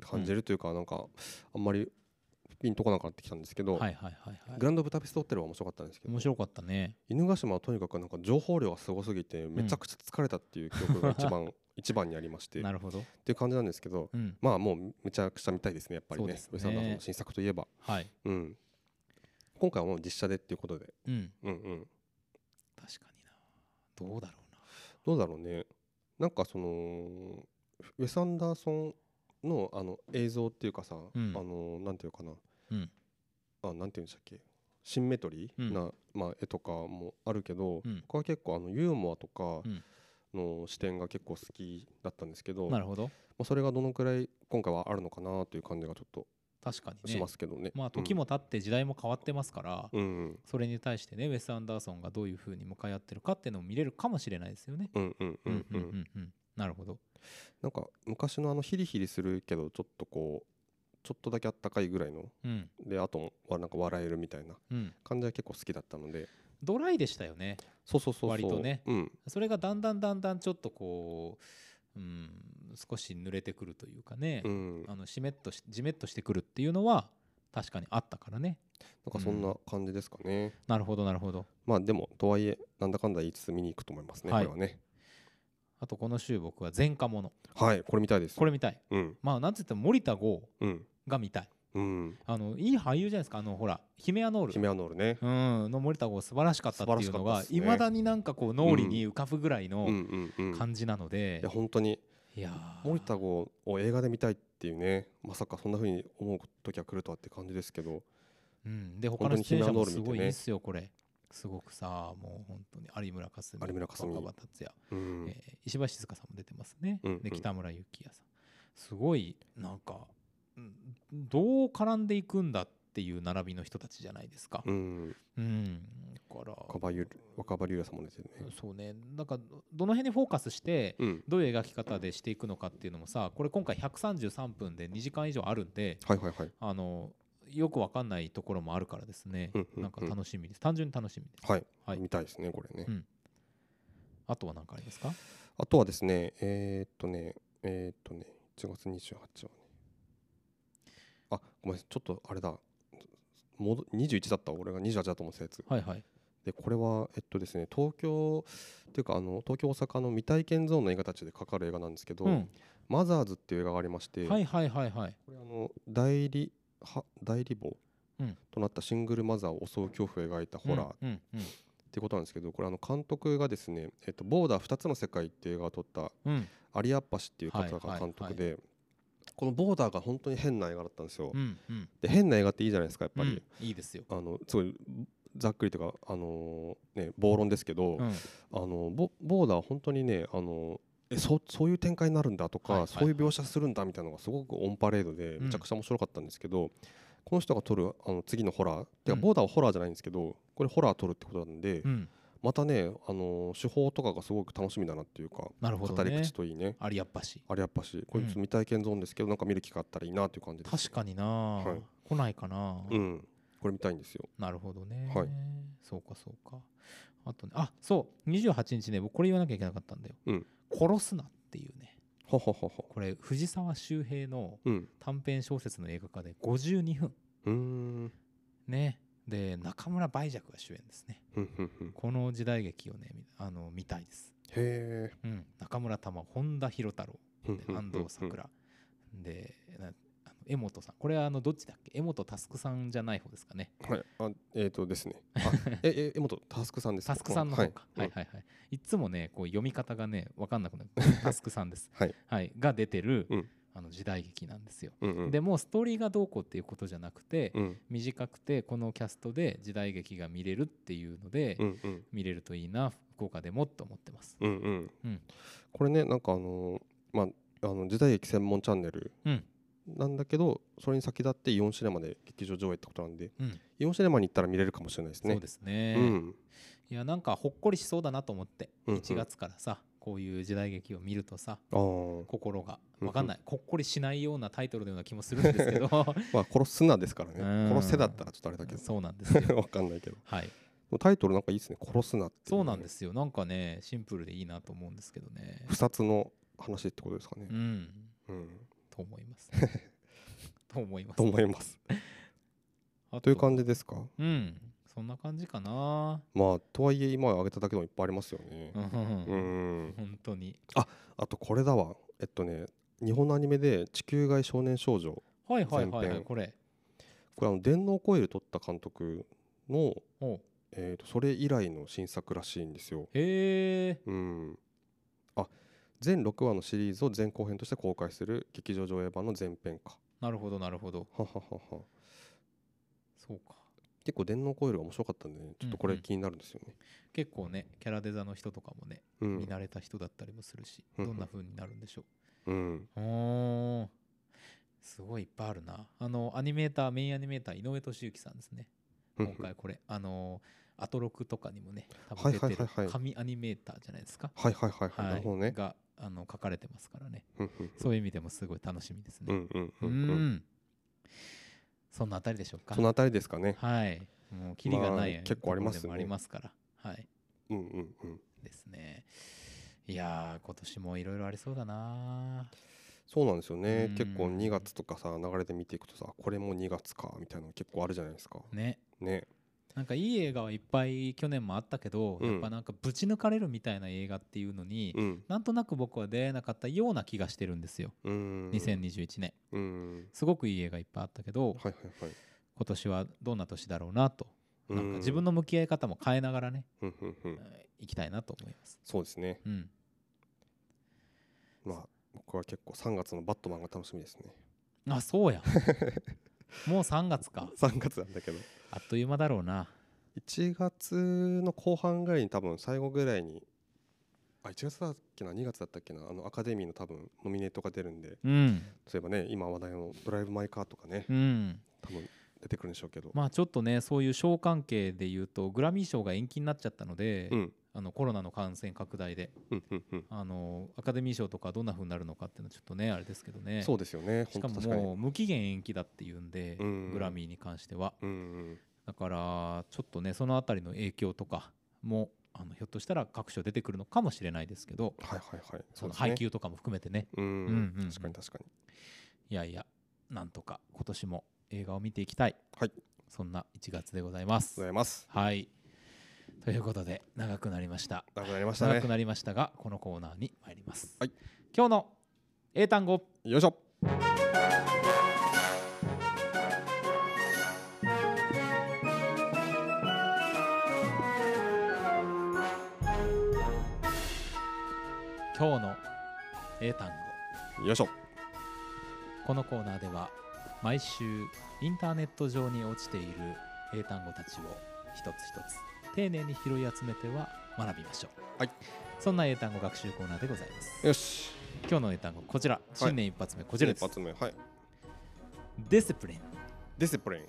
Speaker 2: 感じるというか、なんかあんまりピンとこなくなってきたんですけど、
Speaker 1: はいはいはいはい
Speaker 2: グランドブタピストホテルは面白かったんですけど
Speaker 1: 面白かったね
Speaker 2: 犬ヶ島はとにかくなんか情報量がすごすぎてめちゃくちゃ疲れたっていう記憶が一番、 一番にありましてっ
Speaker 1: なるほど
Speaker 2: ていう感じなんですけど
Speaker 1: うん
Speaker 2: まあもうめちゃくちゃ見たいですねやっぱり
Speaker 1: そう
Speaker 2: ね
Speaker 1: ですね
Speaker 2: ウェス・アンダーソンの新作といえば、
Speaker 1: はい
Speaker 2: うん、今回はもう実写でっていうことで、
Speaker 1: うん
Speaker 2: うんうん、
Speaker 1: 確かになどうだろうな
Speaker 2: どうだろうねなんかそのウェス・アンダーソンのあの映像っていうかさ、
Speaker 1: ん
Speaker 2: あのなんていうかな
Speaker 1: うん
Speaker 2: あなんていうんでしたっけシンメトリ
Speaker 1: うん
Speaker 2: ーな、まあ、絵とかもあるけど、
Speaker 1: うん
Speaker 2: 僕は結構あのユーモアとか
Speaker 1: うん
Speaker 2: の視点が結構好きだったんですけど、
Speaker 1: な
Speaker 2: ま
Speaker 1: るほど
Speaker 2: あ、それがどのくらい今回はあるのかなという感じがちょっと
Speaker 1: 確かに
Speaker 2: し
Speaker 1: ね
Speaker 2: ますけどね。
Speaker 1: まあ時も経って時代も変わってますから
Speaker 2: うん、うん
Speaker 1: それに対してねウェス・アンダーソンがどういうふうに向かい合ってるかっていうのも見れるかもしれないですよね
Speaker 2: うんうんうんうんうん
Speaker 1: うんなるほど
Speaker 2: なんか昔のあのヒリヒリするけどちょっとこうちょっとだけあったかいぐらいの
Speaker 1: うん
Speaker 2: であとはなんか笑えるみたいな
Speaker 1: うん
Speaker 2: 感じは結構好きだったので
Speaker 1: ドライでしたよね
Speaker 2: そうそうそうそう
Speaker 1: 割とね
Speaker 2: うん
Speaker 1: それがだんだんだんだんちょっとこう、うん、少し濡れてくるというかね、
Speaker 2: うんな
Speaker 1: あ
Speaker 2: ん
Speaker 1: のしめっとしじめっとしてくるっていうのは確かにあったからね
Speaker 2: かそんな感じですかね
Speaker 1: なるほどなるほど
Speaker 2: まあでもとはいえなんだかんだ言いつつ見に行くと思いますねこ
Speaker 1: はい
Speaker 2: れはね
Speaker 1: あとこの週僕は前科者
Speaker 2: はいこれみたいです
Speaker 1: これ見たい
Speaker 2: うん
Speaker 1: まあなんつっても森田剛
Speaker 2: うん
Speaker 1: が見たい
Speaker 2: うん
Speaker 1: あのいい俳優じゃないですかあのほらヒメアノール
Speaker 2: ヒメアノールね
Speaker 1: うん、の森田剛素晴らしかったっていうの
Speaker 2: 素晴らしかった
Speaker 1: が
Speaker 2: っすね
Speaker 1: いま、だになんかこう脳裏に浮かぶぐらい
Speaker 2: うんう
Speaker 1: の
Speaker 2: んうんい
Speaker 1: 感じなので、
Speaker 2: や本当に
Speaker 1: いやー
Speaker 2: 森田剛を映画で見たいっていうねまさかそんな風に思う時は来るとはって感じですけど
Speaker 1: うん、で他
Speaker 2: 本
Speaker 1: の
Speaker 2: 当に
Speaker 1: 出演者も
Speaker 2: ヒ
Speaker 1: す
Speaker 2: メアノール見
Speaker 1: ご
Speaker 2: てね
Speaker 1: いいいっすよこれすごくさもう本当に有村架純
Speaker 2: 有村架純
Speaker 1: 若葉達也、
Speaker 2: うん
Speaker 1: えー石橋静香さんも出てますね、
Speaker 2: うん
Speaker 1: で
Speaker 2: うん
Speaker 1: 北村幸也さんすごいなんかうんどう絡んでいくんだっていう並びの人たちじゃないですか
Speaker 2: う、ん
Speaker 1: うん、だから
Speaker 2: 若葉ゆ若葉龍也さんも出てるね
Speaker 1: そうねなんかどの辺にフォーカスして
Speaker 2: うん
Speaker 1: どういう描き方でしていくのかっていうのもさこれ今回133分で2時間以上あるんで
Speaker 2: はいはいはい
Speaker 1: あのよくわかんないところもあるからですね、
Speaker 2: うんうんうん
Speaker 1: なんか楽しみです単純に楽しみです、
Speaker 2: はい、
Speaker 1: はい
Speaker 2: 見たいですねこれね、
Speaker 1: うんあとは何かありますか
Speaker 2: あとはですねえー、っとねえー、っとね1月28日はねあごめんなさいちょっとあれだもど21だった俺が28だと思ってたやつ
Speaker 1: はいはい
Speaker 2: でこれはえっとですね東京っていうかあの東京大阪の未体験ゾーンの映画たちでかかる映画なんですけど、
Speaker 1: うん
Speaker 2: マザーズっていう映画がありまして、
Speaker 1: はいはいはいはい
Speaker 2: これあの代理は代理母
Speaker 1: うん
Speaker 2: となったシングルマザーを襲う恐怖を描いたホラーっ
Speaker 1: うんうん
Speaker 2: てことなんですけど、これあの監督がですね、えっと、ボーダー2つの世界っていう映画を撮った
Speaker 1: うんうん
Speaker 2: アリアッパシっていう方
Speaker 1: は
Speaker 2: が
Speaker 1: いはい
Speaker 2: 監督で、このボーダーが本当に変な映画だったんですよ、
Speaker 1: うんうん
Speaker 2: で変な映画っていいじゃないですかやっぱり、
Speaker 1: うんいいですよ、
Speaker 2: あのすごいざっくりというかあのーね暴論ですけど、
Speaker 1: うん、
Speaker 2: あのボボーダーは本当にねあのえそそういう展開になるんだとか、
Speaker 1: はいはい
Speaker 2: そういう描写するんだみたいなのがすごくオンパレードで
Speaker 1: うん
Speaker 2: めちゃくちゃ面白かったんですけど、この人が撮るあの次のホラーてか
Speaker 1: うん
Speaker 2: ボーダーはホラーじゃないんですけどこれホラー撮るってことなんで、
Speaker 1: うん、
Speaker 2: またねあの手法とかがすごく楽しみだなっていうか
Speaker 1: なるほ
Speaker 2: 語
Speaker 1: ど
Speaker 2: り
Speaker 1: ね
Speaker 2: 口といいね
Speaker 1: ありやっぱし
Speaker 2: あれやっぱしこれちょっと未体験ゾーンですけど、なんか見る機会あったらいいなという感じです
Speaker 1: 確かにな、
Speaker 2: はい
Speaker 1: 来ないかな、
Speaker 2: うんこれ見たいんですよ
Speaker 1: なるほどね、
Speaker 2: はい
Speaker 1: そうかそうかあとねあそう28日ね僕これ言わなきゃいけなかったんだよ「
Speaker 2: うん
Speaker 1: 殺すな」っていうね
Speaker 2: はははは
Speaker 1: これ藤沢周平の
Speaker 2: うん
Speaker 1: 短編小説の映画化で52分
Speaker 2: うーん
Speaker 1: ねで中村梅雀が主演ですね
Speaker 2: ふんふんふんへ
Speaker 1: この時代劇をねみあの見たいです、
Speaker 2: え
Speaker 1: うん、中村玉本田博太郎
Speaker 2: ふん
Speaker 1: で
Speaker 2: ふんふん
Speaker 1: 安藤サクラでなあの江本さんこれはあのどっちだっけ江本佑さんじゃない方ですかね
Speaker 2: はい、あえっ、とです ね。あえ、え、江本タスクさんですか。
Speaker 1: タスクさんの方
Speaker 2: はい
Speaker 1: か。はいはいはい。いつもね、こう読み方がね、わかんなくなる。タスクさんです。
Speaker 2: はい。
Speaker 1: が出てる
Speaker 2: うん、
Speaker 1: あの時代劇なんですよ。
Speaker 2: うんうん、
Speaker 1: でも、ストーリーがどうこうっていうことじゃなくて、
Speaker 2: うん、
Speaker 1: 短くて、このキャストで時代劇が見れるっていうので
Speaker 2: う、ん、うん、
Speaker 1: 見れるといいな、福岡でもと思ってます。
Speaker 2: うん、うん
Speaker 1: うん。
Speaker 2: これね、なんかあのーまあ、あの時代劇専門チャンネル
Speaker 1: うん。
Speaker 2: なんだけど、それに先立ってイオンシネマで劇場上映ってことなんで、
Speaker 1: うん。
Speaker 2: イオンシネマに行ったら見れるかもしれないですね。
Speaker 1: そうですね
Speaker 2: う。ん、
Speaker 1: いや、なんかほっこりしそうだなと思って、
Speaker 2: うんうん
Speaker 1: 1月からさ、こういう時代劇を見るとさ、
Speaker 2: ああ、
Speaker 1: 心がわかんない、ほっこりしないようなタイトルのような気もするんです けど、
Speaker 2: まあ、殺すなですから
Speaker 1: うん
Speaker 2: ね。殺せだったらちょっとあれだけ
Speaker 1: そうなんですよ。
Speaker 2: ど、わ かんないけど。
Speaker 1: はい。
Speaker 2: タイトルなんかいいですね。殺すなって、。
Speaker 1: そうなんですすよなんかねシンプルでいいなと思うんですけどね
Speaker 2: 不殺の話ってことですかね
Speaker 1: う。ん
Speaker 2: うん、
Speaker 1: と思います と思います
Speaker 2: と思います。
Speaker 1: あと
Speaker 2: という感じですか。
Speaker 1: うんそんな感じかな
Speaker 2: まあとはいえ今挙げただけでもいっぱいありますよね
Speaker 1: う。ん、
Speaker 2: うーん。
Speaker 1: 本当に
Speaker 2: あとこれだわ。えっとね、日本のアニメで地球外少年少女。
Speaker 1: はいはいはい、は
Speaker 2: 前
Speaker 1: い、
Speaker 2: 編
Speaker 1: これ
Speaker 2: これあの電脳コイル撮った監督の
Speaker 1: おう
Speaker 2: えっとそれ以来の新作らしいんですよ。
Speaker 1: へえ
Speaker 2: うん。あ、全6話のシリーズを前後編として公開する劇場上映版の前編か。
Speaker 1: なるほどなるほど
Speaker 2: はははは。
Speaker 1: そうか
Speaker 2: 結構電脳コイルが面白かったんでね、ちょっとこ
Speaker 1: う
Speaker 2: れ
Speaker 1: んうん
Speaker 2: 気になるんですよね。
Speaker 1: 結構ねキャラデザの人とかもね、
Speaker 2: う
Speaker 1: 見
Speaker 2: ん。
Speaker 1: 慣れた人だったりもするし、
Speaker 2: うんうん
Speaker 1: どんな風になるんでしょ
Speaker 2: うん。
Speaker 1: うおーすごいいっぱいあるなあのアニメーターメインアニメーター井上俊之さんですね今回これあのーアトロクとかにもね多分出て
Speaker 2: はい
Speaker 1: る
Speaker 2: はいはいはい
Speaker 1: 神アニメーターじゃないですか
Speaker 2: はいはいはいはい。な
Speaker 1: は
Speaker 2: る
Speaker 1: い
Speaker 2: ほどね。
Speaker 1: があの書かれてますからね
Speaker 2: うんうん
Speaker 1: そういう意味でもすごい楽しみです
Speaker 2: う
Speaker 1: ね
Speaker 2: んうん
Speaker 1: う
Speaker 2: うんんうん
Speaker 1: そんなあたりでしょうか
Speaker 2: そのあたりですかね
Speaker 1: はいもうキリがない、
Speaker 2: まあ結構ありますね
Speaker 1: ところでもありますからはい
Speaker 2: うんうんうん
Speaker 1: ですねいやー今年もいろいろありそうだな
Speaker 2: そうなんですよね
Speaker 1: うん
Speaker 2: 結構2月とかさ流れて見ていくとさこれも2月かみたいなの結構あるじゃないですか
Speaker 1: ね
Speaker 2: ね
Speaker 1: なんかいい映画はいっぱい去年もあったけど、
Speaker 2: うん
Speaker 1: やっぱなんかぶち抜かれるみたいな映画っていうのに、
Speaker 2: うん
Speaker 1: なんとなく僕は出会えなかったような気がしてるんですよ、
Speaker 2: うん
Speaker 1: 2021年
Speaker 2: うん
Speaker 1: すごくいい映画いっぱいあったけど、
Speaker 2: はいはいはい
Speaker 1: 今年はどんな年だろうなと
Speaker 2: う
Speaker 1: なんか自分の向き合い方も変えながらね、
Speaker 2: うんうんうん
Speaker 1: いきたいなと思います
Speaker 2: そうですね
Speaker 1: うん
Speaker 2: まあ僕は結構3月のバットマンが楽しみですね
Speaker 1: あそう やもう3月か
Speaker 2: 3月なんだけど
Speaker 1: あっという間だろうな
Speaker 2: 1月の後半ぐらいに多分最後ぐらいにあ1月だっけな2月だったっけなあのアカデミーの多分ノミネートが出るんで
Speaker 1: うん
Speaker 2: そういえばね今話題の「ドライブ・マイ・カー」とかね
Speaker 1: うん
Speaker 2: 多分出てくるんでしょうけど、
Speaker 1: まあちょっとねそういう賞関係でいうとグラミー賞が延期になっちゃったので、
Speaker 2: うん
Speaker 1: あのコロナの感染拡大で
Speaker 2: うんうんうん
Speaker 1: あのアカデミー賞とかどんな風になるのかっていうのはちょっとねあれですけどね
Speaker 2: そうですよね
Speaker 1: しか
Speaker 2: 本
Speaker 1: も
Speaker 2: 当確かに
Speaker 1: もう無期限延期だっていうんで、
Speaker 2: うん
Speaker 1: グラミーに関しては
Speaker 2: うんうん
Speaker 1: だからちょっとねそのあたりの影響とかもあのひょっとしたら各所出てくるのかもしれないですけど
Speaker 2: はいはいはい
Speaker 1: そ
Speaker 2: そう
Speaker 1: の
Speaker 2: ですね
Speaker 1: 配給とかも含めてね
Speaker 2: うん
Speaker 1: うんうんうん
Speaker 2: 確かに確かに
Speaker 1: いやいやなんとか今年も映画を見ていきたい、
Speaker 2: はい、
Speaker 1: そんな1月でございます
Speaker 2: ございます
Speaker 1: はいということで長くなりました
Speaker 2: 長くなりました
Speaker 1: 長く
Speaker 2: ね
Speaker 1: なりましたがこのコーナーに参ります、
Speaker 2: はい、
Speaker 1: 今日の英単語
Speaker 2: よいしょ
Speaker 1: 今日の英単語
Speaker 2: よいしょ
Speaker 1: このコーナーでは毎週インターネット上に落ちている英単語たちを一つ一つ丁寧に拾い集めては学びましょう、
Speaker 2: はい、
Speaker 1: そんな英単語学習コーナーでございます
Speaker 2: よし
Speaker 1: 今日の英単語こちら新年一発目、こちらです
Speaker 2: 一発目はい
Speaker 1: ディスプリン
Speaker 2: ディスプリン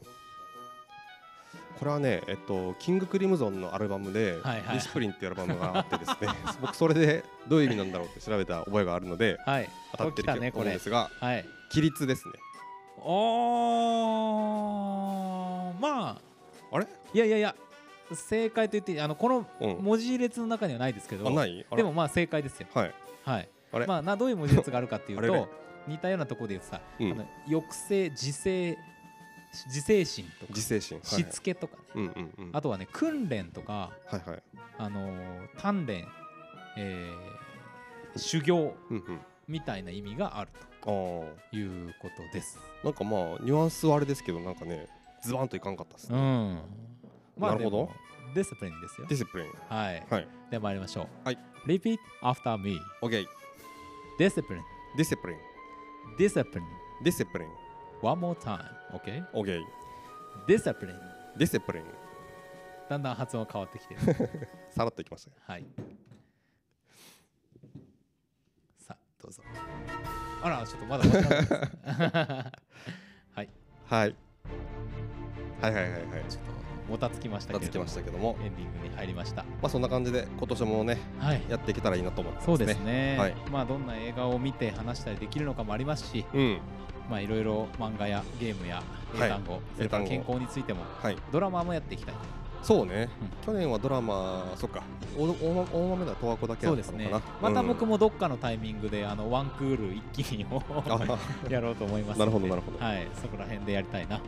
Speaker 2: これはね、えっと、キング・クリムゾンのアルバムで、
Speaker 1: はいはい
Speaker 2: ディスプリンっていうアルバムがあってですね 僕それでどういう意味なんだろうって調べた覚えがあるので
Speaker 1: はい
Speaker 2: 当たっ
Speaker 1: これ
Speaker 2: て
Speaker 1: 来た
Speaker 2: る
Speaker 1: ね
Speaker 2: と思うんですが、
Speaker 1: はい
Speaker 2: 規律ですね
Speaker 1: おーまあ
Speaker 2: あれ
Speaker 1: いやいやいや正解と言っていいあのこの
Speaker 2: うん
Speaker 1: 文字列の中にはないですけど、
Speaker 2: あないあれ
Speaker 1: でもまあ正解ですよ
Speaker 2: はい
Speaker 1: はい
Speaker 2: あれ
Speaker 1: まあなどういう文字列があるかっていう
Speaker 2: あれれ
Speaker 1: と似たようなところで言うとさ、
Speaker 2: う
Speaker 1: あの
Speaker 2: ん
Speaker 1: 抑制自制自制心とか
Speaker 2: 自制心はい
Speaker 1: しつけとかね、
Speaker 2: うんうんうん
Speaker 1: あとはね訓練とか、
Speaker 2: はいはい
Speaker 1: あのー鍛錬、えー修行
Speaker 2: うんうん
Speaker 1: みたいな意味がある
Speaker 2: あー
Speaker 1: ということです。
Speaker 2: なんかまあニュアンスはあれですけどなんかねズバンといかんかったです
Speaker 1: う
Speaker 2: ね、
Speaker 1: ん、まあ
Speaker 2: なるほ
Speaker 1: で
Speaker 2: ど
Speaker 1: もディスプリンですよ
Speaker 2: デ。ィスプリン
Speaker 1: はい、
Speaker 2: はい
Speaker 1: では参りましょう。
Speaker 2: はい
Speaker 1: Repeat after me.
Speaker 2: OK
Speaker 1: discipline,
Speaker 2: ディスプリン
Speaker 1: discipline.
Speaker 2: ディスプリン
Speaker 1: One more time, okay?
Speaker 2: OK
Speaker 1: discipline.
Speaker 2: ディスプリン
Speaker 1: だんだん発音変わってきて る。
Speaker 2: さらっといきましたね
Speaker 1: はい。さあ、どうぞ。あら、ちょっとまだ終わらないです。 はい、
Speaker 2: はいはいはいはいはい
Speaker 1: ちょっともたつきました
Speaker 2: が
Speaker 1: けれ
Speaker 2: つき
Speaker 1: ども
Speaker 2: ましたけども、
Speaker 1: エンディングに入りました。
Speaker 2: まあ、そんな感じで今年もね
Speaker 1: はい。
Speaker 2: やっていけたらいいなと思ってますね
Speaker 1: そうですね、
Speaker 2: はい
Speaker 1: まあどんな映画を見て話したりできるのかもありますし、
Speaker 2: うん
Speaker 1: まあいろいろ漫画やゲームや
Speaker 2: はい
Speaker 1: 英単語、それから
Speaker 2: 英単
Speaker 1: 健
Speaker 2: 語
Speaker 1: 康についても
Speaker 2: はい
Speaker 1: ドラマもやっていきたい。
Speaker 2: そうね、
Speaker 1: うん
Speaker 2: 去年はドラマそっか大大大豆だとわこだけだ
Speaker 1: そう
Speaker 2: っ
Speaker 1: です
Speaker 2: たの
Speaker 1: ね
Speaker 2: かな。
Speaker 1: また僕
Speaker 2: も、
Speaker 1: もどっかのタイミングであのワンクール一気にを
Speaker 2: うんあ
Speaker 1: やろうと思いますので。
Speaker 2: なるほどなるほど
Speaker 1: はい、そこら辺でやりたいな。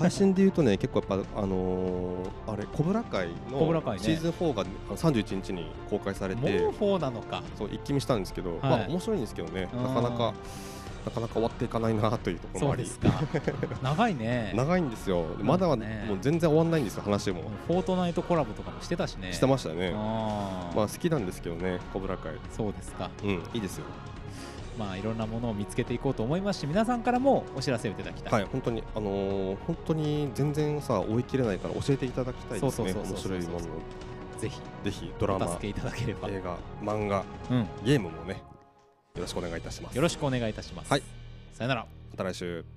Speaker 2: 配信で言うとね結構やっぱあのー、あれ小倉会
Speaker 1: コブラ会
Speaker 2: の
Speaker 1: ね
Speaker 2: シーズン4があの31日に公開され
Speaker 1: もう
Speaker 2: て、
Speaker 1: 4なのか。
Speaker 2: そう一気見したんですけど、
Speaker 1: い
Speaker 2: まあ面白いんですけどね
Speaker 1: うん
Speaker 2: なかなかなかなか終わっていかないなというところ
Speaker 1: そ
Speaker 2: も
Speaker 1: う
Speaker 2: あり
Speaker 1: ですか。 長いね。
Speaker 2: 長いんですよまだは
Speaker 1: ね
Speaker 2: もう全然終わんないんですよ話も、
Speaker 1: フォートナイトコラボとかもしてたしね。
Speaker 2: してましたね、
Speaker 1: あー
Speaker 2: まあ好きなんですけどね、コブラ会。
Speaker 1: そうですか。
Speaker 2: うん、いいですよ。
Speaker 1: まあいろんなものを見つけていこうと思いますし、皆さんからもお知らせをいただきたい。
Speaker 2: はい、本当に、あのー本当に全然さ、追い切れないから教えていただきたいです
Speaker 1: そ
Speaker 2: ね。
Speaker 1: うそう
Speaker 2: 面
Speaker 1: そうそう
Speaker 2: 白いものを、
Speaker 1: ぜひ
Speaker 2: ぜひドラ
Speaker 1: お
Speaker 2: マ
Speaker 1: 助け、いただければ。
Speaker 2: 映画、漫画、
Speaker 1: うん、よ
Speaker 2: ゲームもね、よろしくお願いいたします。
Speaker 1: ろしくお願いいたします。
Speaker 2: はい。
Speaker 1: さよなら。
Speaker 2: また来週。